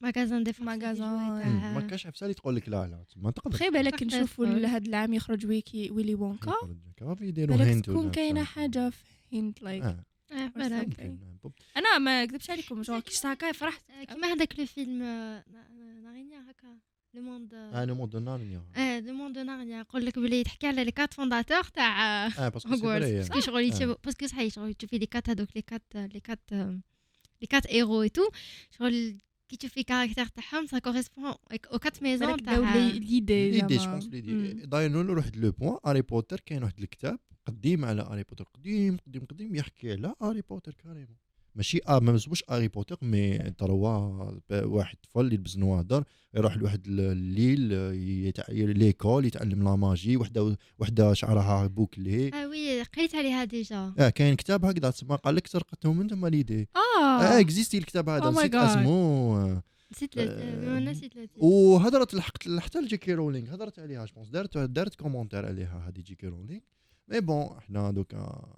Speaker 4: ماغازان دي فرنسي
Speaker 2: ماغازان.
Speaker 4: دي
Speaker 3: مم.
Speaker 4: جوي
Speaker 3: ما
Speaker 4: تاع-
Speaker 3: كاش على بالي تقول لك لا لا ما تقدر
Speaker 2: بخي بالك
Speaker 4: Parfait.
Speaker 2: نشوفوا
Speaker 4: Ouais.
Speaker 2: هذا العام يخرج ويكي ويلي وونكا
Speaker 3: كافي يديروا
Speaker 2: بالك
Speaker 3: هند
Speaker 2: تكون
Speaker 3: ولا
Speaker 2: كاينه
Speaker 3: بتاع.
Speaker 2: حاجه في هند لايك
Speaker 3: آه،
Speaker 4: آه،
Speaker 2: فرنسي.
Speaker 4: فوالا.
Speaker 3: ممكن. بوب.
Speaker 2: انا ما نكذبش عليكم جو كي هكا فرحت
Speaker 4: آه، كيما هذاك لو فيلم آه، نا- نارينيا هكا لو موند
Speaker 3: اه نو مود نارنيا
Speaker 4: اه لو موند ناريا يقول لك بلي تحكي على لي كات فونداتور تاع آه،
Speaker 3: اه باسكو سي فري،
Speaker 4: هوغورتس
Speaker 3: آه.
Speaker 4: كي شغل يتشابهوا باسكو صحيح شغل تشوفي لي كات هذوك لي كات لي كات لي كات ايرو اي تو شغل كي تشوفي كاركتير تاعهم سا كوريسبون او كات ميزون
Speaker 2: بالك
Speaker 4: تاع
Speaker 2: داو لي- ليدي
Speaker 3: ليدي
Speaker 2: زعما.
Speaker 3: جوبونس
Speaker 2: مم.
Speaker 3: ليدي داير نقول روحت لو بوان هاري بوتر كاين واحد الكتاب قديم على هاري بوتر قديم قديم قديم يحكي على هاري بوتر كاريمون ماشي اه ما مسموش هاري بوتر مي تروا ب- واحد طفل يلبس نوادر يروح لواحد ال- الليل يتع- ليكول يتعلم لا ماجي وحده وحده شعرها بوكلي
Speaker 4: اه وي قريت عليها ديجا
Speaker 3: اه كاين كتاب هكذا تسمى قال لك سرقته من تما ليدي اه
Speaker 2: اه
Speaker 3: اكزيستي الكتاب هذا
Speaker 2: Oh my
Speaker 3: نسيت
Speaker 2: God.
Speaker 3: اسمه آه.
Speaker 4: نسيت
Speaker 3: آه،
Speaker 4: لا- آه، نسيت لا-
Speaker 3: وهضرت لحقت حتى لجيكي رولينغ هضرت عليها جوبونس دارت دارت كومونتير عليها هذه جيكي رولينغ مي بون حنا دوكا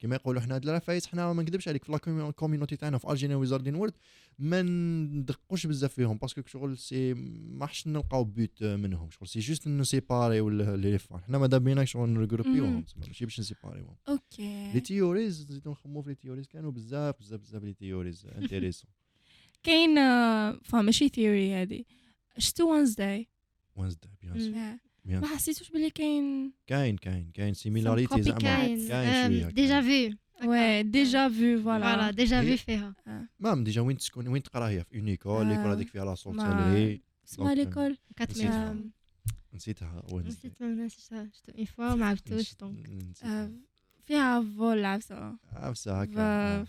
Speaker 3: كما يقولوا حنا هاد الرفايس حنا ما نكذبش عليك في لا كوميونيتي تاعنا في الجينا ويزاردين وورد ما ندقوش بزاف فيهم باسكو شغل سي ما حش نلقاو بيوت منهم شغل سي جوست نسيباري ولا لي فان حنا ماذا بينا شغل نرجروبيوهم
Speaker 2: مم.
Speaker 3: تسمى، ماشي باش نسيباريوهم لي
Speaker 2: اوكي
Speaker 3: تيوريز نزيدو نخمو في لي تيوريز كانوا بزاف بزاف بزاف لي تيوريز انتيريسون
Speaker 2: كاين آه، فا ماشي ثيوري هذه شتو وانزداي
Speaker 3: وانزداي بيان
Speaker 4: مم.
Speaker 3: سور بيان
Speaker 2: ما حسيتوش بلي كاين
Speaker 3: كاين كاين كاين سيميلاريتي
Speaker 4: Some
Speaker 3: زعما
Speaker 4: copycats.
Speaker 3: كاين
Speaker 4: آه،
Speaker 3: شويه
Speaker 4: ديجا فيو
Speaker 2: وي ديجا فيو
Speaker 4: فوالا
Speaker 2: فوالا
Speaker 4: ديجا
Speaker 3: هي-
Speaker 4: في فيها
Speaker 3: مام ديجا وين تسكن وين تقرا هي في اونيكول
Speaker 2: آه.
Speaker 3: ليكول هذيك فيها لا
Speaker 2: ما-
Speaker 3: سونتالري
Speaker 2: اسمها
Speaker 3: دونك،
Speaker 2: ليكول
Speaker 4: كات
Speaker 3: نسيتها.
Speaker 4: ميزون
Speaker 2: آم،
Speaker 3: نسيتها وين
Speaker 4: نسيت ما نسيتش شفتو اون فوا ما عرفتوش دونك
Speaker 2: آه، فيها فول عفسه
Speaker 3: عفسه
Speaker 2: ف-
Speaker 3: هكا آه،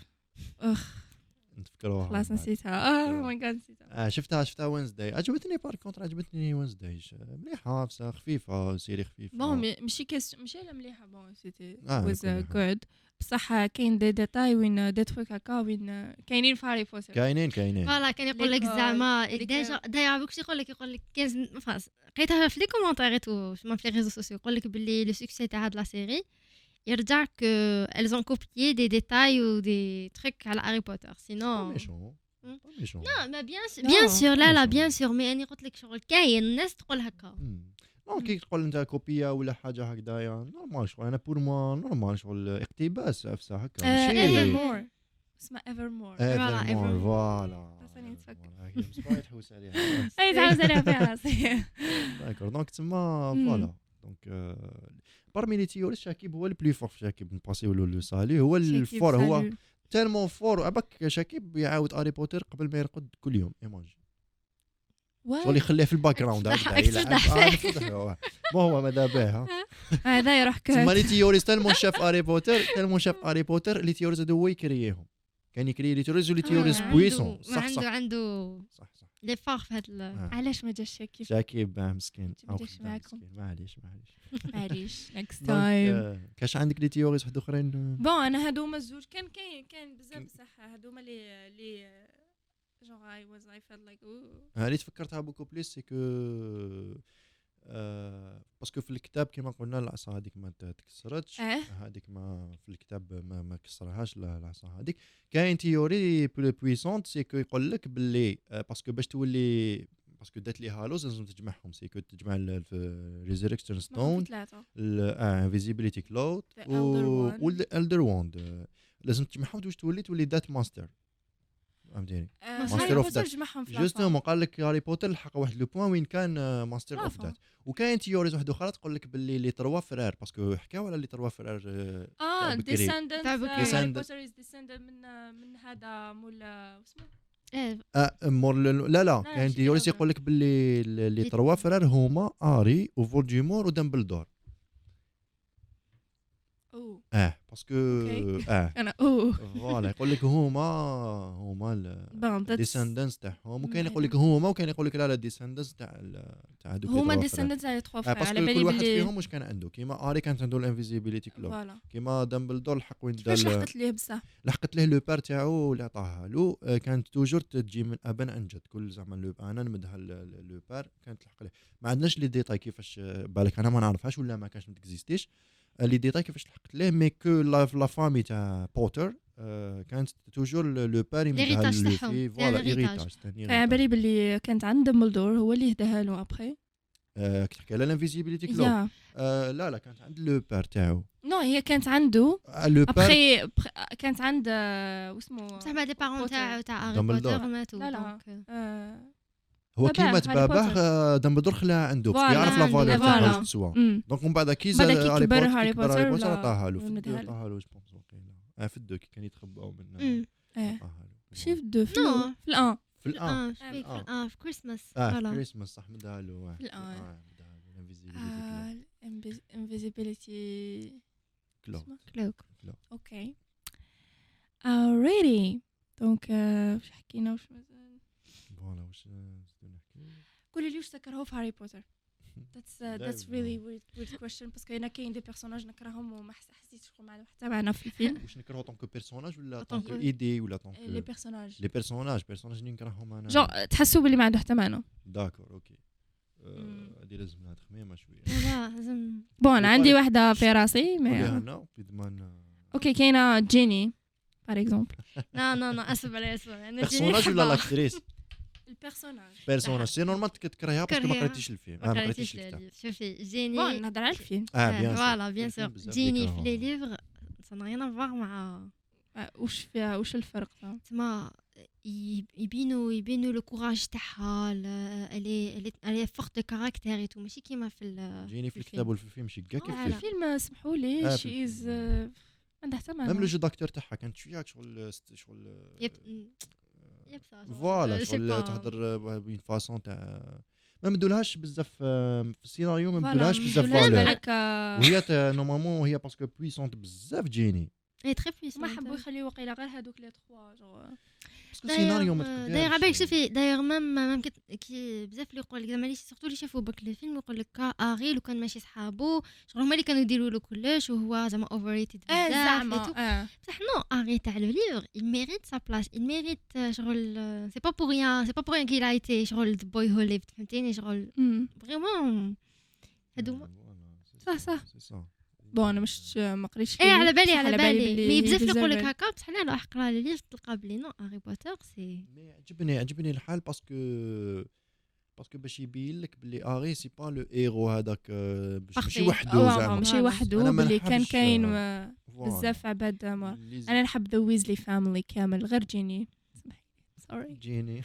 Speaker 2: اخ
Speaker 3: نتفكروها
Speaker 2: خلاص
Speaker 3: من بعد.
Speaker 2: نسيتها اه ماي جاد نسيتها
Speaker 3: آه شفتها شفتها وينزداي عجبتني بار كونتر عجبتني وينزداي مليحه عفسه خفيفه سيري خفيفه
Speaker 2: بون مي- ماشي كاس ماشي لا مليحه بون سيتي
Speaker 3: آه،
Speaker 2: واز
Speaker 3: كل حاجة.
Speaker 2: جود بصح كاين دي ديتاي
Speaker 3: uh,
Speaker 2: وين دي تروك هكا وين كاينين في هاري بوتر
Speaker 3: كاينين كاينين
Speaker 4: فوالا كان يقول لك
Speaker 2: ليكول.
Speaker 4: زعما
Speaker 2: هذيك-
Speaker 4: ديجا داير بوكش يقول لك يقول لك 15 فاس لقيتها في لي كومونتير تو في لي ريزو سوسيو يقول لك باللي لو سوكسي تاع هاد لا سيري يرجع ك elles ont copié des détails ou des trucs على هاري بوتر
Speaker 3: با
Speaker 4: سينو
Speaker 3: ميشون
Speaker 4: مم.
Speaker 3: با ميشون
Speaker 4: ما بيان
Speaker 2: لا.
Speaker 4: بيان سور لا لا
Speaker 3: Bien sûr.
Speaker 4: بيان سور مي اني قلت لك شغل كاين الناس تقول هكا
Speaker 3: مم. دونك كي تقول انت كوبيا ولا يعني حاجه هكذايا نورمال شغل انا بور موا نورمال شغل اقتباس عفسه هكا
Speaker 2: آه، Uh,
Speaker 3: ماشي
Speaker 2: ايفر مور اسمها ايفر مور
Speaker 4: Voilà,
Speaker 3: Ah, Evermore,
Speaker 4: Evermore.
Speaker 3: voilà.
Speaker 2: خاصني نتفكر.
Speaker 3: Evermore. هي بصح ما تحوس عليها
Speaker 2: اي تعاوز عليها في راسي [laughs]
Speaker 3: داكور دونك تما فوالا دونك بارمي لي تيوري شاكيب هو البلي فور شاكيب نباسيو له لو سالي هو الفور هو تالمون فور عباك شاكيب يعاود هاري بوتر قبل ما يرقد كل يوم ايماجي شغل يخليه في الباك جراوند
Speaker 4: افتح-
Speaker 3: هكذا يلعب.
Speaker 4: افتح.
Speaker 3: آه، نفتح له، آه. ما هو ماذا به ها.
Speaker 2: هذا يروح كهت
Speaker 3: تما لي تيوريز تالمون شاف هاري بوتر تالمون شاف هاري بوتر لي تيوريز هادو هو يكرييهم كان يكري لي تيوريز ولي تيوريز
Speaker 4: آه،
Speaker 3: بويسون
Speaker 4: عنده-
Speaker 3: صح
Speaker 4: عنده
Speaker 3: صح
Speaker 4: عنده
Speaker 3: صح صح
Speaker 4: لي فار في هاد ال-
Speaker 3: آه.
Speaker 2: علاش ما جاش شاكي
Speaker 3: شاكيب آه، مسكين
Speaker 2: جبت
Speaker 3: أو
Speaker 2: ليش
Speaker 3: خدام
Speaker 2: معاكم.
Speaker 3: مسكين. معليش معليش
Speaker 2: معليش نكست
Speaker 3: دونك،
Speaker 2: تايم
Speaker 3: آه، كاش عندك لي تيوريز واحد اخرين آه،
Speaker 2: بون انا هادوما الزوج كان كاين كان بزاف بصح هادوما لي لي جونغ اي واز اي فيل لايك
Speaker 3: اللي تفكرتها بوكو بليس سي كو آه، باسكو في الكتاب كما قلنا العصا هذيك ما ت- تكسرتش
Speaker 4: إيه؟
Speaker 2: اه
Speaker 3: هذيك ما في الكتاب ما, ما كسرهاش لا- العصا هذيك كاين تيوري بلو بويسونت سي كو يقول لك باللي آه، باسكو باش تولي باسكو دات لي هالوز لازم تجمعهم سي كو تجمع ريزيركشن ستون
Speaker 2: ثلاثة
Speaker 3: آه، انفيزيبيليتي كلاود
Speaker 2: The Elder Wand.
Speaker 3: والالدر ووند آه، لازم تجمعهم واش تولي تولي دات ماستر فهمتيني
Speaker 2: آه،
Speaker 3: Master of Death.
Speaker 2: جمعهم في
Speaker 3: جوستومون قال لك هاري بوتر لحق واحد لو بوان وين كان آه، ماستر اوف
Speaker 2: لافا.
Speaker 3: دات وكاين تيوريز واحده اخرى تقول لك باللي لي تروا فرار باسكو حكاو على لي تروا فرار آه،
Speaker 2: اه
Speaker 3: تاع بكري.
Speaker 2: ديسندنت
Speaker 4: تاع بكري.
Speaker 2: هاري
Speaker 3: Descendants.
Speaker 2: بوتر از ديسندنت من آه، من هذا مول واسمه
Speaker 4: آه،
Speaker 3: آه، مور ل- لا لا
Speaker 2: لا،
Speaker 3: كاين
Speaker 2: شي
Speaker 3: تيوريز
Speaker 2: حاجة.
Speaker 3: يقول لك باللي ل- لي
Speaker 4: لي-
Speaker 3: تروا فرار هما هاري وفولديمور ودمبلدور
Speaker 2: اوه
Speaker 3: اه باسكو
Speaker 2: أوكي.
Speaker 3: اه
Speaker 2: انا اوه
Speaker 3: فوالا يقول لك هما
Speaker 2: [laughs]
Speaker 3: هما ال-
Speaker 2: بون
Speaker 3: ديسندنس تاعهم وكاين يقول لك
Speaker 2: معنى.
Speaker 3: هما وكاين يقول لك لا لا ديسندنس تاع ال- تاع هذوك
Speaker 2: هما ديسندنت على تخوا
Speaker 3: آه
Speaker 2: فرع على
Speaker 3: باسكو
Speaker 2: بالي
Speaker 3: كل واحد
Speaker 2: بلي
Speaker 3: فيهم واش كان عنده كيما اري كانت عنده الانفيزيبيليتي كلوب
Speaker 2: فوالا
Speaker 3: كيما دامبلدور الحق وين
Speaker 2: كيفاش
Speaker 3: دار
Speaker 2: لحقت ليه بصح
Speaker 3: لحقت ليه لو بار تاعو اللي عطاها له آه، كانت توجور تجي من ابا عن جد كل زعما لو انا نمدها لو بار كانت تلحق ليه ما عندناش لي ديتاي كيفاش آه، بالك انا ما نعرفهاش ولا ما كانش ما تكزيستيش آه، لي ديتاي كيفاش لحقت ليه مي كو لا لا فامي تاع بوتر آه، آه، كانت توجور لو باري نتاع
Speaker 4: L'héritage
Speaker 3: لو
Speaker 4: تاعهم،
Speaker 3: في
Speaker 4: تاع
Speaker 3: فوالا
Speaker 4: الhéritage.
Speaker 3: هيريتاج
Speaker 2: آه، على بالي باللي كانت عند دمبلدور هو اللي يهداها له ابخي
Speaker 3: آه، تحكي على لانفيزيبيليتي كلوب
Speaker 2: يا
Speaker 3: آه، لا لا كانت عند لو بار تاعو
Speaker 2: نو هي كانت عنده
Speaker 3: آه، لو بار
Speaker 2: ابخي بخ- كانت عند آه، واسمه
Speaker 4: بصح ما لي بارون
Speaker 2: Potter.
Speaker 4: تاعو تاع هاري
Speaker 3: Dumbledore.
Speaker 4: بوتر ماتوا
Speaker 2: لا، لا.
Speaker 4: دونك،
Speaker 2: آه،
Speaker 3: هو
Speaker 2: باباه،
Speaker 3: كيما
Speaker 2: هاري
Speaker 3: تباباه
Speaker 2: بوتر.
Speaker 3: آه، دمبلدور خلاها عنده
Speaker 2: فوالا،
Speaker 3: يعرف لا
Speaker 4: عنده،
Speaker 3: فالور
Speaker 2: فوالا.
Speaker 3: تاعها واش تسوى
Speaker 2: أمم.
Speaker 3: دونك من بعد كي
Speaker 2: بعد
Speaker 3: زاد
Speaker 2: كي
Speaker 3: هاري
Speaker 2: كبر
Speaker 3: بوتر
Speaker 2: هاري
Speaker 3: كي كبر
Speaker 2: بوتر
Speaker 3: هاري بوتر
Speaker 2: ولا-
Speaker 3: عطاها له في
Speaker 2: ولا
Speaker 3: الدو
Speaker 2: مدها له.
Speaker 3: عطاها له جو بونس وقيلا آه، في الدو كي كان يتخباو من
Speaker 4: أمم.
Speaker 2: إيه.
Speaker 3: عطاها له.
Speaker 2: شي في الدو في
Speaker 4: نو.
Speaker 2: الأول. في الان
Speaker 3: في الان
Speaker 4: اه شبيك
Speaker 3: آه.
Speaker 4: اه في كريسماس
Speaker 3: اه
Speaker 4: فوالا
Speaker 3: كريسماس صح مدها له آه،
Speaker 2: في الآن.
Speaker 3: آه، مدها له
Speaker 2: Ah,
Speaker 3: لانفيزيبيليتي
Speaker 2: الانفيزيبيليتي
Speaker 3: كلوب
Speaker 2: اسمه؟
Speaker 4: كلوك
Speaker 2: اوكي alrighty دونك آه، واش حكينا واش مازال
Speaker 3: فوالا واش آه، شنو نحكي
Speaker 2: قولي لي واش تكرهوا في هاري بوتر That's uh, that's
Speaker 3: دايما.
Speaker 2: really weird, weird question باسكو انا كاين دي بيرسوناج نكرههم وما حس- حسيتش شكون معنا حتى معنا في الفيلم
Speaker 3: واش نكرهو طونكو بيرسوناج ولا
Speaker 2: طونك-
Speaker 3: طونكو ايدي ولا
Speaker 2: لي
Speaker 3: طونكو
Speaker 2: بيرسوناج
Speaker 3: لي بيرسوناج بيرسوناج اللي نكرههم انا
Speaker 2: جو تحسوا باللي ما عنده حتى معنى
Speaker 3: داكور اوكي
Speaker 2: مم.
Speaker 3: آه، هادي لازم لها تخميمه شويه
Speaker 4: فوالا لازم
Speaker 2: بون عندي واحده في راسي
Speaker 3: قوليها
Speaker 2: مي
Speaker 3: لنا وفي ضمان
Speaker 2: اوكي كاينه جيني باغ اكزومبل
Speaker 4: لا لا لا اسف عليا اسف عليا انا جيني
Speaker 3: بيرسوناج ولا
Speaker 4: نحبها.
Speaker 3: لاكتريس
Speaker 2: البيرسوناج
Speaker 3: بيرسوناج سي نورمال كتكرهها باسكو ما
Speaker 4: كرهيها.
Speaker 3: قريتيش الفيلم
Speaker 4: ما
Speaker 3: اه ما
Speaker 4: قريتيش
Speaker 3: قريتيش الكتاب
Speaker 4: لي- شوفي جيني
Speaker 2: بون نهضر على الفيلم
Speaker 4: Ah,
Speaker 3: اه بيان سور.
Speaker 4: فوالا بيان
Speaker 3: الفيلم
Speaker 4: سور
Speaker 3: بزاف
Speaker 4: جيني
Speaker 3: يكرهوها.
Speaker 4: في لي ليفغ سان غيان افواغ مع
Speaker 2: آه، واش فيها واش الفرق فهم؟
Speaker 4: تما يب- يبينوا يبينوا لو كوراج تاعها الي الي فورت دو كاركتير اي تو ماشي كيما في ال-
Speaker 3: جيني في
Speaker 4: الفيلم.
Speaker 3: الكتاب وفي الفيلم شي كاع
Speaker 2: آه، في
Speaker 4: فوالا.
Speaker 3: كيف
Speaker 2: الفيلم آه، سمحوا لي
Speaker 3: آه، في
Speaker 2: شي از
Speaker 3: الفيلم.
Speaker 2: عندها حتى
Speaker 3: ميم لو
Speaker 2: معنى
Speaker 3: جو داكتور تاعها كانت شويه شغل شغل
Speaker 4: يب يب mm. ça, genre,
Speaker 3: فوالا
Speaker 4: euh, je sais
Speaker 3: شغل
Speaker 4: pas.
Speaker 3: تهضر بين فاسون تاع ما مدولهاش بزاف آه، في السيناريو ما
Speaker 2: فوالا،
Speaker 3: مدولهاش بزاف
Speaker 2: مدولهاش
Speaker 3: فالور
Speaker 2: بالك، آه،
Speaker 3: وهي ت- نورمالمون هي باسكو بويسونت بزاف جيني
Speaker 4: هي très puissante.
Speaker 2: ما حبوا يخليو وقيله غير هذوك لي تخوا جو
Speaker 3: باسكو السيناريو ما
Speaker 4: داير-
Speaker 3: تقدرش
Speaker 4: داير عبالك شوفي داير مام مام كت- كي بزاف اللي يقول لك زعما اللي سورتو اللي شافوا بك الفيلم يقول لك كا اغي لو كان ماشي صحابو شغل هما اللي كانوا يديروا له كلش وهو زعما اوفر ريتد بزاف et tout.
Speaker 2: آه.
Speaker 4: بصح نو اغي تاع لو ليفغ il mérite sa place il mérite آه، شغل آه، c'est pas pour rien c'est pas pour rien qu'il a été شغل the boy who lived فهمتيني شغل
Speaker 2: أمم.
Speaker 4: فريمون هادو هما.
Speaker 2: صح، صح.
Speaker 3: صح
Speaker 2: بون انا مش ما قريتش
Speaker 4: ايه
Speaker 2: فيه،
Speaker 4: على بالي
Speaker 2: بصح
Speaker 4: على بالي
Speaker 2: باللي
Speaker 4: مي بزاف
Speaker 2: بزاف
Speaker 4: اللي يقول لك
Speaker 2: بالك.
Speaker 4: هكا بصح لا لا اقرا لي ليفغ تلقى بلي نو هاري بوتر سي
Speaker 3: مي عجبني عجبني الحال باسكو باسكو باش يبين لك بلي اغي سي با لو هيرو هذاك آه، باش ماشي
Speaker 4: Parfait.
Speaker 3: وحده
Speaker 2: آه،
Speaker 3: زعما
Speaker 2: ماشي
Speaker 4: أنا
Speaker 2: وحده
Speaker 3: ما
Speaker 2: باللي كان
Speaker 3: نحبش،
Speaker 2: كاين
Speaker 3: آه،
Speaker 2: آه،
Speaker 3: فوالا.
Speaker 2: بزاف عباد آه، مور.
Speaker 3: اللي زي-
Speaker 2: انا نحب ذا ويزلي فاميلي كامل غير جيني سوري
Speaker 3: جيني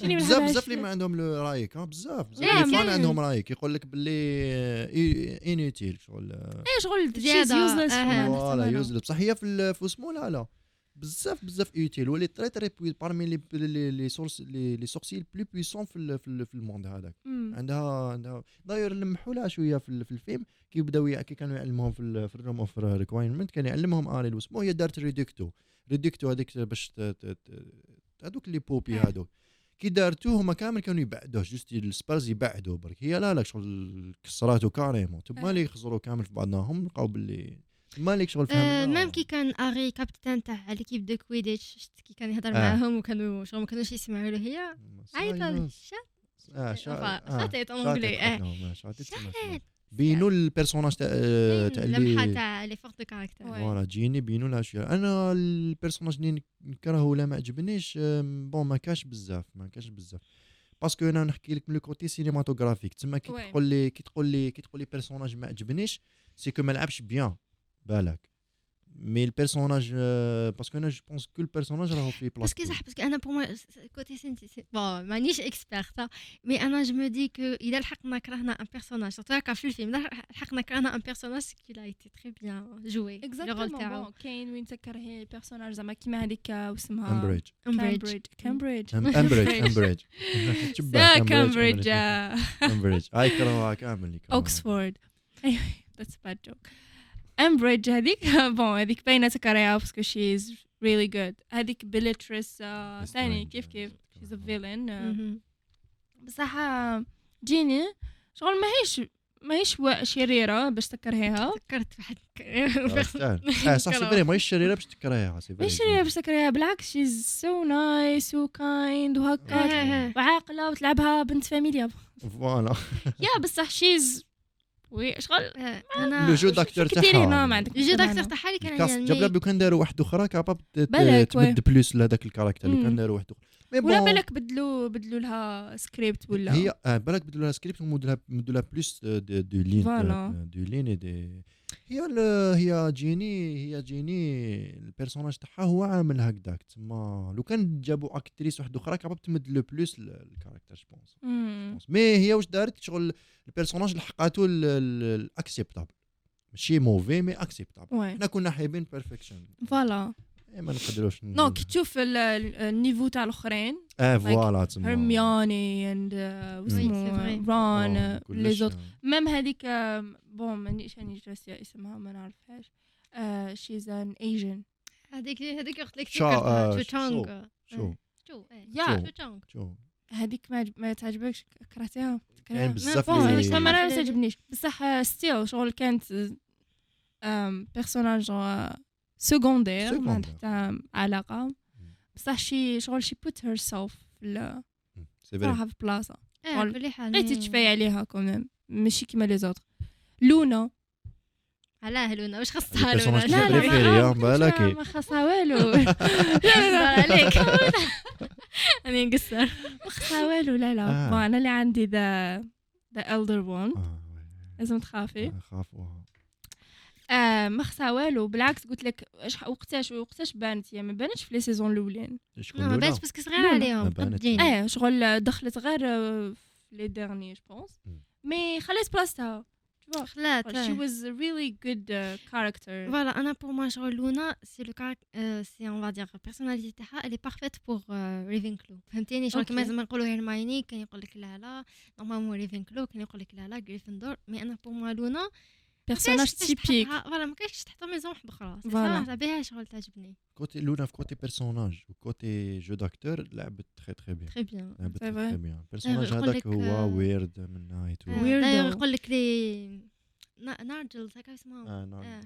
Speaker 2: جيني ما
Speaker 3: بزاف
Speaker 2: نحبهاش.
Speaker 3: بزاف اللي ما عندهم لو رايك ها بزاف
Speaker 2: لا،
Speaker 3: بزاف اللي
Speaker 2: كاين.
Speaker 3: فان عندهم رايك يقول لك باللي آه، انوتيل شغل آه،
Speaker 2: ايه شغل
Speaker 4: إيه، زيادة،
Speaker 2: يوزلس
Speaker 4: آه.
Speaker 3: فوالا يوزل بصح هي في ال- في اسمه لا لا بزاف بزاف يوتيل ولي تري تري بوي بارمي لي لي لي سورس لي لي سورسي البلو بويسون في ال- في ال- في الموند هذاك عندها عندها داير لمحوا لها شويه في, ال- في الفيلم كي بداو يع- كي كانوا يعلموهم في ال- في الروم اوف ريكوايرمنت كان يعلمهم اري الوسمو هي دارت ريديكتو ريديكتو هذيك باش ت- ت- ت- هذوك اللي بوبي
Speaker 2: إيه.
Speaker 3: هذوك كي دارتو هما كامل كانوا يبعدوه جوست السبارز يبعدوا برك هي لا لا شغل كسراتو كاريمون
Speaker 2: إيه.
Speaker 3: تما لي خزروا كامل في بعضناهم لقاو باللي تما ليك شغل
Speaker 4: آه،
Speaker 3: فهم
Speaker 4: ميم كي كان اغي كابتن تاع ليكيب دو كويديتش شفت كي كان يهضر
Speaker 3: آه.
Speaker 4: معاهم وكانوا شغل ما كانوش يسمعوا له هي عيط لها
Speaker 2: آه،
Speaker 3: اه
Speaker 4: شاتيت اونجلي اه شاتيت
Speaker 3: آه، بينوا البيرسوناج تاع
Speaker 2: إيه،
Speaker 3: آه، تاع
Speaker 4: لمحه
Speaker 3: اللي
Speaker 4: أيوة، تاع لي فورت دو كاركتير
Speaker 2: Ouais.
Speaker 3: فوالا جيني بينو لها شويه انا البيرسوناج اللي نكرهه ولا ما عجبنيش أم، بون ما كاش بزاف ما كاش بزاف باسكو انا نحكي لك من لو كوتي سينيماتوغرافيك تما كي
Speaker 2: Ouais.
Speaker 3: تقول لي كي تقول لي كي تقول لي بيرسوناج ما عجبنيش سي كو ما لعبش بيان بالك مي البيرسوناج آه، باسكو انا جو بونس كو البيرسوناج راهو في بلاصتو
Speaker 4: باسكو صح باسكو انا بور موا كوتي سينتيسي بون مانيش اكسبيرت مي انا جو مو دي كو اذا لحقنا كرهنا ان بيرسوناج سورتو هكا في الفيلم اذا لحقنا كرهنا ان بيرسوناج سي كيل ايتي تري بيان جوي لو رول تاعو
Speaker 2: اكزاكتومون كاين وين تكرهي بيرسوناج زعما كيما هذيك واسمها
Speaker 3: امبريدج
Speaker 4: امبريدج
Speaker 2: كامبريدج [laughs]
Speaker 3: [laughs] أم- امبريدج امبريدج شبه
Speaker 2: سا كامبريدج آه.
Speaker 3: Ah. امبريدج هاي كرهوها كامل يكرهوها.
Speaker 2: [laughs] اوكسفورد ايوه ذاتس باد جوك امبريدج [laughs] هذيك بون هذيك باينه تكرهها باسكو شي از ريلي جود هذيك بيلتريس
Speaker 3: Miss
Speaker 2: ثاني
Speaker 3: Strange،
Speaker 2: كيف
Speaker 3: آه،
Speaker 2: كيف شيز ا
Speaker 3: تكرهها.
Speaker 2: فيلن
Speaker 4: مهم.
Speaker 2: بصح آه، جيني شغل ماهيش ماهيش وا- شريره باش تكرهيها
Speaker 4: تذكرت [laughs] واحد
Speaker 3: عرفتها. اه آه،
Speaker 4: [laughs]
Speaker 3: صح سي فري ماهيش شريره باش تكرهيها سي فري
Speaker 2: ماهيش شريره باش تكرهيها بالعكس شي سو نايس وكايند وهكا
Speaker 4: آه.
Speaker 3: [laughs]
Speaker 2: وعاقله وتلعبها بنت فاميليا
Speaker 3: فوالا
Speaker 2: يا بصح شيز وي شغل
Speaker 4: آه، انا
Speaker 3: لو جو داكتور
Speaker 2: كثير هنا ما
Speaker 3: تاعها
Speaker 2: عندك
Speaker 4: الجو داكتور
Speaker 2: معنى.
Speaker 4: تاعها اللي كان
Speaker 3: الكاست
Speaker 4: يعني
Speaker 3: جاب لها لو كان داروا واحد اخرى كاباب ت-
Speaker 2: بالك، وي.
Speaker 3: تمد بلوس لهذاك الكاركتر لو كان
Speaker 2: مم.
Speaker 3: داروا واحد اخرى مي
Speaker 2: ولا
Speaker 3: بون،
Speaker 2: بالك بدلوا بدلوا لها سكريبت ولا
Speaker 3: هي آه، بالك بدلوا لها سكريبت ومدوا لها مدوا لها بلوس آه، دو دو لين
Speaker 2: Voilà.
Speaker 3: آه، دو لين إي دي هي ال- هي جيني هي جيني البيرسوناج تاعها هو عامل هكذاك تما لو كان جابوا اكتريس واحده اخرى كاباب تمد لو بلوس الكاركتر جو بونس
Speaker 2: مم.
Speaker 3: مي هي واش دارت شغل البيرسوناج لحقاتو الاكسبتابل ماشي موفي مي اكسبتابل
Speaker 2: وي
Speaker 3: حنا كنا حايبين بيرفكشن
Speaker 2: فوالا
Speaker 3: Mm.
Speaker 4: Eh,
Speaker 3: ما نقدروش ن-
Speaker 2: دونك تشوف ال- ال- النيفو تاع الاخرين
Speaker 4: Eh,
Speaker 3: اه فوالا تما
Speaker 2: هرميوني اند
Speaker 4: Oui, c'est vrai.
Speaker 2: واسمه
Speaker 3: آه،
Speaker 4: Oh,
Speaker 2: رون لي
Speaker 3: كلش،
Speaker 2: زوت
Speaker 3: آه.
Speaker 2: ميم هذيك um, آم، بون مانيش راني جاسية اسمها ما نعرفهاش Uh, شيز ان ايجن
Speaker 4: هذيك هذيك قلت لك
Speaker 3: شا- آه،
Speaker 4: تشو
Speaker 3: شو-
Speaker 4: تشونغ
Speaker 3: شو
Speaker 2: Eh.
Speaker 4: شو
Speaker 2: يا
Speaker 3: شو.
Speaker 4: تشونغ
Speaker 3: شو
Speaker 2: Eh, هذيك ما ما تعجبكش كرهتها
Speaker 3: كاين
Speaker 4: Eh,
Speaker 2: كرهتها
Speaker 3: بزاف
Speaker 4: فوالا،
Speaker 3: لي-
Speaker 4: مش
Speaker 2: يعني ما
Speaker 4: فما
Speaker 2: انا ما تعجبنيش بصح ستيل شغل كانت بيرسوناج سكوندير ما عندها
Speaker 3: Secondaire.
Speaker 2: حتى علاقه بصح شي شغل شي بوت هير سيلف
Speaker 4: Mm,
Speaker 3: سي فري
Speaker 2: راها في بلاصه
Speaker 4: اه
Speaker 2: شغل
Speaker 4: بلي حالي
Speaker 2: لقيت تشفاي عليها كوميم ماشي كيما لي زوتر لونا
Speaker 4: علاه لونا واش
Speaker 3: هذه
Speaker 4: خصها
Speaker 3: personnage
Speaker 4: لونا
Speaker 3: لا، لا، بريفيري،
Speaker 2: ما-
Speaker 3: يا
Speaker 2: ما-
Speaker 3: بالك.
Speaker 2: ما خاصها [laughs] والو لا لا لا
Speaker 4: نهضر عليك انا نقصر
Speaker 2: ما خاصها والو لا لا
Speaker 3: آه.
Speaker 2: بون، انا اللي عندي ذا ذا الدر وان
Speaker 4: Ah,
Speaker 2: لازم
Speaker 4: eh,
Speaker 2: تخافي
Speaker 3: خافوها
Speaker 2: آه ما خصها والو بالعكس قلت لك إش- وقتاش وقتاش بانت هي ما بانتش في لي سيزون الاولين
Speaker 3: شكون
Speaker 4: لا ما
Speaker 3: لولا
Speaker 4: بانتش باسكو صغيره
Speaker 2: لونا.
Speaker 4: عليهم
Speaker 3: ما بانت.
Speaker 4: قد جيني
Speaker 2: اه شغل دخلت غير آه، في لي ديرني جو بونس
Speaker 3: مم.
Speaker 2: مي خليت بلاصتها
Speaker 4: خلات
Speaker 2: شي واز ريلي جود كاركتر
Speaker 4: Voilà, Anna, pour moi, genre, Luna, c'est le caract- euh, c'est, on va dire, la personnalité, تاعها, elle est parfaite pour euh, Ravenclaw. فهمتيني genre,
Speaker 2: Ok.
Speaker 4: كما زعما نقولوا Hermione, كان يقول لك لا لا, normalement Ravenclaw, كان يقول لك لا لا, Gryffindor. Mais أنا pour moi, Luna, ما
Speaker 2: بيرسوناج
Speaker 4: كانش كيش
Speaker 2: تيبيك
Speaker 4: تحطها- voilà, ما كانش تحطها ميزون وحدة أخرى. C'est ça,
Speaker 2: Voilà.
Speaker 4: على بالها شغل تعجبني.
Speaker 3: كوتي لونا في كوتي بيرسوناج وكوتي جو داكتور لعبت تخي تخي بيان
Speaker 4: Très bien.
Speaker 3: لعبت
Speaker 2: C'est
Speaker 3: تخي
Speaker 2: vrai. Eh,
Speaker 3: تخي بيان البيرسوناج
Speaker 4: يقول
Speaker 3: هذاك
Speaker 4: لك،
Speaker 3: هو
Speaker 4: آه،
Speaker 3: ويرد منها اي تو
Speaker 4: آه،
Speaker 2: Weirdo.
Speaker 4: Euh, d'ailleurs, يقول لك les نا- Nargils, هكا اسمهم.
Speaker 3: آه، نعم.
Speaker 4: آه.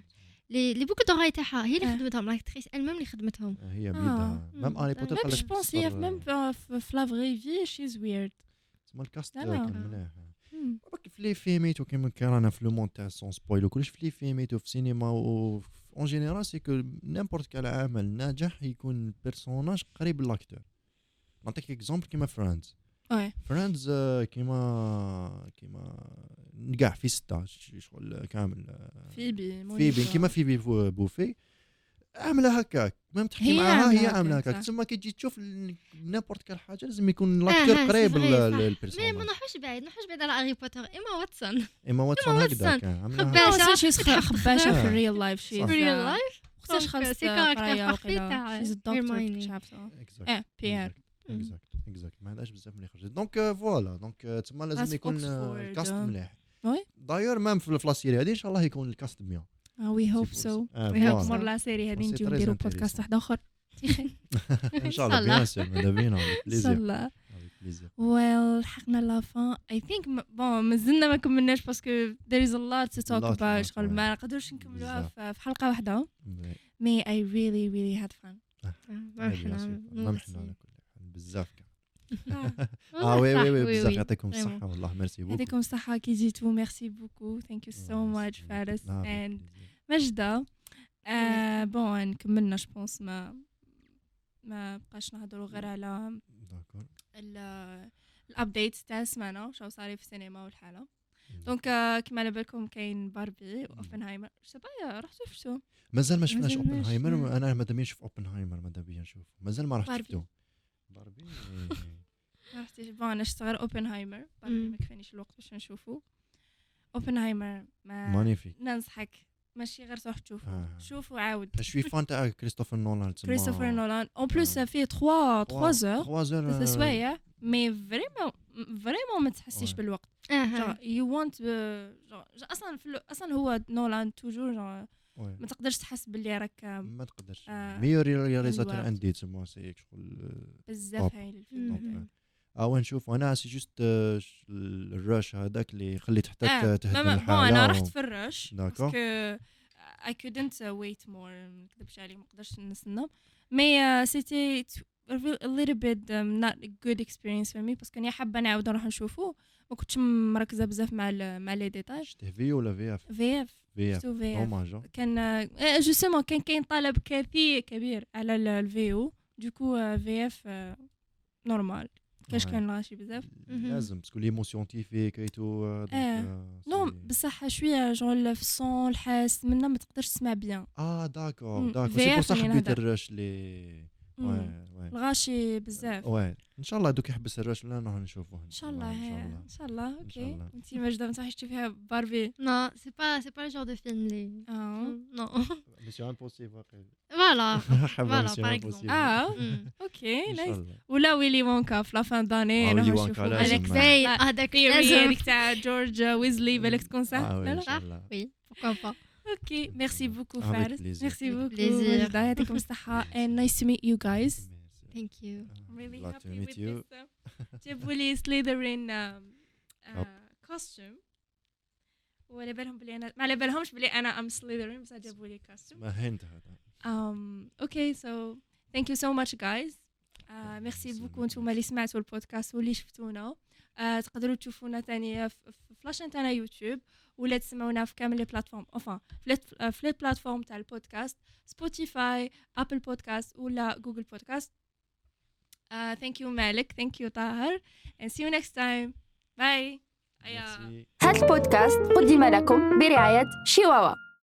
Speaker 4: لي لي بوكو دوغاي تاعها هي
Speaker 2: آه.
Speaker 4: اللي خدمتهم لاكتريس elle-même اللي خدمتهم
Speaker 3: آه، هي
Speaker 2: آه.
Speaker 3: بيدها
Speaker 2: hmm.
Speaker 3: ميم هاري بوتر
Speaker 2: ميم
Speaker 3: قالك
Speaker 2: جو بونس هي
Speaker 4: euh,
Speaker 3: تصدر-
Speaker 2: ميم في لا فغي في شيز ويرد
Speaker 3: تسمى الكاست
Speaker 2: لا،
Speaker 3: كان
Speaker 2: لا.
Speaker 3: مليح
Speaker 4: hein.
Speaker 3: برك في لي فيميتو كيما كان رانا في لو مون تاع سون سبويل وكلش في لي فيميتو في السينما و اون جينيرال سي كو نيمبورت كال عمل ناجح يكون بيرسوناج قريب لاكتور نعطيك اكزومبل كيما فريندز
Speaker 2: وي
Speaker 3: فريندز كيما كيما نقاع في ستة ش- شغل كامل آه،
Speaker 2: فيبي
Speaker 3: فيبي كيما فيبي بو- بوفي عامله هكاك ميم تحكي
Speaker 2: هي
Speaker 3: معاها
Speaker 2: عاملة
Speaker 3: هي
Speaker 2: هكاك،
Speaker 3: عامله
Speaker 2: صح.
Speaker 3: هكاك تسمى كي تجي تشوف ال- نيمبورت كال حاجه لازم يكون لاكتور
Speaker 4: آه،
Speaker 3: قريب
Speaker 4: سي فري، صح. مي ما
Speaker 3: للبيرسوناج
Speaker 4: نروحوش بعيد نروحوش بعيد على هاري بوتر ايما واتسون
Speaker 3: اما واتسون
Speaker 4: إما
Speaker 3: هكذاك عاملها
Speaker 4: خباز.
Speaker 2: باشا شيز
Speaker 4: تحب
Speaker 2: خباشه في
Speaker 3: تخدم.
Speaker 2: الريل لايف شيز
Speaker 3: صح.
Speaker 4: real life
Speaker 2: وقتاش
Speaker 4: Donc,
Speaker 2: خلصت
Speaker 4: c'est caractère
Speaker 2: قرايه
Speaker 4: parfait
Speaker 2: وقيلا
Speaker 4: تاع
Speaker 2: شيز
Speaker 4: Hermione.
Speaker 2: الدكتور
Speaker 3: Exact.
Speaker 2: اه بيير
Speaker 3: اكزاكت اكزاكت ما عندهاش بزاف ملي خرجت دونك آه، فوالا دونك آه، تما
Speaker 2: That's
Speaker 3: لازم يكون آه،
Speaker 2: Oxford،
Speaker 3: الكاست
Speaker 2: آه.
Speaker 3: مليح
Speaker 2: وي.
Speaker 3: دايور مام في الفلاسيري هذه ان شاء الله يكون الكاست بيان
Speaker 2: وي هوب
Speaker 3: C'est
Speaker 2: سو
Speaker 3: possible. آه،
Speaker 2: وي هوب
Speaker 3: فوالا.
Speaker 2: مور لا سيري هذه
Speaker 3: C'est
Speaker 2: نجيو
Speaker 3: très
Speaker 2: نديرو
Speaker 3: intéressant.
Speaker 2: بودكاست واحد اخر
Speaker 3: ان شاء الله بيان
Speaker 4: إن شاء
Speaker 3: سور هذا بينا
Speaker 2: ان
Speaker 3: بليزير
Speaker 2: شاء الله
Speaker 3: Avec plaisir.
Speaker 2: ويل لحقنا لافان اي ثينك بون مازلنا ما كملناش باسكو ذير از ا لوت تو توك
Speaker 3: Lot,
Speaker 2: اباوت
Speaker 3: lot,
Speaker 2: شغل
Speaker 3: ouais.
Speaker 2: ما نقدروش نكملوها
Speaker 3: بزاف.
Speaker 2: في في حلقه واحده
Speaker 3: Ouais,
Speaker 2: مي اي ريلي ريلي هاد
Speaker 3: [laughs]
Speaker 2: فان
Speaker 3: ouais, bien sûr. Ah, نمحنا على كل حال. بزاف كان.
Speaker 4: Ah,
Speaker 3: اه وي وي وي بزاف يعطيكم
Speaker 4: Vraiment.
Speaker 3: الصحه والله ميرسي بوكو
Speaker 2: يعطيكم الصحة كي جيتو ميرسي بوكو ثانك يو
Speaker 3: Ah,
Speaker 2: سو ماتش فارس اند مجدة آه، بون كملنا جوبونس ما ما بقاش نهضروا غير على الابديت تاع السمانة شو صاري في السينما والحالة دونك آه، كيما على بالكم كاين باربي واوبنهايمر سبايا رحتو شفتو
Speaker 3: مازال ما شفناش
Speaker 4: مازال ما
Speaker 3: اوبنهايمر
Speaker 4: شفنا.
Speaker 3: انا مادام نشوف اوبنهايمر مادام بيا نشوف مازال ما رحت
Speaker 2: باربي.
Speaker 3: شفتو باربي
Speaker 2: ما رحتش بون انا شفت غير اوبنهايمر باربي
Speaker 4: مم.
Speaker 2: ما كفانيش الوقت باش نشوفو اوبنهايمر ما
Speaker 3: مانيفيك
Speaker 2: ننصحك ماشي غير تروح تشوفو
Speaker 3: آه.
Speaker 2: شوفو عاود
Speaker 3: Je suis fan de euh, Christopher Nolan.
Speaker 2: كريستوفر نولان اون بلوس
Speaker 3: آه.
Speaker 2: فيه 3 3 اور
Speaker 3: 3
Speaker 2: ثلاث
Speaker 3: heures.
Speaker 2: سوايع مي فريمون فريمون ما تحسيش
Speaker 3: Ouais.
Speaker 2: بالوقت
Speaker 4: Ah,
Speaker 2: يو وونت اصلا في ال- اصلا هو نولان توجور genre
Speaker 3: euh,
Speaker 2: ما تقدرش تحس باللي راك
Speaker 3: ما تقدرش
Speaker 2: آه.
Speaker 3: ميور رياليزاتور
Speaker 2: الوقت.
Speaker 3: عندي تما سي شغل
Speaker 2: بزاف
Speaker 3: Top.
Speaker 2: هايل الفيلم
Speaker 4: Mm.
Speaker 3: Mm-hmm. euh,
Speaker 4: مهم.
Speaker 3: او نشوف انا سي جوست الرش هذاك اللي خليت حتى
Speaker 2: آه،
Speaker 3: ت-
Speaker 2: ما-
Speaker 3: تهدم
Speaker 2: ما- بون انا
Speaker 3: الحاله
Speaker 2: رحت
Speaker 3: و-
Speaker 2: في الرش
Speaker 3: D'accord.
Speaker 2: باسكو اي كودنت ويت مور ما نكذبش عليه ما نقدرش نستنى uh, مي سيتي a little bit um, not a good experience for me باسكو انا حابه نعاود نروح نشوفو ما كنتش مركزه بزاف مع ال- مع لي ديتاج
Speaker 3: شفتيه في ولا في اف
Speaker 2: في اف
Speaker 3: في اف
Speaker 2: شفتو في اف
Speaker 3: دوماج ها.
Speaker 2: كان آه، جوستومون كان كاين طلب كثير كبير على ال- الفي او دوكو آه، في اف آه، نورمال كاش
Speaker 3: Ouais.
Speaker 2: كان راشي بزاف
Speaker 4: Mhm.
Speaker 3: لازم باسكو لي مون سيونتيفيك اي تو آه، دونك،
Speaker 2: آه.
Speaker 3: آه،
Speaker 2: نو
Speaker 3: سي-
Speaker 2: بصح شويه جول في الصون الحاس منا ما تقدرش تسمع بيان
Speaker 3: اه داكور
Speaker 2: Mm.
Speaker 3: داكور
Speaker 2: VR
Speaker 3: سي بور سا
Speaker 2: خلينا
Speaker 3: حبيت
Speaker 2: نهضر.
Speaker 3: الرش لي
Speaker 2: مم.
Speaker 3: وي وي
Speaker 2: الغاشي بزاف
Speaker 3: وي ان شاء الله دوك يحبس الرش ولا نروح نشوفوه
Speaker 2: ان شاء الله
Speaker 3: ان شاء
Speaker 2: هي-
Speaker 3: الله
Speaker 2: ان شاء الله
Speaker 3: شاء
Speaker 2: اوكي
Speaker 3: الله.
Speaker 2: انت ماجده ما تحشتي فيها باربي
Speaker 4: Non, c'est pas, c'est pas le genre de film. Les...
Speaker 2: اه
Speaker 4: Non. [laughs]
Speaker 3: مي سي امبوسيبل
Speaker 2: [laughs]
Speaker 3: [laughs]
Speaker 4: voilà.
Speaker 3: مرحبا
Speaker 4: Voilà,
Speaker 3: مي سي
Speaker 4: par
Speaker 3: امبوسيبل
Speaker 2: اه
Speaker 4: Mm.
Speaker 3: [laughs]
Speaker 2: اوكي
Speaker 3: ان
Speaker 2: نايس
Speaker 3: شاء الله
Speaker 2: ولا ويلي وونكا في لافان
Speaker 3: آه،
Speaker 2: داني
Speaker 3: ويلي
Speaker 2: نروحو
Speaker 3: وونكا
Speaker 2: نشوفو.
Speaker 3: لازم.
Speaker 2: هذاك
Speaker 4: Avec Zay,
Speaker 2: Ah,
Speaker 4: ah, d'accord.
Speaker 2: الثيوري
Speaker 4: Zay.
Speaker 2: هذيك تاع جورج ويزلي بالك تكون صح
Speaker 3: آه، وي،
Speaker 2: لا
Speaker 3: ان
Speaker 2: لا
Speaker 3: شاء الله
Speaker 4: Oui, pourquoi pas.
Speaker 2: اوكي ميرسي بوكو
Speaker 3: Avec
Speaker 2: فارس
Speaker 3: plaisir.
Speaker 2: ميرسي
Speaker 4: Avec
Speaker 2: بوكو
Speaker 4: plaisir.
Speaker 2: ماجده يعطيكم
Speaker 3: [laughs]
Speaker 2: الصحه and nice to meet you guys
Speaker 4: Thank you.
Speaker 2: I'm really
Speaker 3: Glad to
Speaker 2: happy
Speaker 3: meet
Speaker 2: with
Speaker 3: you.
Speaker 2: this.
Speaker 3: [laughs]
Speaker 2: uh, جابوا لي سليذرين uh, كوستيوم وعلى بالهم بلي انا ما على بالهمش بلي انا ام سليذرين بس جابوا لي كوستيوم
Speaker 3: ما هنت هذا
Speaker 2: um, okay so thank you so much guys Euh, آه، ميرسي
Speaker 3: Merci
Speaker 2: بوكو
Speaker 3: beaucoup.
Speaker 2: نتوما اللي سمعتوا البودكاست واللي شفتونا آه، تقدروا تشوفونا ثاني فلاشن تاعنا يوتيوب ولا تسمعونا في كامل لي بلاتفورم اوفا في لي بلاتفورم تاع البودكاست سبوتيفاي ابل بودكاست ولا جوجل بودكاست ثانك يو مالك ثانك يو طاهر and see you next time باي
Speaker 3: ميرسي
Speaker 1: هذا البودكاست قدم لكم برعاية شيواوا